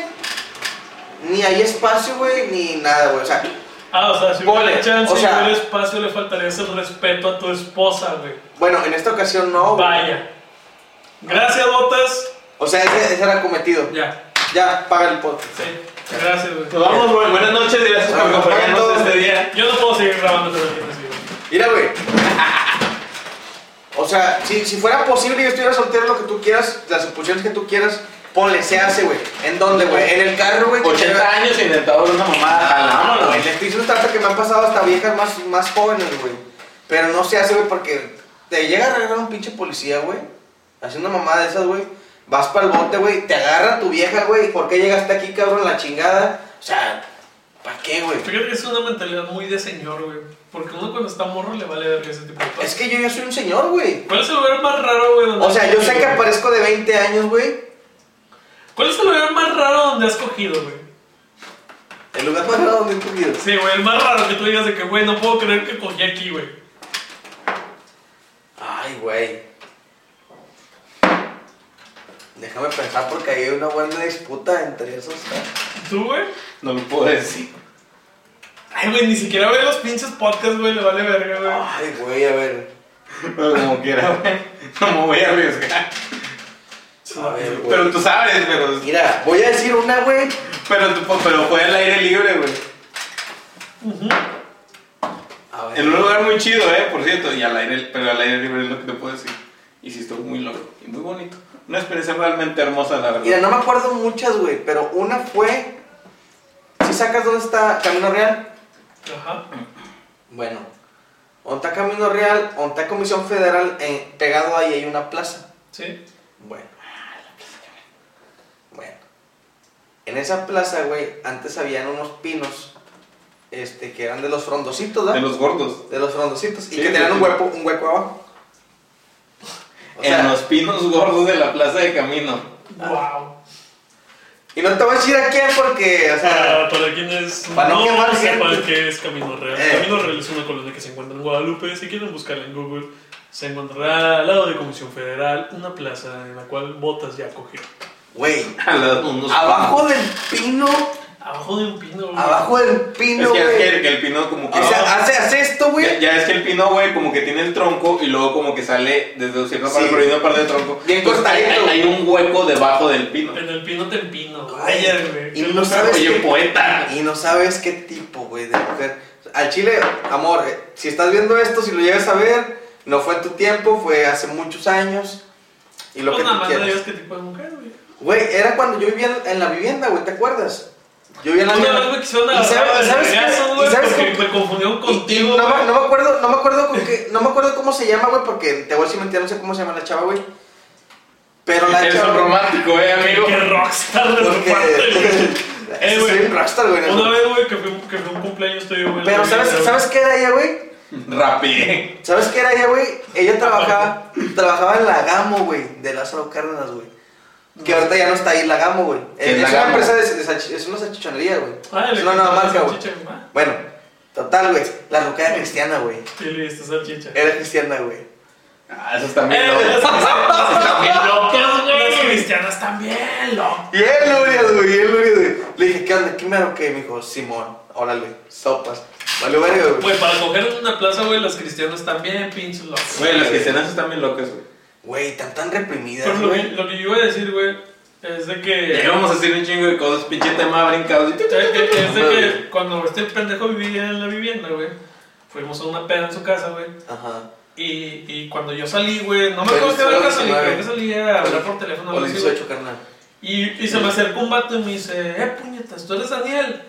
Speaker 2: Ni hay espacio, güey, ni nada, güey. O sea,
Speaker 1: Ah, o sea, si
Speaker 2: Ponle,
Speaker 1: hubiera chance
Speaker 2: o sea-
Speaker 1: y hubiera espacio, le faltarías el respeto a tu esposa, güey.
Speaker 2: bueno, en esta ocasión no, güey.
Speaker 1: Vaya. Gracias, Botas.
Speaker 2: O sea, ese, ese era cometido.
Speaker 1: Ya,
Speaker 2: Ya, paga el podcast.
Speaker 1: sí. Gracias, güey.
Speaker 3: Nos vamos, güey. Buenas noches. Gracias por acompañarnos este día.
Speaker 1: Yo no puedo seguir grabando todo el tiempo así, güey.
Speaker 2: Mira, güey. O sea, si, si fuera posible y yo estuviera soltero lo que tú quieras, las oposiciones que tú quieras, ponle, se hace, güey. ¿En dónde, güey? En el carro, güey. que
Speaker 3: 80
Speaker 2: llega-
Speaker 3: años intentado ver una mamada.
Speaker 2: Ah,
Speaker 3: Jalámonos,
Speaker 2: güey,
Speaker 3: güey.
Speaker 2: les estoy diciendo tanto que me han pasado hasta viejas más, más jóvenes, güey. Pero no se hace, güey, porque te llega a agarrar un pinche policía, güey. Haciendo una mamada de esas, güey. Vas para el bote, güey. Te agarra tu vieja, güey. ¿Por qué llegaste aquí, cabrón? La chingada. O sea, ¿para qué, güey?
Speaker 1: Fíjate que es una mentalidad muy de señor, güey. Porque uno cuando está morro le vale ver ese tipo de cosas.
Speaker 2: Es que yo ya soy un señor, güey.
Speaker 1: ¿Cuál es el lugar más raro, güey? donde
Speaker 2: O sea,
Speaker 1: has
Speaker 2: yo
Speaker 1: cogido,
Speaker 2: sé que
Speaker 1: güey?
Speaker 2: parezco de 20 años, güey.
Speaker 1: ¿Cuál es el lugar más raro donde has cogido, güey?
Speaker 2: El lugar más raro donde he cogido.
Speaker 1: Sí, güey, el más raro que tú digas de que, güey, no puedo creer que cogí aquí, güey.
Speaker 2: Ay, güey. Déjame pensar porque ahí hay una buena disputa entre esos.
Speaker 1: ¿Tú, güey?
Speaker 3: No lo puedo decir.
Speaker 1: Ay, güey, ni siquiera ve los pinches podcasts, güey, le vale verga, güey.
Speaker 2: Ay, güey, a ver.
Speaker 3: Pero como quiera. No me voy a arriesgar.
Speaker 2: A ver, güey.
Speaker 3: Pero tú sabes, pero,
Speaker 2: Mira, voy a decir una, güey.
Speaker 3: pero, tú- pero fue al aire libre, güey.
Speaker 1: Ujú.
Speaker 2: A ver.
Speaker 3: En un lugar muy chido, eh, por cierto, y al aire, pero al aire libre es lo que te puedo decir. Y sí, estuvo muy loco y muy bonito. Una experiencia realmente hermosa, la verdad.
Speaker 2: Mira, no me acuerdo muchas, güey, pero una fue. ¿Si sacas dónde está Camino Real?
Speaker 1: Ajá.
Speaker 2: Bueno, onde está Camino Real, onde está Comisión Federal, en- pegado ahí hay una plaza.
Speaker 1: Sí.
Speaker 2: Bueno. Bueno. En esa plaza, güey, antes habían unos pinos este, que eran de los frondositos, ¿verdad?
Speaker 3: De los gordos.
Speaker 2: De los frondositos. y
Speaker 3: Sí,
Speaker 2: que tenían
Speaker 3: sí,
Speaker 2: un
Speaker 3: sí.
Speaker 2: hueco, un hueco abajo. O
Speaker 3: en
Speaker 2: sea,
Speaker 3: los pinos gordos de la plaza de camino.
Speaker 1: Ah. Wow.
Speaker 2: Y no te voy a decir a quién porque, o sea.
Speaker 1: Para, Ah, para quienes
Speaker 2: Para no
Speaker 1: no
Speaker 2: quemar
Speaker 1: sepan
Speaker 2: gente.
Speaker 1: qué es Camino Real.
Speaker 2: Eh.
Speaker 1: Camino Real es una colonia que se encuentra en Guadalupe. Si quieren buscarla en Google, se encontrará al lado de Comisión Federal una plaza en la cual Botas ya cogió.
Speaker 2: Güey,
Speaker 3: Al lado de unos
Speaker 2: abajo del pino,
Speaker 1: Abajo de un pino, güey.
Speaker 2: abajo del
Speaker 3: Es
Speaker 2: pino,
Speaker 3: que, es
Speaker 2: güey.
Speaker 3: que- que el pino como que...
Speaker 2: O sea, hace, hace esto,
Speaker 3: ya,
Speaker 2: güey.
Speaker 3: ya es que el pino, güey, como que tiene el tronco y luego como que sale desde cierta
Speaker 2: Sí.
Speaker 3: parte, pero hay una parte del tronco.
Speaker 2: Bien
Speaker 3: Entonces, hay,
Speaker 2: cortadito.
Speaker 3: hay- hay un hueco debajo del pino.
Speaker 1: En el pino te empino.
Speaker 2: Ay,
Speaker 1: Vaya, güey.
Speaker 2: y
Speaker 1: Qué
Speaker 2: no
Speaker 1: loco.
Speaker 2: sabes
Speaker 3: Oye,
Speaker 2: qué-
Speaker 3: poeta.
Speaker 2: Y no sabes qué tipo, güey, de mujer. Al chile, amor, eh, si estás viendo esto, si lo llegas a ver, no fue en tu tiempo, fue hace muchos años. Y lo
Speaker 1: Pues
Speaker 2: que
Speaker 1: nada
Speaker 2: tú
Speaker 1: más no digas
Speaker 2: quieras.
Speaker 1: qué tipo de mujer, güey.
Speaker 2: Güey, era cuando yo vivía en- en la vivienda, güey, ¿te acuerdas? Yo vi en la
Speaker 1: Una
Speaker 2: mañana-
Speaker 1: vez me quisieron agarrar
Speaker 2: ¿Y sabes-
Speaker 1: de
Speaker 2: sabes qué?
Speaker 1: vergazos,
Speaker 2: ¿Y
Speaker 1: güey,
Speaker 2: sabes
Speaker 1: porque
Speaker 2: cómo-
Speaker 1: me confundieron contigo.
Speaker 2: Y No,
Speaker 1: güey.
Speaker 2: me- no me acuerdo, no me acuerdo con qué, no me acuerdo cómo se llama, güey, porque te voy a decir mentira, no sé cómo se llama la chava, güey. Pero la
Speaker 3: Eres
Speaker 2: chava.
Speaker 3: un romántico, eh, amigo.
Speaker 1: Qué rockstar de tu
Speaker 2: Porque-
Speaker 1: parte, güey.
Speaker 2: [laughs]
Speaker 1: Eh,
Speaker 2: Soy
Speaker 1: güey.
Speaker 2: un rockstar, güey. en eso.
Speaker 1: Una vez, güey, que fue, que fue un cumpleaños tuyo, güey.
Speaker 2: Pero
Speaker 1: la
Speaker 2: ¿sabes,
Speaker 1: vida,
Speaker 2: ¿sabes qué era ella, güey?
Speaker 3: Rapé.
Speaker 2: ¿Sabes qué era ella, güey?
Speaker 1: [laughs]
Speaker 2: Ella trabajaba, trabajaba en la Gamo, güey, de Lázaro Cárdenas, güey. Que ahorita ya no está ahí la Gamo, güey.
Speaker 3: ¿Qué
Speaker 2: Es,
Speaker 3: es la
Speaker 2: una
Speaker 3: Gamo?
Speaker 2: empresa de, de salch- es una salchichonería, güey.
Speaker 1: güey. Ah,
Speaker 2: es
Speaker 1: le
Speaker 2: una nueva
Speaker 1: quitaste
Speaker 2: marca, güey.
Speaker 1: salchicha, ah,
Speaker 2: Bueno, total, güey. La roca era cristiana, güey.
Speaker 1: Sí, le diste salchicha.
Speaker 2: Era cristiana, güey.
Speaker 3: Ah, eso está bien.
Speaker 1: Eh, las
Speaker 2: [laughs]
Speaker 3: loco.
Speaker 1: cristianas también locas, güey.
Speaker 4: güey.
Speaker 1: Las cristianas también locas.
Speaker 2: Y él, Urias, güey, y él, Urias, güey. Le dije, ¿qué onda? ¿Qué me hago qué? Me dijo, Simón, órale, sopas. Vale, verga, güey.
Speaker 3: Pues-
Speaker 1: Güey, para coger en una plaza, güey, las cristianas también, pinches locas.
Speaker 3: Güey, las cristianas están bien locas, güey.
Speaker 2: Güey, tan tan
Speaker 1: Pero
Speaker 2: reprimidas,
Speaker 1: lo que,
Speaker 2: güey.
Speaker 1: lo que yo iba a decir, güey, es de que.
Speaker 3: Ya íbamos a decir un chingo de cosas, pinche tema brincado.
Speaker 1: Es de que, es de que cuando este pendejo vivía en la vivienda, güey, fuimos a una peda en su casa, güey.
Speaker 2: Ajá.
Speaker 1: Y, y cuando yo salí, güey, no me
Speaker 2: Fue
Speaker 1: acuerdo qué hora salí,
Speaker 2: 19.
Speaker 1: creo que salí a hablar por teléfono.
Speaker 2: O
Speaker 1: algo
Speaker 2: el
Speaker 1: así,
Speaker 2: 18, carnal. [laughs]
Speaker 1: Y, y se me acerca un vato y me dice, eh, puñetas, tú eres Daniel.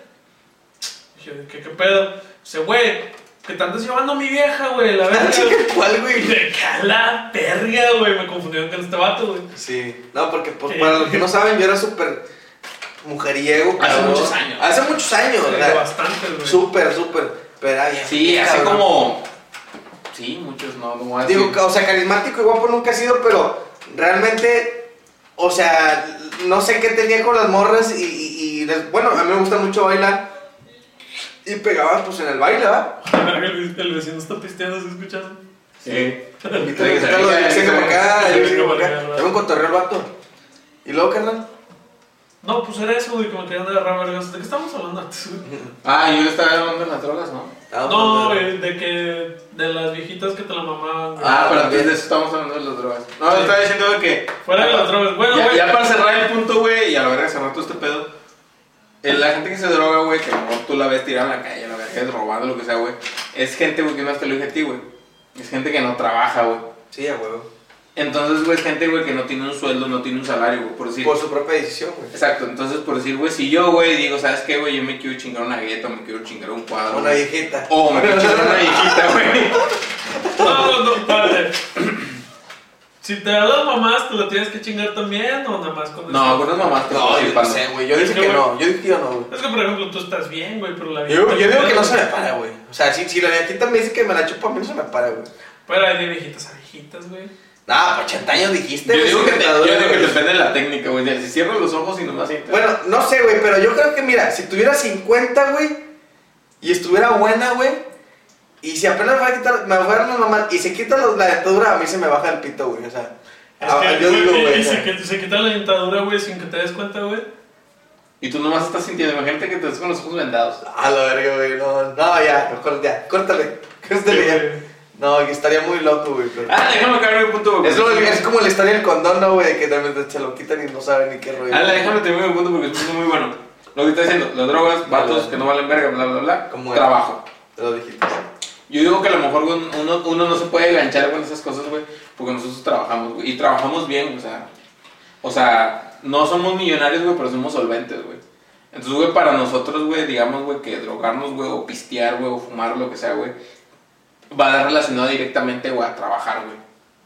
Speaker 1: Y yo, ¿qué, qué pedo? Dice, güey, que te andas llevando a mi vieja, güey, la
Speaker 2: Ah,
Speaker 1: verga.
Speaker 2: chica, [laughs] ¿Cuál,
Speaker 1: Y
Speaker 2: güey?
Speaker 1: de que a la verga, güey, me confundieron con este vato, güey.
Speaker 2: Sí. No, porque pues,
Speaker 1: Sí.
Speaker 2: para los que no saben, yo era súper mujeriego,
Speaker 3: Hace
Speaker 2: cabrón.
Speaker 3: muchos años.
Speaker 2: Hace muchos años,
Speaker 1: Pero
Speaker 2: ¿verdad?
Speaker 1: Bastante, güey.
Speaker 2: Súper, súper. Pero era bien,
Speaker 3: Sí, así
Speaker 2: cabrón.
Speaker 3: como. Sí, muchos no, no voy a
Speaker 2: Digo,
Speaker 3: decir.
Speaker 2: o sea, carismático y guapo nunca he sido, pero realmente, o sea, no sé qué tenía con las morras y, y- y les- bueno, a mí me gusta mucho bailar y pegaba pues en el baile, ¿va?
Speaker 1: [laughs] A ver, el, el vecino está pisteando, ¿se escuchas?
Speaker 3: Sí.
Speaker 2: Y te lo diciendo para acá, yo sigo para acá. Ya me encontré el vato. ¿Y luego, carnal?
Speaker 1: No, pues era eso, güey, que me querían agarrar vergas. ¿De qué estábamos hablando antes, güey?
Speaker 3: Ah, yo estaba grabando las drogas, ¿no?
Speaker 2: Ah,
Speaker 1: No,
Speaker 2: pues,
Speaker 1: güey, de que. de las viejitas que te la mamaban, güey.
Speaker 3: Ah, pero antes de eso estamos hablando de las drogas. No,
Speaker 1: Sí.
Speaker 3: estaba diciendo de que. Ah,
Speaker 1: Fuera de las drogas. Bueno,
Speaker 3: ya,
Speaker 1: güey.
Speaker 3: ya para cerrar el punto, güey, y a la verga cerrar todo este pedo. eh, La gente que se droga, güey, que a lo mejor tú la ves tirada en la calle, la verga, robando, lo que sea, güey. Es gente, güey, que no te lo dije a ti, güey. Es gente que no trabaja, güey.
Speaker 2: Sí, a huevo.
Speaker 3: Entonces, güey, es gente, güey, que no tiene un sueldo, no tiene un salario, güey, por decir.
Speaker 1: Pues-
Speaker 2: Por su propia decisión, güey.
Speaker 3: Exacto, entonces por decir, güey, si yo, güey, digo, ¿sabes qué, güey? Yo me quiero chingar una gueta, me quiero chingar un cuadro.
Speaker 2: Una
Speaker 3: güey.
Speaker 2: viejita.
Speaker 3: O me quiero
Speaker 2: [laughs]
Speaker 3: chingar una viejita,
Speaker 1: [laughs]
Speaker 3: güey.
Speaker 1: No, no, no, espérate. Si te das las mamás, ¿te la tienes que chingar también o nada más con
Speaker 3: No,
Speaker 1: eso?
Speaker 3: algunas mamás te
Speaker 2: No, yo no sé, güey. Yo dije
Speaker 1: Es que,
Speaker 2: que
Speaker 1: güey.
Speaker 2: no. Yo dije que yo no, güey.
Speaker 1: Es que, por ejemplo, tú estás bien, güey, pero la
Speaker 2: Yo,
Speaker 1: viejita-
Speaker 2: yo digo que no se me para, güey. O sea, si, si la viejita me dice que me la chupa, a mí no se me para, güey.
Speaker 1: Pero hay de viejitas a viejitas, güey.
Speaker 2: Nah, pues 80 años dijiste.
Speaker 3: Yo
Speaker 2: güey,
Speaker 3: digo que,
Speaker 2: sí,
Speaker 3: te, yo
Speaker 2: dura,
Speaker 3: digo que
Speaker 2: güey.
Speaker 3: depende de la técnica, güey. de Si cierras los ojos y nomás sientes.
Speaker 2: Bueno, no sé, güey, pero yo creo que, mira, si tuviera 50, güey, y estuviera buena, güey, y si apenas me va a quitar, me va a dar mamá, y se quita los- la dentadura, a mí se me baja el pito, güey, o sea.
Speaker 1: Es
Speaker 2: a-
Speaker 1: que,
Speaker 2: Ah, yo
Speaker 1: güey,
Speaker 2: digo,
Speaker 1: y-
Speaker 2: güey.
Speaker 1: Y
Speaker 2: o
Speaker 1: se,
Speaker 2: sea,
Speaker 1: que- se quita la dentadura, güey, sin que te des cuenta, güey.
Speaker 3: Y tú nomás estás sintiendo, imagínate que te ves con los ojos vendados.
Speaker 2: A la verga, güey, no, no, ya, mejor ya, córtale, [laughs] córtale ya. No, que estaría muy loco, güey. pero-
Speaker 3: Ah, déjame acabar mi punto, güey.
Speaker 2: Es, lo- es como la historia del condón, ¿no, güey? Que también se lo quitan y no saben ni qué rollo.
Speaker 3: Ah, déjame terminar mi punto porque es un punto muy bueno. Lo que está diciendo, las drogas, vatos
Speaker 2: dale.
Speaker 3: que no valen verga, bla, bla, bla.
Speaker 2: ¿Cómo era?
Speaker 3: trabajo.
Speaker 2: Te lo dijiste.
Speaker 3: Yo digo que a lo mejor güey, uno, uno no se puede enganchar con esas cosas, güey, porque nosotros trabajamos, güey, y trabajamos bien, o sea, o sea, no somos millonarios, güey, pero somos solventes, güey. Entonces, güey, para nosotros, güey, digamos, güey, que drogarnos, güey, o pistear, güey, o fumar, lo que sea, güey, va a dar relacionado directamente, güey, a trabajar, güey.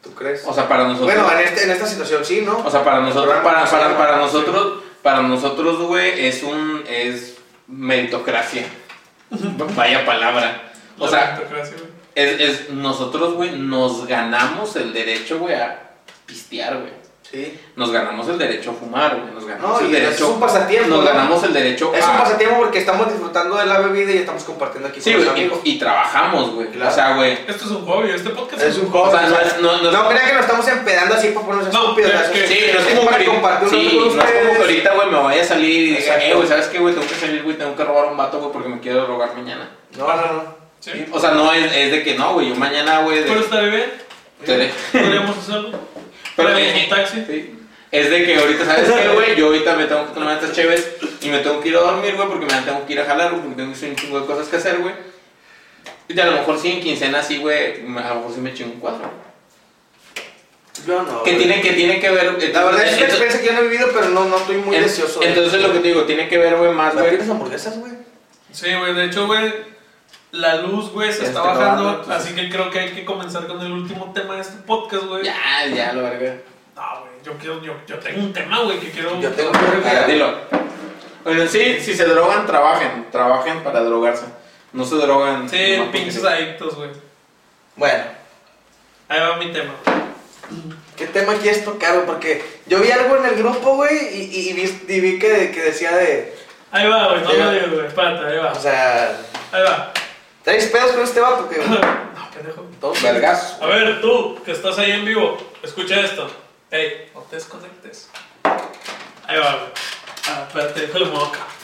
Speaker 2: ¿Tú crees?
Speaker 3: O sea, para nosotros...
Speaker 2: bueno, en, este- en esta situación sí, ¿no?
Speaker 3: O sea, para nosotros, para, para, para
Speaker 2: Sí.
Speaker 3: nosotros, para nosotros, güey, es un, es meritocracia. Vaya palabra. O
Speaker 1: La
Speaker 3: sea,
Speaker 1: meritocracia, güey.
Speaker 3: es, es nosotros, güey, nos ganamos el derecho, güey, a pistear, güey.
Speaker 2: sí.
Speaker 3: Nos ganamos el derecho a fumar, güey. Nos ganamos
Speaker 2: No,
Speaker 3: el
Speaker 2: y es
Speaker 3: derecho.
Speaker 2: un pasatiempo.
Speaker 3: nos
Speaker 2: ¿no?
Speaker 3: ganamos el derecho
Speaker 2: Es
Speaker 3: a.
Speaker 2: un pasatiempo porque estamos disfrutando de la bebida y estamos compartiendo aquí
Speaker 3: Sí,
Speaker 2: con los
Speaker 3: güey.
Speaker 2: amigos.
Speaker 3: Y, y trabajamos, güey.
Speaker 2: Claro.
Speaker 3: O sea, güey.
Speaker 1: Esto es un hobby, este podcast
Speaker 2: Es un
Speaker 3: O
Speaker 2: hobby.
Speaker 3: sea, no es. No, no, es-
Speaker 2: No crean que nos estamos empedando así para ponernos
Speaker 1: No,
Speaker 2: estúpidos.
Speaker 1: es
Speaker 2: ¿no?
Speaker 1: que-
Speaker 3: Sí, no es como
Speaker 2: para
Speaker 3: que ahorita,
Speaker 2: compartir
Speaker 3: sí,
Speaker 2: con
Speaker 3: no es como
Speaker 2: ustedes.
Speaker 3: que ahorita, güey, me vaya a salir y diga,
Speaker 2: Exacto.
Speaker 3: eh, güey, ¿sabes qué, güey? Tengo que salir, güey, tengo que robar a un vato, güey, porque me quiero drogar mañana.
Speaker 2: No, no, no.
Speaker 1: Sí.
Speaker 3: O sea, no es, es de que no, güey, yo mañana, güey, de-
Speaker 1: Pero estaría bien,
Speaker 3: de-
Speaker 1: podríamos hacerlo. Pero en un taxi.
Speaker 3: Sí. Es de que ahorita, ¿sabes qué, güey? Yo ahorita me tengo que tomar estas chéves y me tengo que ir a dormir, güey, porque me tengo que ir a jalar, güey, porque tengo que hacer un chingo de cosas que hacer, güey. Y a lo mejor sí en quincena sí, güey, a lo mejor sí me chingo un cuadro.
Speaker 2: Yo no.
Speaker 4: Que
Speaker 2: güey.
Speaker 4: tiene, que tiene que ver.
Speaker 3: eh,
Speaker 2: La verdad es
Speaker 4: entonces-
Speaker 2: una experiencia que yo no he vivido, pero no, no estoy muy
Speaker 4: en-
Speaker 2: deseoso. de-
Speaker 4: Entonces lo que te digo, tiene que ver, güey, más,
Speaker 2: ¿No
Speaker 4: güey.
Speaker 2: tienes hamburguesas, güey?
Speaker 1: Sí, güey, de hecho, güey, la luz, güey, se
Speaker 3: Ya
Speaker 1: está
Speaker 3: está acabando,
Speaker 1: bajando,
Speaker 3: entonces.
Speaker 1: así que creo que hay que comenzar con el último tema de este podcast, güey.
Speaker 4: Ya, ya, lo verga.
Speaker 1: No, güey, yo quiero, yo, yo tengo un tema, güey, que quiero...
Speaker 2: Yo tengo que
Speaker 3: A ver,
Speaker 2: regalar.
Speaker 3: dilo. Bueno, sí, si se drogan, trabajen. Trabajen para drogarse. No se drogan.
Speaker 1: Sí,
Speaker 3: nomás
Speaker 1: pinches
Speaker 3: porque-
Speaker 1: adictos, güey.
Speaker 2: Bueno,
Speaker 1: Ahí va mi tema.
Speaker 2: ¿qué tema quieres tocar, güey? Porque yo vi algo en el grupo, güey, y, y, y vi, y vi que, que decía de.
Speaker 1: Ahí va, güey, no
Speaker 2: Ahí
Speaker 1: lo
Speaker 2: va.
Speaker 1: digas, güey, espérate, ahí va.
Speaker 2: O sea,
Speaker 1: Ahí va.
Speaker 2: ¿traes pedos con este vato?
Speaker 3: [laughs]
Speaker 2: Que,
Speaker 1: no, pendejo.
Speaker 2: todos
Speaker 3: Vergazo.
Speaker 1: A ver, tú, que estás ahí en vivo, escucha esto. Ey, no te desconectes. Ahí va, güey. Ah, espérate, déjalo modo acá.